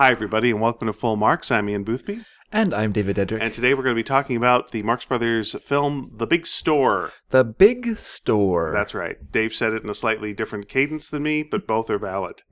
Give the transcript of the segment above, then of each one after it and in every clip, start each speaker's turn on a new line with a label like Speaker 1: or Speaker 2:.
Speaker 1: Hi, everybody, and welcome to Full Marks. I'm Ian Boothby,
Speaker 2: And I'm David Edrick.
Speaker 1: and today we're going to be talking about the Marx Brothers film The Big Store.
Speaker 2: the Big Store.
Speaker 1: That's right. Dave said it in a slightly different cadence than me, but both are valid.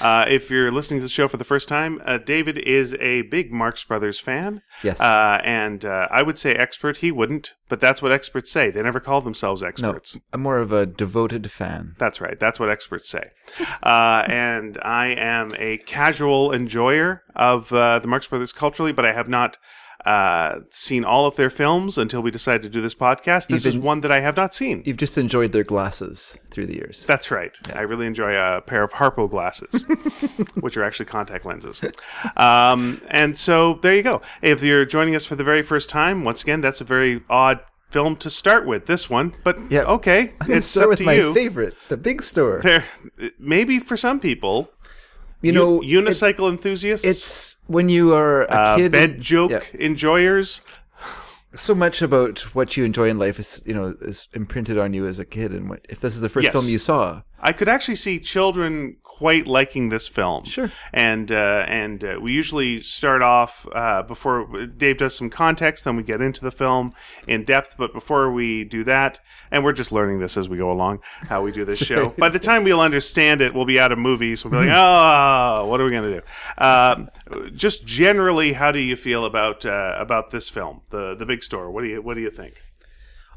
Speaker 1: uh, if you're listening to the show for the first time, uh, David is a big Marx Brothers fan,
Speaker 2: yes.
Speaker 1: uh, and uh, I would say expert. He wouldn't, but that's what experts say. They never call themselves
Speaker 2: no,
Speaker 1: experts.
Speaker 2: I'm more of a devoted fan.
Speaker 1: That's right. That's what experts say. Uh, and I am a casual enjoyer of uh, the Marx Brothers culturally, but I have not uh, seen all of their films until we decided to do this podcast. This is
Speaker 2: Even-
Speaker 1: one that I have not seen.
Speaker 2: You've just enjoyed their glasses through the years.
Speaker 1: That's right. I really enjoy a pair of Harpo glasses, which are actually contact lenses. Um, and so there you go. If you're joining us for the very first time, once again, that's a very odd film to start with, this one, but
Speaker 2: Yeah.
Speaker 1: okay.
Speaker 2: I'm going to
Speaker 1: it's
Speaker 2: start
Speaker 1: up
Speaker 2: with
Speaker 1: to
Speaker 2: my
Speaker 1: you.
Speaker 2: favorite, the Big Store.
Speaker 1: There, maybe for some people, U-
Speaker 2: You know, it-
Speaker 1: unicycle enthusiasts,
Speaker 2: it's when you are a
Speaker 1: uh,
Speaker 2: kid.
Speaker 1: bed joke
Speaker 2: yeah.
Speaker 1: enjoyers.
Speaker 2: so much about what you enjoy in life is, you know, is imprinted on you as a kid. And what, if this is the first
Speaker 1: Yes.
Speaker 2: film you saw,
Speaker 1: I could actually see children quite liking this film.
Speaker 2: Sure.
Speaker 1: And uh, and uh, we usually start off uh, before Dave does some context, then we get into the film in depth. But before we do that, and we're just learning this as we go along, how we do this show. By the time we'll understand it, we'll be out of movies. We'll be like, oh, what are we going to do? Um, just generally, how do you feel about uh, about this film, the the big store? What do you what do you think?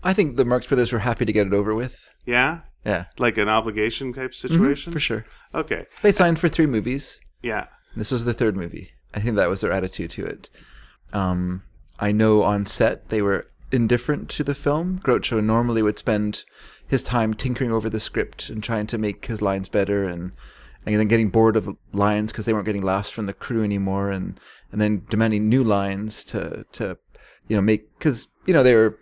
Speaker 2: I think the Marx Brothers were happy to get it over with.
Speaker 1: Yeah,
Speaker 2: Yeah,
Speaker 1: like an obligation type situation.
Speaker 2: Mm-hmm, for sure.
Speaker 1: Okay.
Speaker 2: They signed for three movies.
Speaker 1: Yeah.
Speaker 2: This was the third movie. I think that was their attitude to it. Um, I know on set they were indifferent to the film. Groucho normally would spend his time tinkering over the script and trying to make his lines better, and and then getting bored of lines because they weren't getting laughs from the crew anymore, and and then demanding new lines to to you know make because you know they were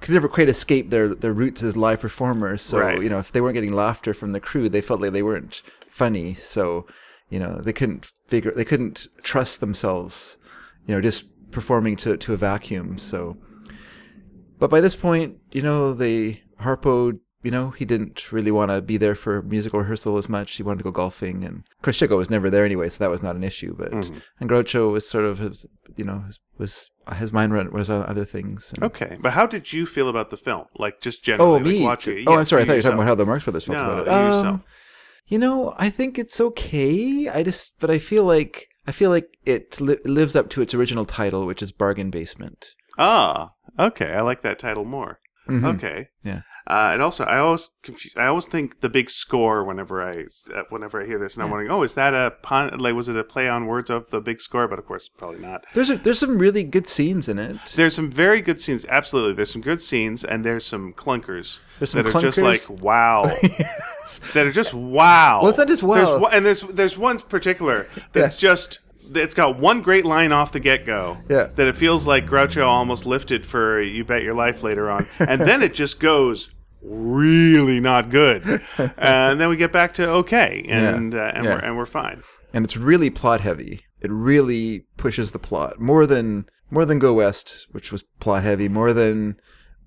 Speaker 2: could never quite escape their their roots as live performers. So
Speaker 1: Right.
Speaker 2: you know if they weren't getting laughter from the crew, they felt like they weren't funny. So you know they couldn't figure they couldn't trust themselves. You know just performing to to a vacuum. So, but by this point, you know they Harpo. You know, he didn't really want to be there for musical rehearsal as much. He wanted to go golfing, and Krishiko was never there anyway, so that was not an issue. But
Speaker 1: Mm-hmm.
Speaker 2: and Groucho was sort of his, you know, his, was his mind run- was on other things. And,
Speaker 1: Okay, but how did you feel about the film? Like just
Speaker 2: Oh,
Speaker 1: generally, like,
Speaker 2: me.
Speaker 1: watching it.
Speaker 2: oh,
Speaker 1: Yeah,
Speaker 2: I'm sorry. I thought you were talking
Speaker 1: yourself.
Speaker 2: about how the Marx Brothers felt about it.
Speaker 1: No, you yourself.
Speaker 2: Um, you know, I think it's okay. I just, but I feel like I feel like it li- lives up to its original title, which is Bargain Basement.
Speaker 1: Ah, okay. I like that title more. Okay.
Speaker 2: Mm-hmm. Yeah.
Speaker 1: Uh, and also, I always confuse. I always think the big score whenever I uh, whenever I hear this, and I'm wondering, oh, is that a pun? Like, was it a play on words of the big score? But of course, probably not.
Speaker 2: There's a, there's some really good scenes in it.
Speaker 1: There's some very good scenes. Absolutely, there's some good scenes, and there's some clunkers
Speaker 2: There's some
Speaker 1: that are just
Speaker 2: clunkers.
Speaker 1: like wow, that are just wow.
Speaker 2: Well, it's not just wow.
Speaker 1: There's one, and there's there's one particular that's just it's got one great line off the get go.
Speaker 2: Yeah.
Speaker 1: that it feels like Groucho almost lifted for "You Bet Your Life" later on, and then it just goes really not good, and then we get back to okay, and uh, and
Speaker 2: Yeah.
Speaker 1: we're and we're fine.
Speaker 2: and it's really plot heavy. It really pushes the plot more than more than Go West, which was plot heavy, more than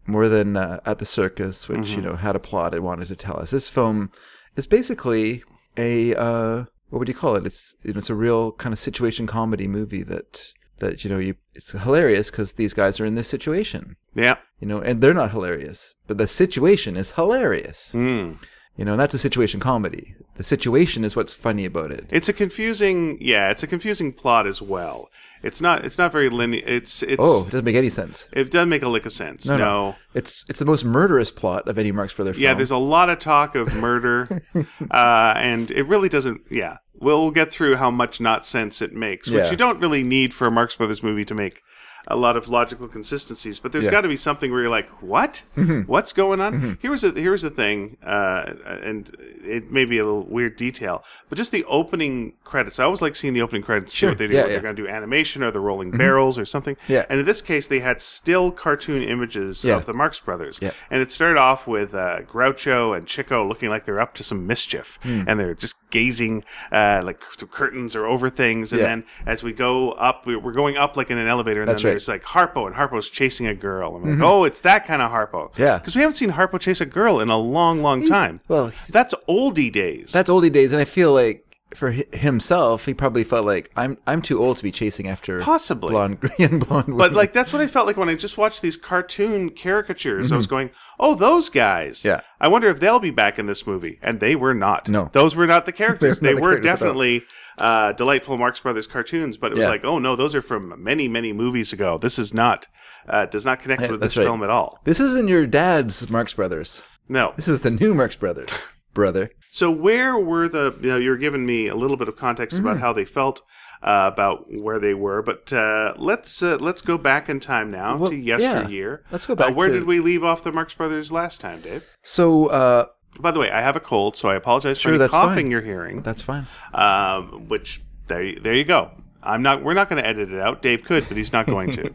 Speaker 2: more than uh, At the Circus, which you know had a plot it wanted to tell us. This film is basically a uh, what would you call it? It's you know, it's a real kind of situation comedy movie that that you know you it's hilarious because these guys are in this situation,
Speaker 1: Yeah.
Speaker 2: you know, and they're not hilarious, but the situation is hilarious.
Speaker 1: Mm.
Speaker 2: You know, and that's a situation comedy. The situation is what's funny about it.
Speaker 1: It's a confusing, yeah. It's a confusing plot as well. It's not. It's not very linear. It's. It's.
Speaker 2: Oh, it doesn't make any sense.
Speaker 1: It doesn't make a lick of sense. No.
Speaker 2: It's it's the most murderous plot of any Marx Brothers film.
Speaker 1: Yeah, there's a lot of talk of murder, uh, and it really doesn't. Yeah, we'll get through how much not sense it makes, which
Speaker 2: Yeah.
Speaker 1: you don't really need for a Marx Brothers movie to make a lot of logical consistencies. But there's
Speaker 2: Yeah. Mm-hmm.
Speaker 1: got to be something where you're like, "What? What's going on?" Here's a here's the thing, uh, and it may be a little weird detail, but just the opening credits. I always like seeing the opening credits. See
Speaker 2: Sure.
Speaker 1: what they do.
Speaker 2: Yeah,
Speaker 1: what They're
Speaker 2: yeah. Mm-hmm.
Speaker 1: going to do animation or the rolling barrels or something.
Speaker 2: Yeah.
Speaker 1: And in this case, they had still cartoon images
Speaker 2: Yeah.
Speaker 1: of the Marx Brothers.
Speaker 2: Yeah.
Speaker 1: And it started off with uh, Groucho and Chico looking like they're up to some mischief,
Speaker 2: Hmm.
Speaker 1: and they're just gazing uh, like through curtains or over things. And
Speaker 2: Yeah.
Speaker 1: then as we go up, we- we're going up like in an elevator, and
Speaker 2: That's
Speaker 1: then
Speaker 2: right. Mm-hmm.
Speaker 1: there's like Harpo, and Harpo's chasing a girl. And we're like, oh, it's that kind of Harpo.
Speaker 2: Yeah.
Speaker 1: because we haven't seen Harpo chase a girl in a long, long time.
Speaker 2: well, he's-
Speaker 1: that's oldie days.
Speaker 2: that's oldie days, and I feel like for hi- himself, he probably felt like I'm I'm too old to be chasing after
Speaker 1: Possibly.
Speaker 2: blonde young blonde women.
Speaker 1: But like that's what I felt like when I just watched these cartoon caricatures. I was going, "Oh, those guys!
Speaker 2: Mm-hmm. Yeah.
Speaker 1: I wonder if they'll be back in this movie." And they were not.
Speaker 2: No.
Speaker 1: those were not the characters. they
Speaker 2: They were not the
Speaker 1: were
Speaker 2: characters at all.
Speaker 1: definitely uh, delightful Marx Brothers cartoons. But it was
Speaker 2: Yeah.
Speaker 1: like, "Oh no, those are from many, many movies ago. This is not uh, does not connect with
Speaker 2: that's
Speaker 1: this
Speaker 2: right.
Speaker 1: film at all."
Speaker 2: this isn't your dad's Marx Brothers.
Speaker 1: No.
Speaker 2: This is the new Marx Brothers, brother.
Speaker 1: So where were the? You know, you were giving me a little bit of context about
Speaker 2: Mm.
Speaker 1: how they felt. Uh, about where they were, but uh, let's uh, let's go back in time now
Speaker 2: Well,
Speaker 1: to
Speaker 2: yeah.
Speaker 1: yesteryear.
Speaker 2: Let's go
Speaker 1: Uh,
Speaker 2: back
Speaker 1: where
Speaker 2: to-
Speaker 1: did we leave off the Marx Brothers last time, Dave?
Speaker 2: So uh,
Speaker 1: By the way, I have a cold, so I apologize
Speaker 2: Sure,
Speaker 1: for any
Speaker 2: that's
Speaker 1: coughing
Speaker 2: fine.
Speaker 1: you're hearing.
Speaker 2: that's fine.
Speaker 1: Um, which there, you- there you go. I'm not. We're not going to edit it out. Dave could, but he's not going to.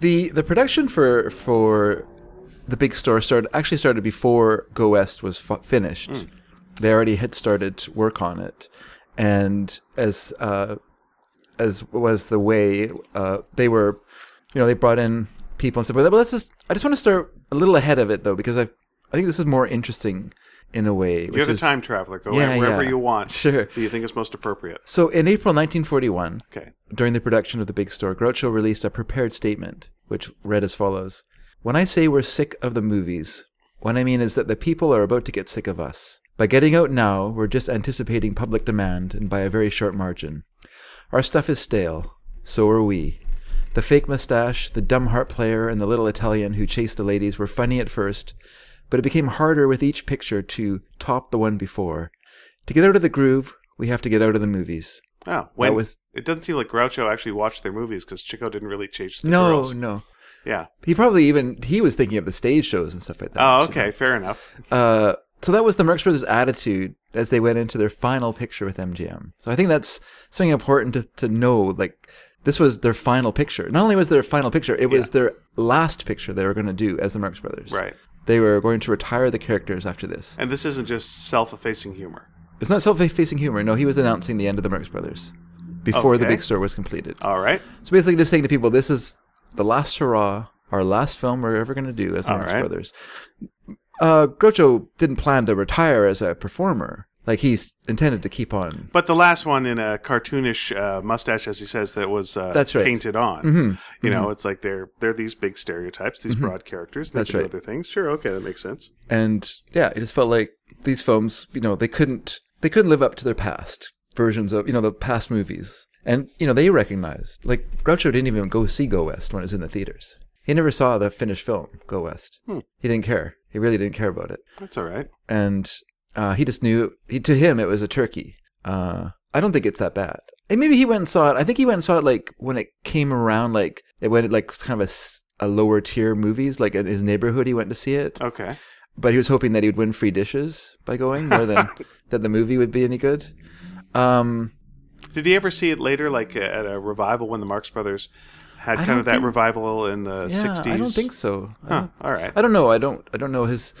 Speaker 2: the The production for for the big store started actually started before Go West was fu- finished.
Speaker 1: Mm.
Speaker 2: They already had started work on it, and as uh, as was the way uh, they were, you know, they brought in people and stuff like that. But let's just I just want to start a little ahead of it though because I I think this is more interesting in a way. which
Speaker 1: You're the
Speaker 2: is-
Speaker 1: time traveler. Go
Speaker 2: Yeah,
Speaker 1: wherever
Speaker 2: yeah.
Speaker 1: you want.
Speaker 2: Sure.
Speaker 1: Do you think it's most appropriate?
Speaker 2: So in April 1941,
Speaker 1: Okay.
Speaker 2: during the production of The Big Store, Groucho released a prepared statement, which read as follows When I say we're sick of the movies, what I mean is that the people are about to get sick of us. By getting out now, we're just anticipating public demand, and by a very short margin. Our stuff is stale. So are we. The fake mustache, the dumb harp player, and the little Italian who chased the ladies were funny at first, but it became harder with each picture to top the one before. To get out of the groove, we have to get out of the movies.
Speaker 1: Oh, when
Speaker 2: was-
Speaker 1: it doesn't seem like Groucho actually watched their movies because Chico didn't really chase the
Speaker 2: No,
Speaker 1: girls.
Speaker 2: no.
Speaker 1: Yeah.
Speaker 2: He probably even he was thinking of the stage shows and stuff like that.
Speaker 1: Oh,
Speaker 2: actually.
Speaker 1: okay. Fair enough.
Speaker 2: Uh, so that was the Marx Brothers' attitude as they went into their final picture with MGM. So I think that's something important to, to know. Like this was their final picture. Not only was their final picture, it was their last picture they were going to do as the Marx Brothers.
Speaker 1: Right.
Speaker 2: They were going to retire the characters after this.
Speaker 1: And this isn't just self-effacing humor.
Speaker 2: It's not self-effacing humor. No, he was announcing the end of the Marx Brothers before the
Speaker 1: Okay.
Speaker 2: big store was completed.
Speaker 1: All right.
Speaker 2: So basically, just saying to people, this is the last hurrah, our last film we're ever going to do as
Speaker 1: All
Speaker 2: Marx
Speaker 1: right.
Speaker 2: Brothers. Uh, Groucho didn't plan to retire as a performer. Like he's intended to keep on.
Speaker 1: But the last one in a cartoonish uh, mustache, as he says, that was uh,
Speaker 2: That's right. Mm-hmm.
Speaker 1: painted on. You know, it's like they're they're these big stereotypes, these broad characters. And they
Speaker 2: That's
Speaker 1: can do
Speaker 2: right.
Speaker 1: Other things, sure, okay, that makes sense.
Speaker 2: And yeah, it just felt like these films, you know, they couldn't, they couldn't live up to their past versions of, you know, the past movies. And, you know, they recognized, like Groucho didn't even go see Go West when it was in the theaters. He never saw the finished film, Go West.
Speaker 1: Hmm.
Speaker 2: He didn't care. He really didn't care about it.
Speaker 1: That's all right.
Speaker 2: and uh, he just knew he, to him it was a turkey. Uh, I don't think it's that bad. And maybe he went and saw it. I think he went and saw it like when it came around, like it went like kind of a s- a, lower tier movies, like in his neighborhood. He went to see it,
Speaker 1: Okay.
Speaker 2: but he was hoping that he would win free dishes by going more than that the movie would be any good. Um,
Speaker 1: Did he ever see it later, like uh, at a revival when the Marx Brothers had kind
Speaker 2: don't
Speaker 1: of that
Speaker 2: think-
Speaker 1: revival in the
Speaker 2: yeah,
Speaker 1: '60s?
Speaker 2: I don't think so. I,
Speaker 1: Huh,
Speaker 2: don't,
Speaker 1: all right.
Speaker 2: I don't know. I don't. I don't know his.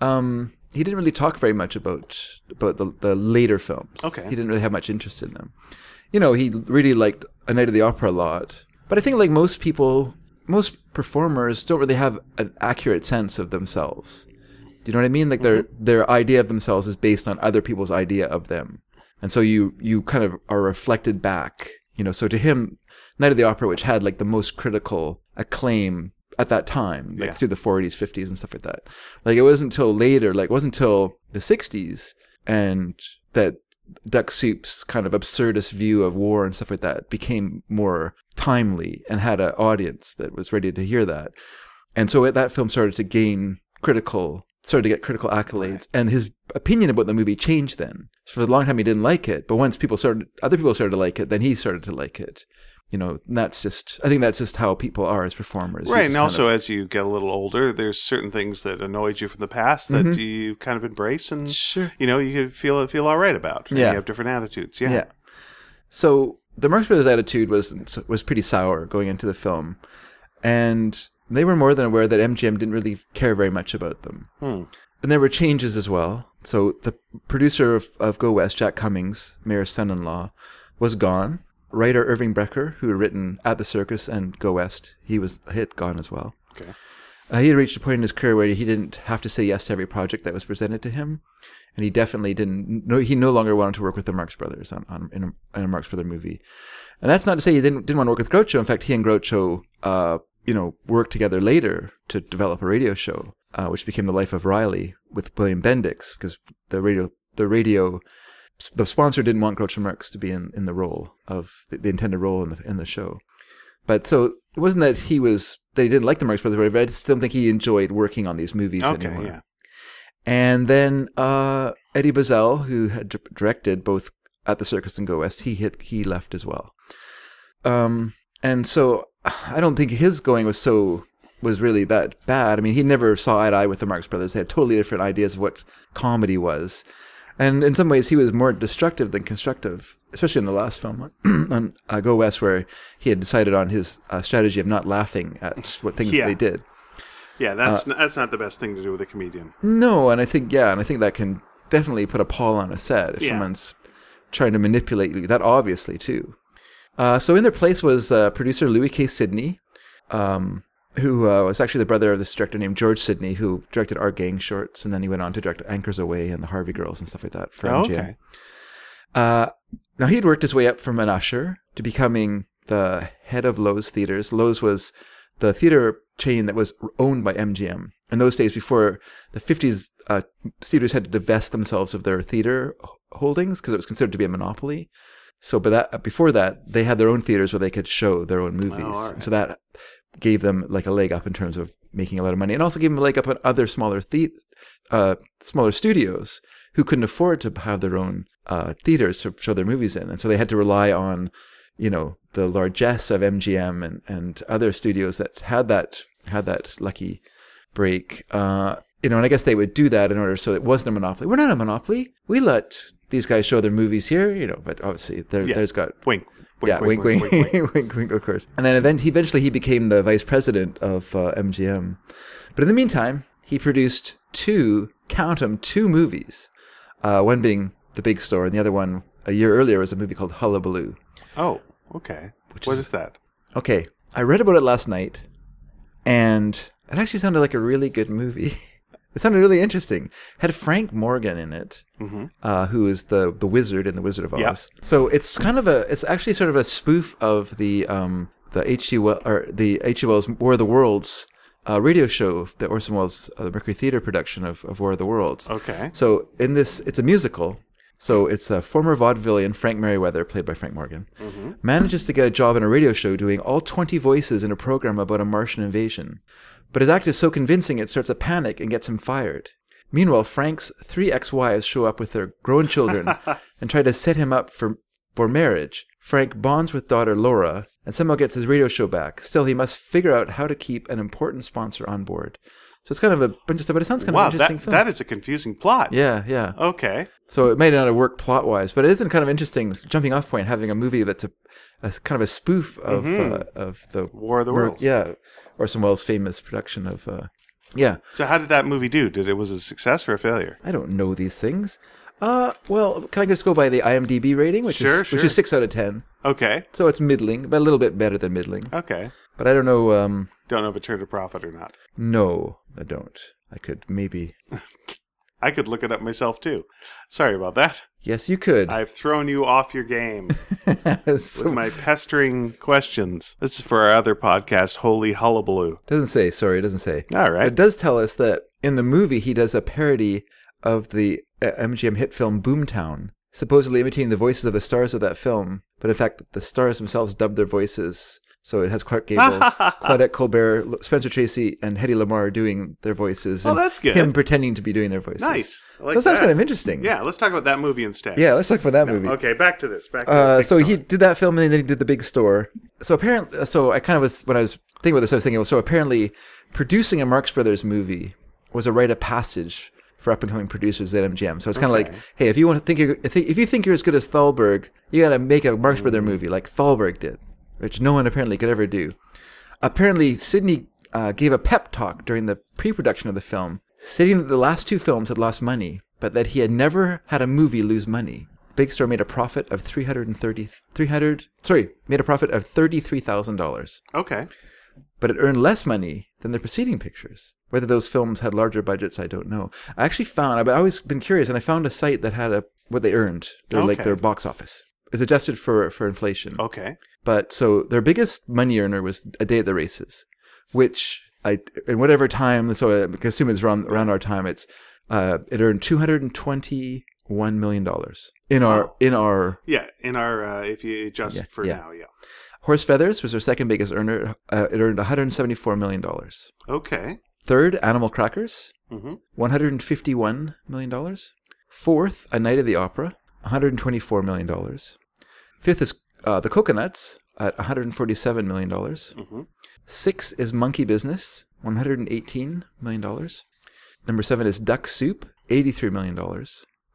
Speaker 2: Um, he didn't really talk very much about about the the later films.
Speaker 1: Okay.
Speaker 2: He didn't really have much interest in them. You know, he really liked A Night at the Opera a lot, but I think like most people, most performers don't really have an accurate sense of themselves. Do you know what I mean? Like their their idea of themselves is based on other people's idea of them, and so you you kind of are reflected back. You know, so to him, Night of the Opera, which had like the most critical acclaim at that time, like
Speaker 1: Yeah.
Speaker 2: through the 40s, 50s, and stuff like that. Like it wasn't until later, like it wasn't until the 60s, and that Duck Soup's kind of absurdist view of war and stuff like that became more timely and had an audience that was ready to hear that. And so that film started to gain critical, started to get critical accolades, and his opinion about the movie changed then. So for a long time, he didn't like it, but once people started, other people started to like it, then he started to like it. You know, and that's just, I think that's just how people are as performers. You
Speaker 1: Right,
Speaker 2: just
Speaker 1: and
Speaker 2: kind
Speaker 1: also
Speaker 2: of-
Speaker 1: as you get a little older, there's certain things that annoyed you from the past that you kind of embrace, and
Speaker 2: Mm-hmm. Sure.
Speaker 1: you know you can feel feel all right about. and
Speaker 2: Yeah.
Speaker 1: you have different attitudes.
Speaker 2: Yeah. So the Marx Brothers' attitude was was pretty sour going into the film, and they were more than aware that MGM didn't really care very much about them. And there were changes as well. So the producer of, of Go West, Jack Cummings, Mayor's son-in-law, was gone. Writer Irving Brecker, who had written At the Circus and Go West, he was he had gone as well.
Speaker 1: Okay.
Speaker 2: Uh, he had reached a point in his career where he didn't have to say yes to every project that was presented to him, and he definitely didn't. No, he no longer wanted to work with the Marx Brothers on, on in, a, in a Marx Brother movie, and that's not to say he didn't didn't want to work with Groucho. In fact, he and Groucho, uh, you know, worked together later to develop a radio show, uh, which became The Life of Riley with William Bendix, because the radio the radio the sponsor didn't want Groucho Marx to be in, in the role of the, the intended role in the in the show. But so it wasn't that he was that he didn't like the Marx Brothers, but I just don't think he enjoyed working on these movies
Speaker 1: Okay,
Speaker 2: anymore.
Speaker 1: yeah.
Speaker 2: And then uh, Eddie Bazell, who had d- directed both At the Circus and Go West, he hit, he left as well. Um, and so I don't think his going was so was really that bad. I mean, he never saw eye to eye with the Marx Brothers. They had totally different ideas of what comedy was. And in some ways, he was more destructive than constructive, especially in the last film on uh, Go West, where he had decided on his uh, strategy of not laughing at what things
Speaker 1: Yeah.
Speaker 2: they did.
Speaker 1: Yeah, that's
Speaker 2: Uh,
Speaker 1: n- that's not the best thing to do with a comedian.
Speaker 2: No, and I think yeah, and I think that can definitely put a pall on a set if
Speaker 1: Yeah.
Speaker 2: someone's trying to manipulate you. That obviously too. Uh, so in their place was uh, producer Louis K. Sidney, um, who uh, was actually the brother of this director named George Sidney, who directed our gang shorts, and then he went on to direct Anchors Away and The Harvey Girls and stuff like that for
Speaker 1: Oh,
Speaker 2: MGM.
Speaker 1: okay.
Speaker 2: Uh, now he had worked his way up from an usher to becoming the head of Lowe's Theaters. Lowe's was the theater chain that was owned by MGM. In those days, before the 50s, uh, theaters had to divest themselves of their theater h- holdings because it was considered to be a monopoly. So, but that before that, they had their own theaters where they could show their own movies.
Speaker 1: all
Speaker 2: So that gave them like a leg up in terms of making a lot of money, and also gave them a leg up on other smaller the- uh, smaller studios who couldn't afford to have their own uh, theaters to show their movies in, and so they had to rely on, you know, the largesse of MGM and and other studios that had that had that lucky break. Uh, you know, and I guess they would do that in order so it wasn't a monopoly. We're not a monopoly. We let these guys show their movies here, you know, but obviously there,
Speaker 1: Yeah.
Speaker 2: there's got
Speaker 1: Wink.
Speaker 2: yeah, wink, wink, wink, wink, wink, of course. And then event- he eventually he became the vice president of uh, MGM. But in the meantime, he produced two, count 'em, two movies. Uh, one being The Big Store, and the other one a year earlier was a movie called Hullabaloo.
Speaker 1: Oh, okay. What is that?
Speaker 2: Okay, I read about it last night, and it actually sounded like a really good movie. it sounded really interesting. It had Frank Morgan in it, uh, who is the the wizard in the Wizard of Oz.
Speaker 1: Yeah.
Speaker 2: So it's kind of a it's actually sort of a spoof of the um the H. G. Well or the H. G. Wells War of the Worlds. Uh, radio show that Orson Welles, uh, the Mercury Theater production of, of War of the Worlds.
Speaker 1: Okay.
Speaker 2: So in this, it's a musical. So it's a former vaudevillian Frank Merriweather, played by Frank Morgan,
Speaker 1: Mm-hmm.
Speaker 2: manages to get a job in a radio show doing all 20 voices in a program about a Martian invasion. But his act is so convincing it starts a panic and gets him fired. Meanwhile, Frank's three ex-wives show up with their grown children and try to set him up for for marriage. Frank bonds with daughter Laura and somehow gets his radio show back. Still, he must figure out how to keep an important sponsor on board. So it's kind of a bunch of stuff, but it sounds kind
Speaker 1: Wow,
Speaker 2: of an interesting
Speaker 1: that,
Speaker 2: film.
Speaker 1: that is a confusing plot.
Speaker 2: yeah, yeah.
Speaker 1: Okay.
Speaker 2: So it may not have worked plot wise, but it isn't kind of interesting jumping off point having a movie that's a, a kind of a spoof of uh, of the
Speaker 1: Mm-hmm. War of the
Speaker 2: Mer-
Speaker 1: Worlds.
Speaker 2: yeah, Orson Welles' famous production of uh, yeah.
Speaker 1: So how did that movie do? Did it was it a success or a failure?
Speaker 2: I don't know these things. Uh, well, can I just go by the IMDb rating, which
Speaker 1: Sure,
Speaker 2: is
Speaker 1: sure.
Speaker 2: which is six out of ten,
Speaker 1: Okay.
Speaker 2: so it's middling, but a little bit better than middling.
Speaker 1: Okay.
Speaker 2: But I don't know. Um,
Speaker 1: Don't know if it turned a profit or not.
Speaker 2: no, I don't. I could maybe.
Speaker 1: I could look it up myself too. Sorry about that.
Speaker 2: Yes, you could.
Speaker 1: I've thrown you off your game with
Speaker 2: So-
Speaker 1: my pestering questions. This is for our other podcast, Holy Hullabaloo.
Speaker 2: Doesn't say. Sorry, it doesn't say.
Speaker 1: All
Speaker 2: But
Speaker 1: right.
Speaker 2: It does tell us that in the movie he does a parody of the uh, MGM hit film Boomtown, supposedly imitating the voices of the stars of that film, but in fact the stars themselves dubbed their voices. So it has Clark Gable, Claudette Colbert, L- Spencer Tracy, and Hedy Lamarr doing their voices.
Speaker 1: Oh,
Speaker 2: and
Speaker 1: that's good.
Speaker 2: Him pretending to be doing their voices.
Speaker 1: Nice. I like
Speaker 2: so that's
Speaker 1: that.
Speaker 2: kind of interesting.
Speaker 1: Yeah, let's talk about that movie instead.
Speaker 2: Yeah. Let's look for that movie.
Speaker 1: Okay, back to this. Back to
Speaker 2: Uh,
Speaker 1: this.
Speaker 2: so he did that film and then he did the big store. So apparently, so I kind of was when I was thinking about this, I was thinking, well, so apparently, producing a Marx Brothers movie was a rite of passage for up and coming producers at MGM. So it's kind of like, hey, if you want to think you're, if if you think you're as good as Thalberg, you got to make a Marx Brothers movie like Thalberg did, which no one apparently could ever do. Apparently, Sidney uh, gave a pep talk during the pre production of the film, stating that the last two films had lost money, but that he had never had a movie lose money. Big Star made a profit of 330 300 sorry, made a profit of $33,000.
Speaker 1: Okay.
Speaker 2: but it earned less money than the preceding pictures. Whether those films had larger budgets, I don't know. I actually found I've always been curious, and I found a site that had a what they earned, their like
Speaker 1: Okay.
Speaker 2: their box office. It's adjusted for for inflation.
Speaker 1: Okay.
Speaker 2: But so their biggest money earner was A Day at the Races, which I in whatever time. So I assume it's around around our time. It's uh, it earned two hundred and twenty one million dollars in our
Speaker 1: Wow.
Speaker 2: in our
Speaker 1: Yeah, in our uh, if you adjust
Speaker 2: Yeah,
Speaker 1: for
Speaker 2: yeah.
Speaker 1: now, yeah.
Speaker 2: horse feathers was their second biggest earner. Uh, it earned one hundred seventy four million dollars.
Speaker 1: Okay.
Speaker 2: Third, Animal Crackers,
Speaker 1: hmm
Speaker 2: one hundred and fifty one million dollars. Fourth, A Night at the Opera, one hundred and twenty four million dollars. Fifth is uh, The Coconuts at one hundred and forty seven million dollars.
Speaker 1: hmm
Speaker 2: Six is Monkey Business, $118 million. Number seven is Duck Soup, $83 million.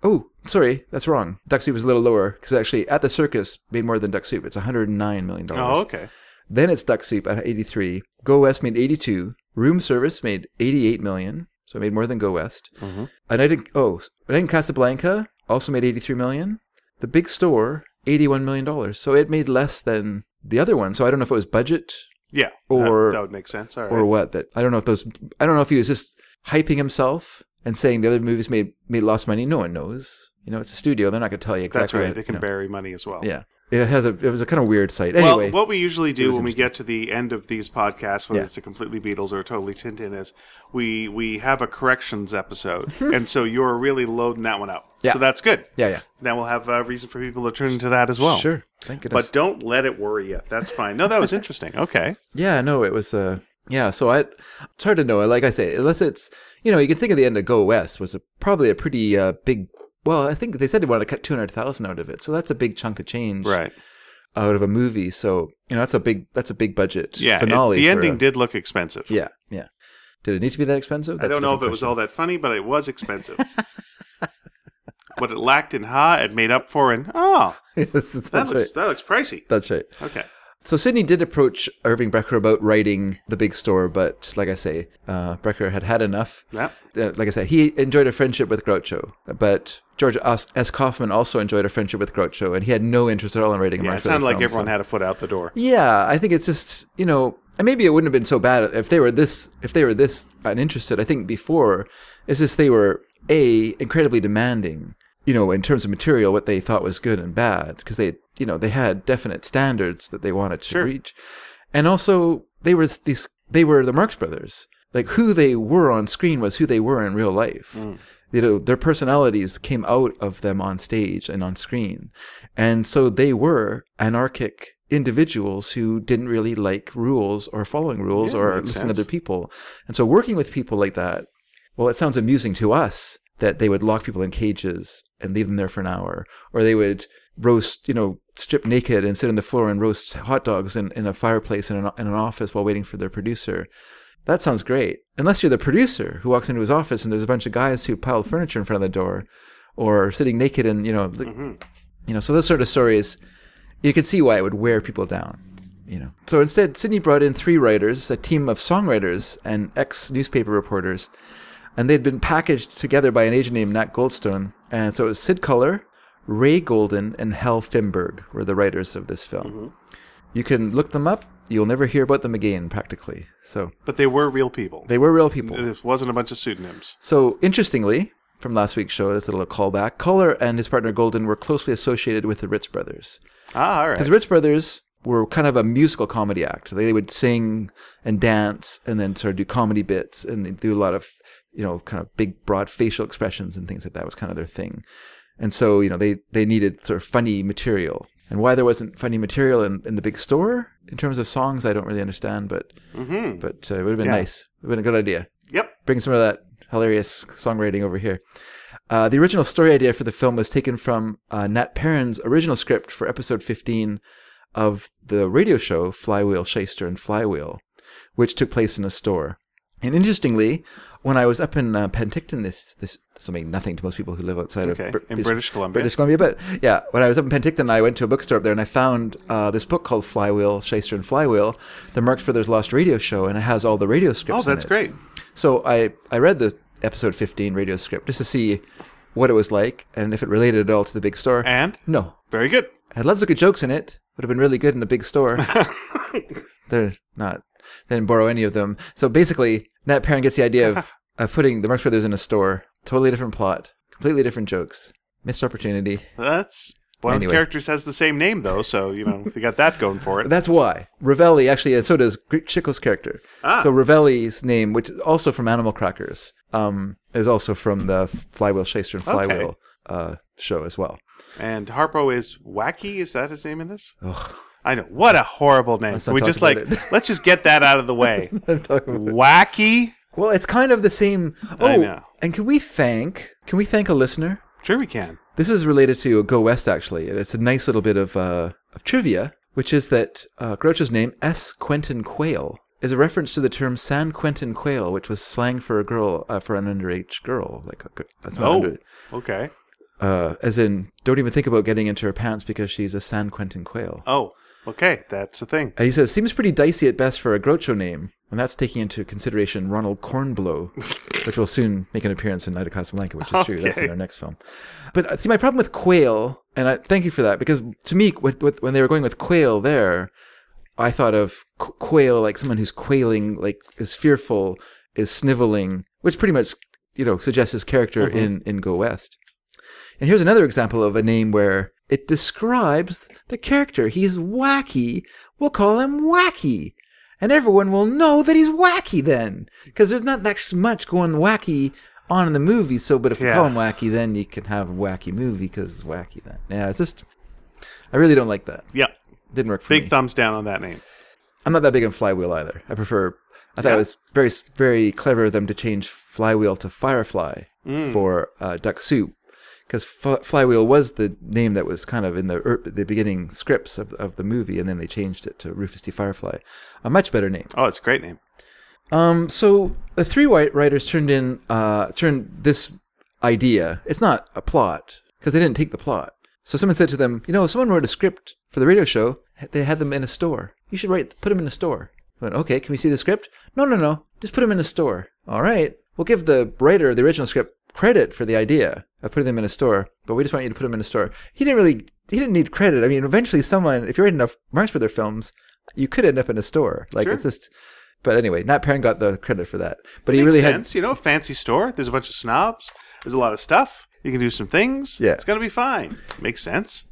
Speaker 2: Oh, sorry, that's wrong. Duck Soup is a little lower because actually at the circus made more than Duck Soup. It's $109 million.
Speaker 1: Oh, okay.
Speaker 2: Then it's Duck Soup at 83. Go West made 82. Room Service made 88 million. So it made more than Go West.
Speaker 1: Mhm.
Speaker 2: A Night in, oh, A Night in Casablanca also made 83 million. The Big Store, 81 million dollars. So it made less than the other one. So I don't know if it was budget
Speaker 1: Yeah.
Speaker 2: Or-
Speaker 1: that, that would make sense. All right.
Speaker 2: or what that I don't know if those I don't know if he was just hyping himself and saying the other movies made made lost money. No one knows. You know, it's a studio. They're not going to tell you exactly.
Speaker 1: That's right.
Speaker 2: what-
Speaker 1: They can
Speaker 2: you know.
Speaker 1: bury money as well.
Speaker 2: Yeah, it has a it was a kind of weird site. Anyway,
Speaker 1: well, what we usually do
Speaker 2: was
Speaker 1: when we get to the end of these podcasts, whether it's a completely Beatles or a totally Tintin, is we we have a corrections episode, and so you're really loading that one up.
Speaker 2: Yeah.
Speaker 1: So that's good.
Speaker 2: yeah, yeah,
Speaker 1: Then we'll have a reason for people to turn into that as well.
Speaker 2: sure. Thank goodness.
Speaker 1: But don't let it worry you. That's fine. No, that was interesting. Okay.
Speaker 2: yeah, no, it was uh yeah. So I it's hard to know. Like I say, unless it's you know you can think of the end of Go West was a, probably a pretty uh, big. Well, I think they said they wanted to cut two hundred thousand out of it, so that's a big chunk of change
Speaker 1: Right.
Speaker 2: out of a movie. So you know that's a big that's a big budget
Speaker 1: Yeah. it-
Speaker 2: finale.
Speaker 1: the
Speaker 2: for
Speaker 1: ending
Speaker 2: a-
Speaker 1: did look expensive.
Speaker 2: Yeah, yeah. Did it need to be that expensive?
Speaker 1: I don't know if it was all that funny, but it was expensive. what it lacked in ha, it made up for in oh.
Speaker 2: all. that's
Speaker 1: That
Speaker 2: that's
Speaker 1: looks
Speaker 2: right.
Speaker 1: that looks pricey.
Speaker 2: That's right.
Speaker 1: Okay.
Speaker 2: So Sydney did approach Irving Brecker about writing The Big Store, but like I say, uh, Brecker had had enough.
Speaker 1: Yeah.
Speaker 2: Uh, like I said, he enjoyed a friendship with Groucho, but George S. S. Kaufman also enjoyed a friendship with Groucho, and he had no interest at all in writing a
Speaker 1: Yeah,
Speaker 2: much
Speaker 1: it sounded like
Speaker 2: film, so-
Speaker 1: everyone had a foot out the door.
Speaker 2: Yeah, I think it's just you know and maybe it wouldn't have been so bad if they were this if they were this uninterested. I think before it's just they were a incredibly demanding, you know, in terms of material what they thought was good and bad because they you know they had definite standards that they wanted to
Speaker 1: Sure.
Speaker 2: reach, and also they were these they were the Marx Brothers. Like who they were on screen was who they were in real life.
Speaker 1: Mm.
Speaker 2: You know, their personalities came out of them on stage and on screen. And so they were anarchic individuals who didn't really like rules or following rules
Speaker 1: Yeah,
Speaker 2: or
Speaker 1: makes
Speaker 2: listening
Speaker 1: sense.
Speaker 2: to other people. And so working with people like that, well, it sounds amusing to us that they would lock people in cages and leave them there for an hour, or they would roast, you know, strip naked and sit on the floor and roast hot dogs in, in a fireplace in an, in an office while waiting for their producer. That sounds great. Unless you're the producer who walks into his office and there's a bunch of guys who pile furniture in front of the door or sitting naked and, you know, li- you know, so those sort of stories, you can see why it would wear people down, you know. So instead, Sidney brought in three writers, a team of songwriters and ex newspaper reporters, and they'd been packaged together by an agent named Nat Goldstone. And so it was Sid Culler, Ray Golden, and Hal Finberg were the writers of this film. You can look them up. You'll never hear about them again, practically. So
Speaker 1: But they were real people.
Speaker 2: they were real people.
Speaker 1: this wasn't a bunch of pseudonyms.
Speaker 2: So, interestingly, from last week's show, that's a little callback. Culler and his partner Golden were closely associated with the Ritz brothers.
Speaker 1: Ah, all right.
Speaker 2: Because the Ritz Brothers were kind of a musical comedy act. They would sing and dance and then sort of do comedy bits and they do a lot of, you know, kind of big, broad facial expressions and things like that was kind of their thing. And so, you know, they, they needed sort of funny material. And why there wasn't funny material in, in the big store in terms of songs, I don't really understand, but but uh, it would have been
Speaker 1: Mm-hmm. Yeah.
Speaker 2: nice. It would have been a good idea
Speaker 1: Yep. Oh,
Speaker 2: bring some of that hilarious songwriting over here. Uh, the original story idea for the film was taken from uh, Nat Perrin's original script for episode 15 of the radio show Flywheel, Shyster, and Flywheel, which took place in a store. And interestingly, when I was up in uh, Penticton, this this this will mean nothing to most people who live outside
Speaker 1: Okay.
Speaker 2: of Br-
Speaker 1: In British Columbia.
Speaker 2: British Columbia, but yeah, when I was up in Penticton, I went to a bookstore up there and I found uh, this book called Flywheel, Shyster, and Flywheel, the Marx Brothers Lost Radio Show, and it has all the radio
Speaker 1: Oh,
Speaker 2: scripts. in
Speaker 1: that's
Speaker 2: it.
Speaker 1: great.
Speaker 2: So I, I read the episode 15 radio script just to see what it was like and if it related at all to the big store.
Speaker 1: And
Speaker 2: no.
Speaker 1: very good.
Speaker 2: It had lots of good jokes in it. Would have been really good in the big store. They're not. then borrow any of them. So basically, Nat Parent gets the idea of, of putting the Marx Brothers in a store. Totally different plot, completely different jokes. Missed opportunity.
Speaker 1: That's one of
Speaker 2: Anyway.
Speaker 1: the characters has the same name though, so you know they got that going for it.
Speaker 2: That's why Ravelli actually, and so does Gr- Chico's character.
Speaker 1: Ah.
Speaker 2: So Ravelli's name, which is also from Animal Crackers, um, is also from the Flywheel Chaser and
Speaker 1: Okay.
Speaker 2: Flywheel uh, show as well.
Speaker 1: And Harpo is wacky. Is that his name in this?
Speaker 2: Ugh.
Speaker 1: I know. What a horrible name.
Speaker 2: not
Speaker 1: we
Speaker 2: talk
Speaker 1: just like
Speaker 2: about
Speaker 1: let's just get that out of the way.
Speaker 2: I'm talking about-
Speaker 1: wacky.
Speaker 2: well, it's kind of the same. Oh,
Speaker 1: I know.
Speaker 2: and can we thank? Can we thank a listener?
Speaker 1: Sure, we can.
Speaker 2: This is related to Go West, actually, and it's a nice little bit of, uh, of trivia, which is that uh, Groucho's name, S. Quentin Quayle, is a reference to the term San Quentin Quayle, which was slang for a girl, uh, for an underage girl. Like, a, that's not
Speaker 1: Oh,
Speaker 2: under,
Speaker 1: okay.
Speaker 2: uh, as in, don't even think about getting into her pants because she's a San Quentin Quayle.
Speaker 1: Oh, okay. That's a thing.
Speaker 2: And he says, seems pretty dicey at best for a Groucho name, and that's taking into consideration Ronald Cornblow, which will soon make an appearance in Night of Casablanca, which is true. That's in
Speaker 1: Okay.
Speaker 2: our next film. But uh, see, my problem with Quail, and I thank you for that, because to me, with, with, when they were going with Quail there, I thought of qu- Quail like someone who's quailing, like is fearful, is sniveling, which pretty much, you know, suggests his character
Speaker 1: Mm-hmm.
Speaker 2: in, in Go West. And here's another example of a name where it describes the character. He's wacky. We'll call him wacky. And everyone will know that he's wacky then. Because there's not actually much going wacky on in the movie. So, but if we
Speaker 1: Yeah.
Speaker 2: call him wacky, then you can have a wacky movie because it's wacky then. Yeah, it's just, I really don't like that.
Speaker 1: Yeah.
Speaker 2: Didn't work for
Speaker 1: Big
Speaker 2: me.
Speaker 1: thumbs down on that name.
Speaker 2: I'm not that big on Flywheel either. I prefer. I thought
Speaker 1: Yeah.
Speaker 2: it was very, very clever of them to change Flywheel to Firefly for uh, Duck Soup, because Flywheel was the name that was kind of in the er, the beginning scripts of of the movie, and then they changed it to Rufus D. Firefly, a much better name.
Speaker 1: Oh, it's a great name.
Speaker 2: Um, so the three white writers turned in uh, turned this idea. It's not a plot because they didn't take the plot. So someone said to them, you know, if someone wrote a script for the radio show, they had them in a store. You should write, put them in a store. I went, okay, can we see the script? No, no, no, just put them in a store. All right, we'll give the writer of the original script credit for the idea of putting them in a store, but we just want you to put them in a store. He didn't really, he didn't need credit. I mean, eventually someone, if you write enough Marx Brothers films, you could end up in a store. Like
Speaker 1: Sure.
Speaker 2: it's just, but anyway, Nat Perrin got the credit for that. But he
Speaker 1: Makes
Speaker 2: really
Speaker 1: sense. You know, a fancy store. There's a bunch of snobs. There's a lot of stuff. You can do some things.
Speaker 2: Yeah.
Speaker 1: It's gonna be fine. Makes sense.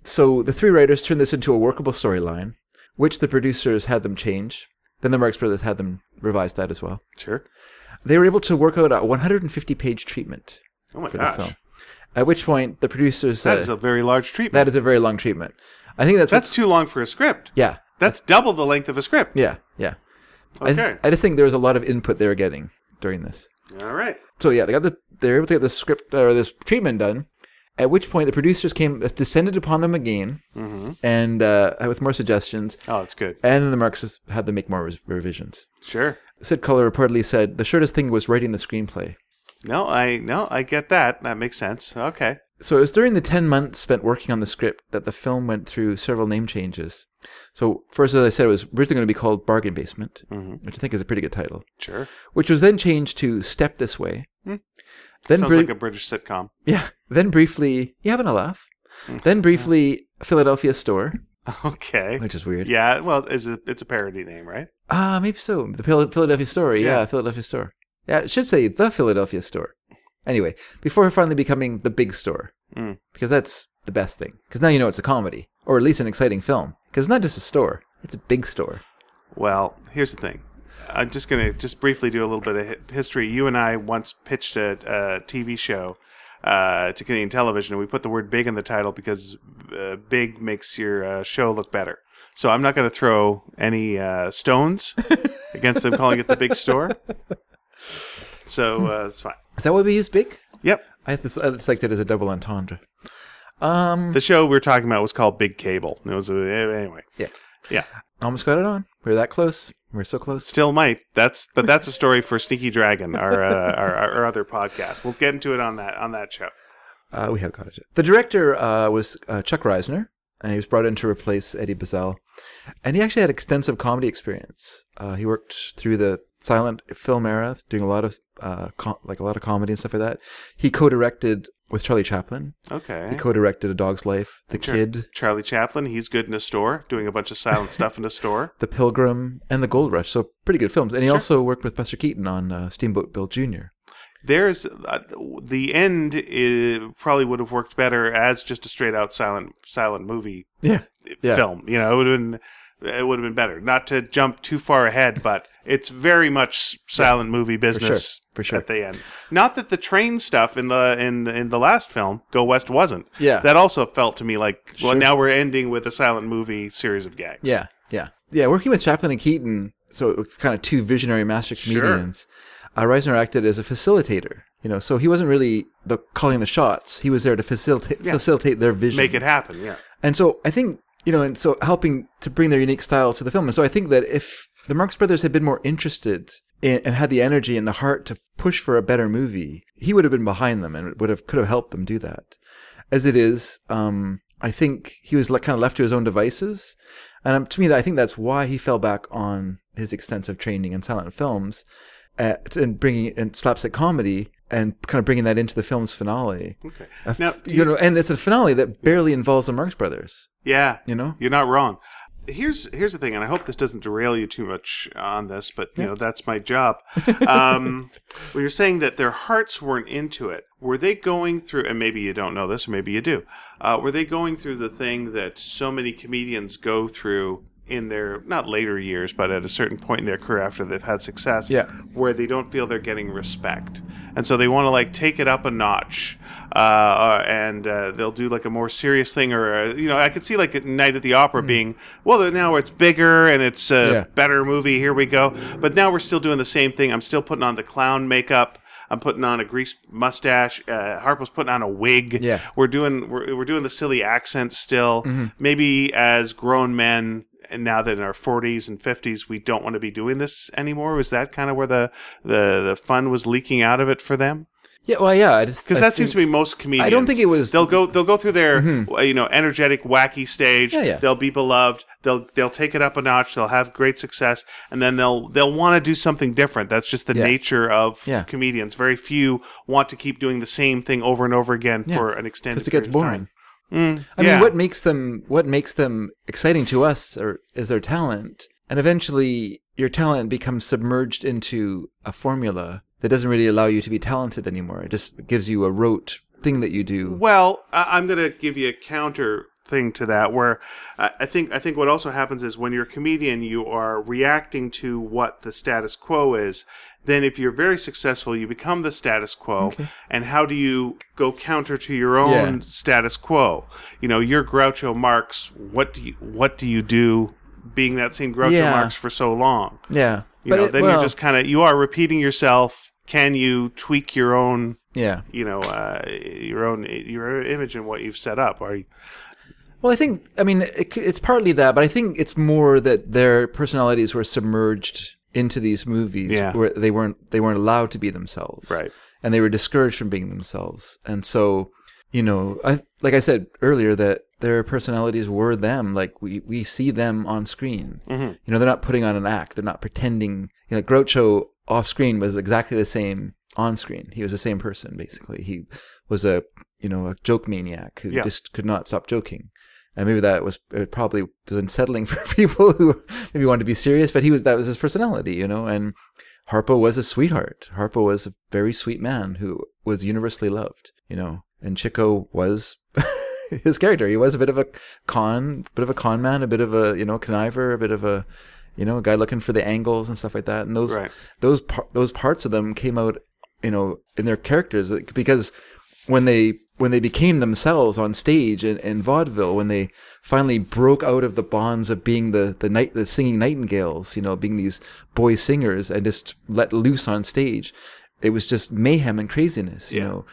Speaker 2: had. So the three writers turned this into a workable storyline, which the producers had them change. Then the Marx Brothers had them revise that as well.
Speaker 1: Sure.
Speaker 2: They were able to work out a 150 page treatment
Speaker 1: Oh my
Speaker 2: for
Speaker 1: gosh.
Speaker 2: the film. At which point, the producers said,
Speaker 1: That is a very large treatment.
Speaker 2: That is a very long treatment. I think that's,
Speaker 1: That's
Speaker 2: what's-
Speaker 1: too long for a script.
Speaker 2: Yeah.
Speaker 1: That's double the length of a script.
Speaker 2: Yeah. Yeah. I,
Speaker 1: Okay.
Speaker 2: I just think there was a lot of input they were getting during this.
Speaker 1: All right.
Speaker 2: So yeah, they got the they were able to get this script or this treatment done. At which point the producers came descended upon them again,
Speaker 1: Mm-hmm.
Speaker 2: and uh, with more suggestions,
Speaker 1: Oh, that's good.
Speaker 2: and then the Marxists had them make more res- revisions.
Speaker 1: Sure.
Speaker 2: Sid Color reportedly said the shortest thing was writing the screenplay.
Speaker 1: No, I no, I get that. That makes sense. Okay.
Speaker 2: So it was during the 10 months spent working on the script that the film went through several name changes. So, first, as I said, it was originally going to be called Bargain Basement,
Speaker 1: Mm-hmm.
Speaker 2: which I think is a pretty good title,
Speaker 1: Sure.
Speaker 2: which was then changed to Step This Way. Then,
Speaker 1: Hmm. Sounds
Speaker 2: bri-
Speaker 1: like a British sitcom.
Speaker 2: yeah, then briefly, you having a laugh? Then briefly, Philadelphia Store,
Speaker 1: Okay.
Speaker 2: which is weird.
Speaker 1: yeah. Well, it's a it's a parody name, right?
Speaker 2: Ah, maybe so. The Phil- Philadelphia Store. Yeah.
Speaker 1: Yeah.
Speaker 2: Philadelphia Store. Yeah, it should say the Philadelphia Store. Anyway, before finally becoming the big store,
Speaker 1: Mm.
Speaker 2: because that's the best thing. Because now you know it's a comedy, or at least an exciting film. Because it's not just a store; it's a big store.
Speaker 1: Well, here's the thing. I'm just gonna just briefly do a little bit of hi- history. You and I once pitched a, a TV show uh, to Canadian television, and we put the word "big" in the title because uh, "big" makes your uh, show look better. So I'm not gonna throw any uh, stones against them calling it the big store. So uh, it's fine.
Speaker 2: Is that why we use big?
Speaker 1: Yep.
Speaker 2: I just, I just liked it as a double entendre.
Speaker 1: The show we were talking about was called Big Cable. It was a, anyway.
Speaker 2: Yeah,
Speaker 1: Yeah,
Speaker 2: almost got it on. We're that close. We're so close.
Speaker 1: still might. That's but that's a story for Sneaky Dragon, our, uh, our our other podcast. We'll get into it on that on that show.
Speaker 2: Uh, we have got it. The director uh, was uh, Chuck Reisner, and he was brought in to replace Eddie Bazell. And he actually had extensive comedy experience. Uh, he worked through the silent film era, doing a lot of uh, com- like a lot of comedy and stuff like that. He co-directed with Charlie Chaplin.
Speaker 1: Okay.
Speaker 2: He co-directed A Dog's Life, The
Speaker 1: Sure.
Speaker 2: Kid,
Speaker 1: Charlie Chaplin, he's good in a store, doing a bunch of silent stuff in a store.
Speaker 2: The Pilgrim, and The Gold Rush. So pretty good films. And he
Speaker 1: Sure.
Speaker 2: also worked with Buster Keaton on uh, Steamboat Bill Jr.
Speaker 1: There's uh, the end is, probably would have worked better as just a straight out silent silent movie
Speaker 2: Yeah, Yeah.
Speaker 1: film. You know, it would have been it would have been better. Not to jump too far ahead, but it's very much silent movie business
Speaker 2: for sure.
Speaker 1: at the end. Not that the train stuff in the in in the last film, Go West, wasn't.
Speaker 2: Yeah.
Speaker 1: that also felt to me like well,
Speaker 2: Sure.
Speaker 1: now we're ending with a silent movie series of gags.
Speaker 2: yeah, yeah, yeah. Working with Chaplin and Keaton, so it's kind of two visionary master
Speaker 1: Sure.
Speaker 2: comedians. Uh, Reisner acted as a facilitator. You know, so he wasn't really the calling the shots. He was there to facilitate
Speaker 1: Yeah.
Speaker 2: facilitate their vision.
Speaker 1: make it happen. Yeah.
Speaker 2: And so I think, you know, and so helping to bring their unique style to the film. And so I think that if the Marx Brothers had been more interested in, and had the energy and the heart to push for a better movie, he would have been behind them and would have could have helped them do that. As it is, um, I think he was le- kind of left to his own devices, and um, to me, I think that's why he fell back on his extensive training in silent films, uh and bringing in slapstick comedy and kind of bringing that into the film's finale.
Speaker 1: Okay.
Speaker 2: A f-
Speaker 1: Now,
Speaker 2: you know, and it's a finale that barely involves the Marx Brothers.
Speaker 1: Yeah.
Speaker 2: You know?
Speaker 1: You're not wrong. Here's here's the thing, and I hope this doesn't derail you too much on this, but you know that's my job. Um, when you're saying that their hearts weren't into it, were they going through? And maybe you don't know this, or maybe you do. Uh, were they going through the thing that so many comedians go through in their not later years, but at a certain point in their career after they've had success,
Speaker 2: Yeah.
Speaker 1: where they don't feel they're getting respect, and so they want to like take it up a notch, uh, uh, and uh, they'll do like a more serious thing, or uh, you know, I could see like a Night at the Opera being well, now it's bigger and it's a
Speaker 2: Yeah.
Speaker 1: better movie. Here we go, but now we're still doing the same thing. I'm still putting on the clown makeup. I'm putting on a greased mustache. Uh, Harpo's putting on a wig.
Speaker 2: Yeah.
Speaker 1: we're doing we're, we're doing the silly accents still. Maybe as grown men, and now that in our 40s and 50s we don't want to be doing this anymore was that kind of where the the, the fun was leaking out of it for them
Speaker 2: Yeah, well, yeah, because
Speaker 1: because that seems to be most comedians
Speaker 2: I don't think it was- Mm-hmm.
Speaker 1: they'll go they'll go through their uh, you know energetic wacky stage
Speaker 2: Yeah, yeah.
Speaker 1: they'll be beloved they'll they'll take it up a notch they'll have great success and then they'll they'll want to do something different that's just the
Speaker 2: Yeah.
Speaker 1: nature of
Speaker 2: Yeah.
Speaker 1: comedians very few want to keep doing the same thing over and over again for an extended
Speaker 2: because it gets
Speaker 1: period of time.
Speaker 2: boring.
Speaker 1: Mm,
Speaker 2: I
Speaker 1: yeah.
Speaker 2: mean, what makes them what makes them exciting to us or is their talent, and eventually your talent becomes submerged into a formula that doesn't really allow you to be talented anymore. It just gives you a rote thing that you do.
Speaker 1: Well, I- I'm going to give you a counter thing to that, where I I think I think what also happens is when you're a comedian, you are reacting to what the status quo is. Then, if you're very successful, you become the status quo. And how do you go counter to your own
Speaker 2: Yeah.
Speaker 1: status quo? You know, you're Groucho Marx. What do you What do you do? Being that same Groucho
Speaker 2: Yeah.
Speaker 1: Marx for so long,
Speaker 2: yeah,
Speaker 1: you know,
Speaker 2: it-
Speaker 1: then
Speaker 2: well,
Speaker 1: you're just kind of you are repeating yourself. Can you tweak your own
Speaker 2: yeah.
Speaker 1: you know uh, your own your own image and what you've set up. Are you,
Speaker 2: Well, I think I mean it, c- it's partly that, but I think it's more that their personalities were submerged into these movies
Speaker 1: Yeah.
Speaker 2: where they weren't they weren't allowed to be themselves,
Speaker 1: Right.
Speaker 2: And they were discouraged from being themselves, and so you know, I like I said earlier that their personalities were them. Like we we see them on screen. You know, they're not putting on an act. They're not pretending. You know, Groucho off screen was exactly the same on screen. He was the same person basically. He was a you know a joke maniac who
Speaker 1: Yeah.
Speaker 2: just could not stop joking and maybe that was it probably was unsettling for people who maybe wanted to be serious, but he was that was his personality, you know. And Harpo was a sweetheart. Harpo was a very sweet man who was universally loved, you know. And Chico was his character. He was a bit of a con, bit of a con man, a bit of a you know conniver, a bit of a you know a guy looking for the angles and stuff like that. And those
Speaker 1: Right.
Speaker 2: those par- those parts of them came out, you know, in their characters like, because when they when they became themselves on stage in, in vaudeville, when they finally broke out of the bonds of being the the night the singing nightingales, you know, being these boy singers and just let loose on stage, it was just mayhem and craziness, you
Speaker 1: Yeah.
Speaker 2: know,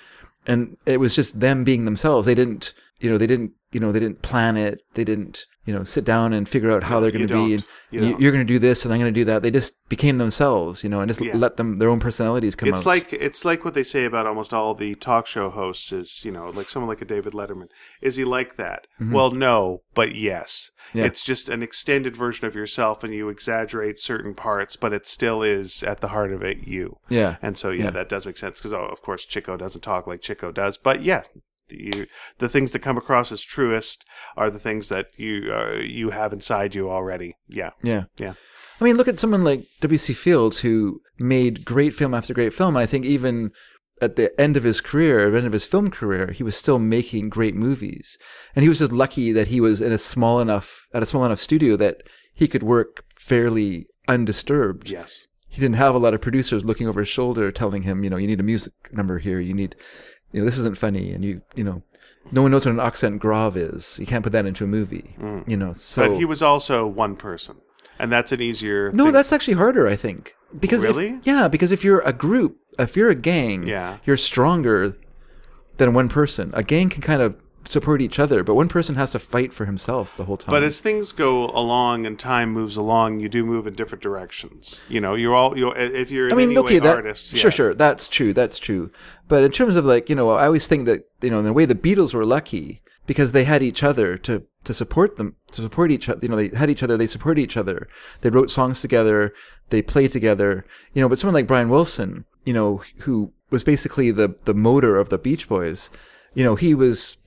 Speaker 2: and it was just them being themselves. They didn't, you know, they didn't you know, they didn't plan it. They didn't, you know, sit down and figure out how they're
Speaker 1: You
Speaker 2: going to be.
Speaker 1: don't.
Speaker 2: And
Speaker 1: You
Speaker 2: you
Speaker 1: don't.
Speaker 2: you're going to do this, and I'm going to do that. They just became themselves, you know, and just
Speaker 1: Yeah.
Speaker 2: let them their own personalities come out.
Speaker 1: It's like it's like what they say about almost all the talk show hosts is you know like someone like a David Letterman is he like that? Well, no, but yes,
Speaker 2: Yeah.
Speaker 1: it's just an extended version of yourself, and you exaggerate certain parts, but it still is at the heart of it you.
Speaker 2: yeah,
Speaker 1: And so yeah,
Speaker 2: Yeah.
Speaker 1: that does make sense because oh, of course Chico doesn't talk like Chico does, but yeah. The, the things that come across as truest are the things that you uh, you have inside you already. Yeah,
Speaker 2: yeah,
Speaker 1: yeah.
Speaker 2: I mean, look at someone like W.C. Fields, who made great film after great film. And I think even at the end of his career, at the end of his film career, he was still making great movies. And he was just lucky that he was in a small enough, at a small enough studio that he could work fairly undisturbed.
Speaker 1: Yes.
Speaker 2: He didn't have a lot of producers looking over his shoulder telling him, you know, you need a music number here. You need, you know, this isn't funny. And you, you know, no one knows what an accent grave is. You can't put that into a movie, you know, so.
Speaker 1: Mm. But he was also one person, and that's an easier.
Speaker 2: No,
Speaker 1: thing.
Speaker 2: that's actually harder, I think. Because if-
Speaker 1: Really?
Speaker 2: yeah, because if you're a group, if you're a gang,
Speaker 1: Yeah.
Speaker 2: you're stronger than one person. A gang can kind of support each other, but one person has to fight for himself the whole time.
Speaker 1: But as things go along and time moves along, you do move in different directions. You know, you're all you. If you're, in
Speaker 2: I mean,
Speaker 1: any
Speaker 2: okay,
Speaker 1: way
Speaker 2: that
Speaker 1: artists, yeah.
Speaker 2: sure, sure, that's true, that's true. But in terms of like you know, I always think that you know, in a way, the Beatles were lucky because they had each other to to support them, to support each other. You know, they had each other, they supported each other. They wrote songs together, they played together. You know, but someone like Brian Wilson, you know, who was basically the the motor of the Beach Boys, you know, he was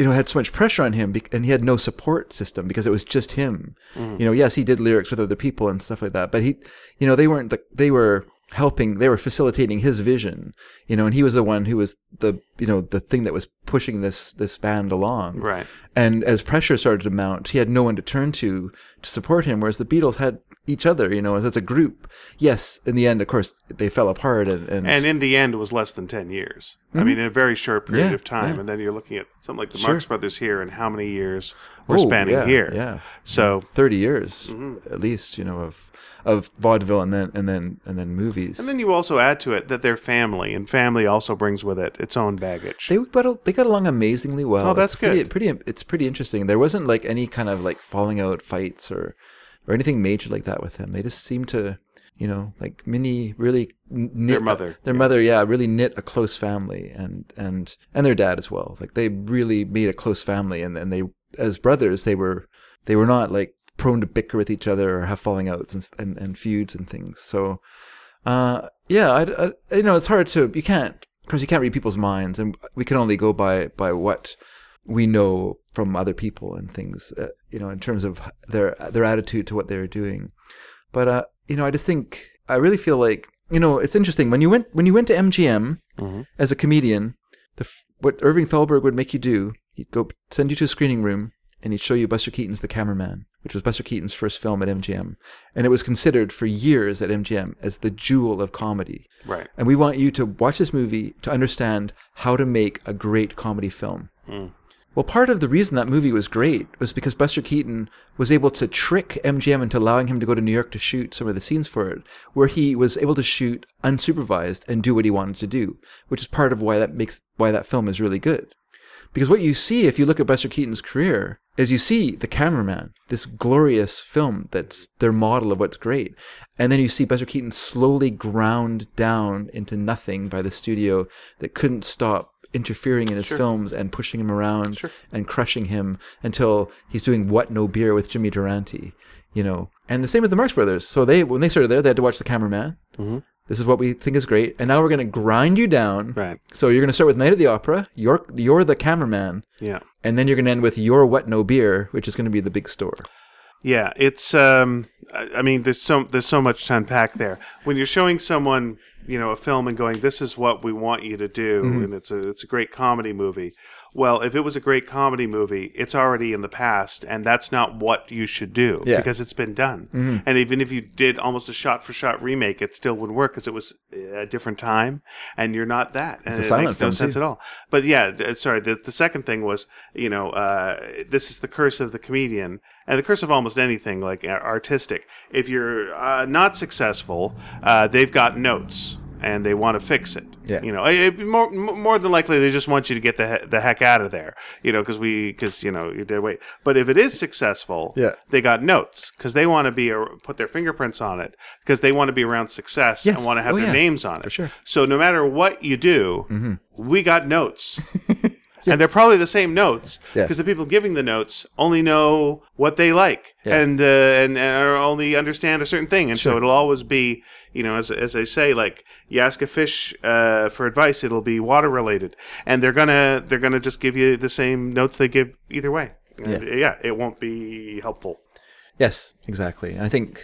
Speaker 2: you know, had so much pressure on him, bec- and he had no support system because it was just him. You know, yes, he did lyrics with other people and stuff like that, but he, you know, they weren't the, they were helping, they were facilitating his vision. You know, and he was the one who was the, you know, the thing that was pushing this this band along.
Speaker 1: Right.
Speaker 2: And as pressure started to mount, he had no one to turn to to support him, whereas the Beatles had each other. You know, as a group. Yes, in the end, of course, they fell apart, and and,
Speaker 1: And in the end, it was less than ten years. I mean, in a very short period
Speaker 2: Mm-hmm. Yeah,
Speaker 1: of time,
Speaker 2: yeah.
Speaker 1: and then you're looking at something like the Marx Brothers here, and how many years were
Speaker 2: Oh,
Speaker 1: spanning
Speaker 2: yeah,
Speaker 1: here.
Speaker 2: yeah.
Speaker 1: So
Speaker 2: 30 years
Speaker 1: Mm-hmm.
Speaker 2: at least you know of of vaudeville and then and then and then movies
Speaker 1: then you also add to it that they're family, and family also brings with it its own baggage.
Speaker 2: they got they got along amazingly well
Speaker 1: Oh, that's
Speaker 2: it's pretty,
Speaker 1: good.
Speaker 2: pretty it's pretty interesting there wasn't like any kind of like falling out fights or or anything major like that with him they just seemed to you know like minnie really knit
Speaker 1: Their mother,
Speaker 2: their mother yeah really knit a close family and and and their dad as well like they really made a close family and and they as brothers they were they were not like prone to bicker with each other or have falling outs and and, and feuds and things so uh, yeah, I, I- you know, it's hard to you can't because you can't read people's minds, and we can only go by by what we know from other people and things. Uh, you know, in terms of their their attitude to what they're doing. But uh, you know, I just think I really feel like you know it's interesting when you went when you went to MGM as a comedian. The f- what Irving Thalberg would make you do, he'd go send you to a screening room and he'd show you Buster Keaton's The Cameraman, which was Buster Keaton's first film at MGM, and it was considered for years at MGM as the jewel of comedy.
Speaker 1: Right.
Speaker 2: And we want you to watch this movie to understand how to make a great comedy film. Well, part of the reason that movie was great was because Buster Keaton was able to trick MGM into allowing him to go to New York to shoot some of the scenes for it, where he was able to shoot unsupervised and do what he wanted to do, which is part of why that makes why that film is really good. Because what you see if you look at Buster Keaton's career is you see the cameraman, this glorious film that's their model of what's great. And then you see Buster Keaton slowly ground down into nothing by the studio that couldn't stop interfering in his films and pushing him around and crushing him until he's doing what no beer with Jimmy Durante, you know. And the same with the Marx Brothers. So they when they started there, they had to watch the cameraman. This is what we think is great, and now we're going to grind you down.
Speaker 1: Right.
Speaker 2: So you're going to start with Night at the Opera. You're you're the cameraman,
Speaker 1: Yeah.
Speaker 2: and then you're going to end with your what no beer, which is going to be the big store.
Speaker 1: Yeah, it's. Um, I I mean, there's so there's so much to unpack there. When you're showing someone, you know, a film and going, "This is what we want you to do,"
Speaker 2: Mm-hmm.
Speaker 1: and it's a it's a great comedy movie. Well, if it was a great comedy movie, it's already in the past, and that's not what you should do
Speaker 2: Yeah. Mm-hmm.
Speaker 1: because it's been done. And even if you did almost a shot for shot remake, it still wouldn't work because it was a different time, and you're not that. And
Speaker 2: a
Speaker 1: it
Speaker 2: silent
Speaker 1: makes no
Speaker 2: film,
Speaker 1: sense
Speaker 2: too.
Speaker 1: at all. But yeah, d- sorry. The, the second thing was, you know, uh, this is the curse of the comedian and the curse of almost anything like a- artistic. If you're uh, not successful, uh, they've got notes. and they want to fix it.
Speaker 2: Yeah.
Speaker 1: You know, I- I- more more than likely they just want you to get the he- the heck out of there. You know, because we because you know you did wait. But if it is successful,
Speaker 2: Yeah.
Speaker 1: they got notes because they want to be a, put their fingerprints on it because they want to be around success
Speaker 2: Yes.
Speaker 1: and want to have
Speaker 2: Oh,
Speaker 1: their
Speaker 2: yeah.
Speaker 1: names on it.
Speaker 2: For sure. Mm-hmm.
Speaker 1: So no matter what you do, we got notes. And they're probably the same notes
Speaker 2: Yeah.
Speaker 1: because the people giving the notes only know what they like
Speaker 2: Yeah.
Speaker 1: and, uh, and and are only understand a certain thing, and so
Speaker 2: Sure.
Speaker 1: it'll always be you know as as I say, like you ask a fish uh, for advice, it'll be water related, and they're gonna they're gonna just give you the same notes they give either way. Yeah, yeah it won't be helpful.
Speaker 2: Yes, exactly. And I think,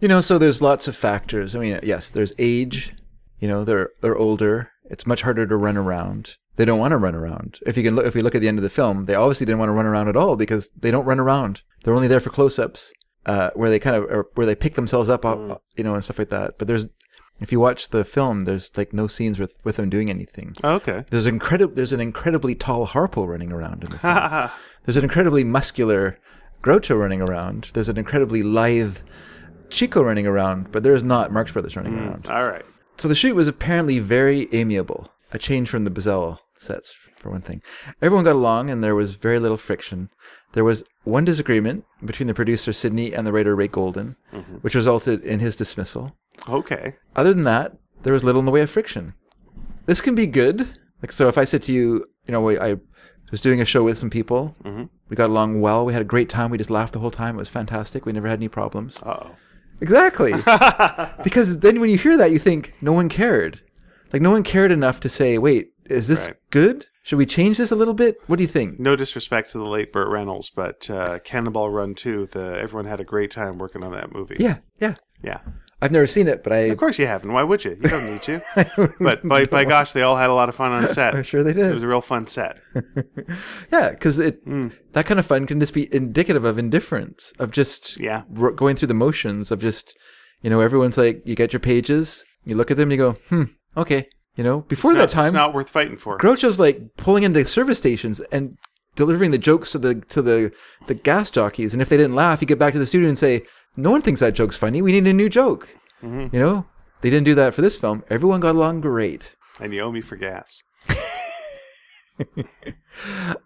Speaker 2: you know, so there's lots of factors. I mean, yes, there's age. You know, they're they're older. It's much harder to run around. They don't want to run around. If you can look, if we look at the end of the film, they obviously didn't want to run around at all because they don't run around. They're only there for close-ups, uh, where they kind of or where they pick themselves up, up, you know, and stuff like that. But there's, if you watch the film, there's like no scenes with with them doing anything.
Speaker 1: Okay.
Speaker 2: There's incredible. There's an incredibly tall Harpo running around in the film. There's an incredibly muscular Groucho running around. There's an incredibly lithe Chico running around, but there's not Marx Brothers running around.
Speaker 1: All right.
Speaker 2: So the shoot was apparently very amiable, a change from the Bazzello sets, for one thing. Everyone got along, and there was very little friction. There was one disagreement between the producer Sidney and the writer Ray Golden, which resulted in his dismissal.
Speaker 1: Okay.
Speaker 2: Other than that, there was little in the way of friction. This can be good. Like, so if I said to you, you know, we, I was doing a show with some people.
Speaker 1: Mm-hmm.
Speaker 2: We got along well. We had a great time. We just laughed the whole time. It was fantastic. We never had any problems.
Speaker 1: Uh oh.
Speaker 2: Exactly. because then when you hear that, you think no one cared. Like, no one cared enough to say, wait, is this
Speaker 1: Right. Mm.
Speaker 2: good? Should we change this a little bit? What do you think?
Speaker 1: No disrespect to the late Burt Reynolds, but uh, Cannonball Run 2, the, everyone had a great time working on that movie.
Speaker 2: Yeah, yeah.
Speaker 1: Yeah.
Speaker 2: I've never seen it, but I.
Speaker 1: Of course you haven't. Why would you? You don't need to. but by, by gosh, they all had a lot of fun on set.
Speaker 2: I'm sure they
Speaker 1: It was
Speaker 2: did.
Speaker 1: a real fun set.
Speaker 2: Yeah, because it that kind of fun can just be indicative of indifference, of just
Speaker 1: Yeah.
Speaker 2: r- going through the motions of just, you know, everyone's like, you get your pages, you look at them, you go, hmm, okay. You know, before
Speaker 1: No,
Speaker 2: that time,
Speaker 1: It's not worth fighting for.
Speaker 2: Groucho's like pulling into service stations and delivering the jokes to the to the the gas jockeys, and if they didn't laugh, he'd get back to the studio and say, "No one thinks that joke's funny. We need a new joke." You know, they didn't do that for this film. Everyone got along great.
Speaker 1: and you owe me for gas.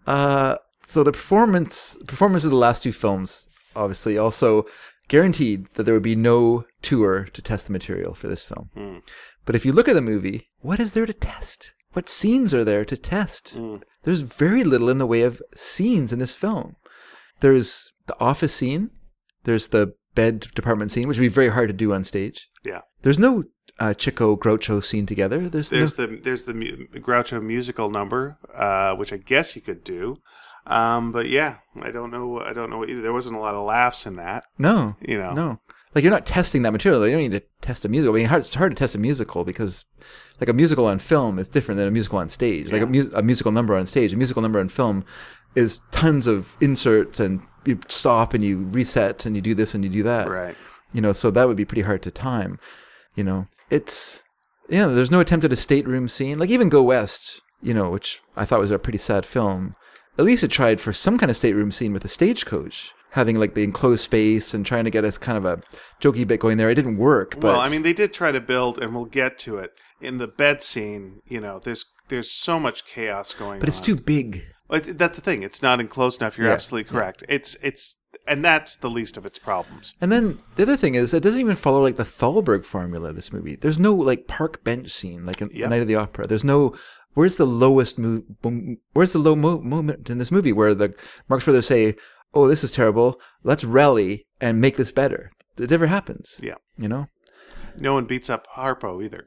Speaker 2: Uh, so the performance performance of the last two films obviously also guaranteed that there would be no tour to test the material for this film. But if you look at the movie, what is there to test? What scenes are there to test? There's very little in the way of scenes in this film. There's the office scene, there's the bed department scene, which would be very hard to do on stage.
Speaker 1: Yeah.
Speaker 2: There's no uh, Chico Groucho scene together. There's, no-
Speaker 1: There's the there's the mu- Groucho musical number, uh, which I guess you could do. Um, but yeah, I don't know. I don't know. What, there wasn't a lot of laughs in that.
Speaker 2: No,
Speaker 1: You know.
Speaker 2: no. Like you're not testing that material. You don't need to test a musical. I mean, hard- it's hard to test a musical because, like, a musical on film is different than a musical on stage. Like a, mu- a musical number on stage, a musical number on film is tons of inserts and you stop and you reset and you do this and you do that.
Speaker 1: Right.
Speaker 2: You know, so that would be pretty hard to time. You know, it's you know, there's no attempt at a stateroom scene. Like even Go West, you know, which I thought was a pretty sad film. At least it tried for some kind of stateroom scene with a stagecoach, having like the enclosed space and trying to get us kind of a jokey bit going there. It didn't work, but
Speaker 1: well, I mean, they did try to build, and we'll get to it in the bed scene. You know, there's there's so much chaos going.
Speaker 2: but it's too big.
Speaker 1: That's the thing. It's not enclosed enough. You're
Speaker 2: Yeah,
Speaker 1: absolutely correct. It's it's and that's the least of its problems.
Speaker 2: And then the other thing is it doesn't even follow like the Thalberg formula. This movie, there's no like park bench scene like in
Speaker 1: Yeah.
Speaker 2: Night of the Opera. There's no where's the lowest move? Where's the low mo- moment in this movie where the Marx brothers say, "Oh, this is terrible. Let's rally and make this better." It never happens.
Speaker 1: Yeah.
Speaker 2: You know.
Speaker 1: No one beats up Harpo either.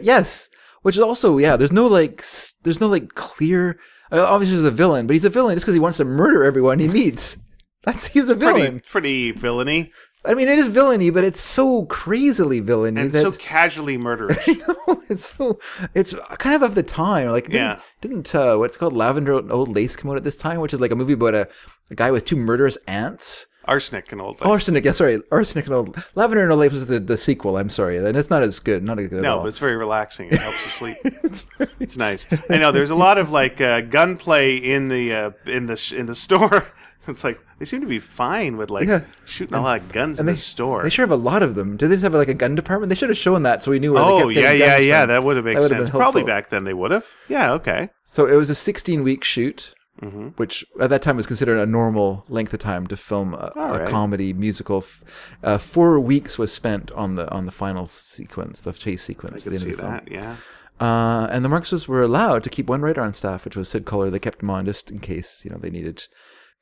Speaker 2: yes. Which is also yeah. There's no like s- there's no like clear. uh, Obviously, he's a villain, but he's a villain just because he wants to murder everyone he meets. That's he's a villain.
Speaker 1: Pretty pretty villainy
Speaker 2: I mean, it is villainy, but it's so crazily villainy
Speaker 1: and
Speaker 2: that
Speaker 1: so casually murderous.
Speaker 2: I know it's so it's kind of of the time. Like didn't,
Speaker 1: Yeah.
Speaker 2: didn't uh, what's called Lavender and Old Lace come out at this time, which is like a movie about a, a guy with two murderous ants.
Speaker 1: Arsenic and old.
Speaker 2: Oh,
Speaker 1: Lace.
Speaker 2: arsenic. Yeah, sorry, arsenic and Old Lavender and Old Lace was the, the sequel. I'm sorry, and it's not as good. Not as good at
Speaker 1: no,
Speaker 2: all.
Speaker 1: but it's very relaxing. It helps you sleep.
Speaker 2: it's very-
Speaker 1: It's nice. I know there's a lot of like uh, gunplay in the uh, in the sh- in the store It's like they seem to be fine with like
Speaker 2: Yeah.
Speaker 1: shooting a lot of guns in
Speaker 2: they,
Speaker 1: the store.
Speaker 2: They sure have a lot of them. Do they have like a gun department? They should have shown that so we knew where
Speaker 1: oh
Speaker 2: they kept
Speaker 1: yeah,
Speaker 2: getting
Speaker 1: yeah,
Speaker 2: guns
Speaker 1: yeah.
Speaker 2: from.
Speaker 1: That would have made
Speaker 2: That would have
Speaker 1: sense.
Speaker 2: been
Speaker 1: Probably
Speaker 2: helpful.
Speaker 1: back then they would have. Yeah. Okay.
Speaker 2: So it was a 16 week shoot,
Speaker 1: hmm
Speaker 2: which at that time was considered a normal length of time to film a,
Speaker 1: All
Speaker 2: a
Speaker 1: right.
Speaker 2: comedy musical. F- Uh, four weeks was spent on the on the final sequence, the chase
Speaker 1: I
Speaker 2: sequence at
Speaker 1: could
Speaker 2: the end
Speaker 1: see
Speaker 2: of the film.
Speaker 1: that. Yeah.
Speaker 2: Uh, and the Marxists were allowed to keep one writer on staff, which was Sid Kohler. They kept him on just in case you know they needed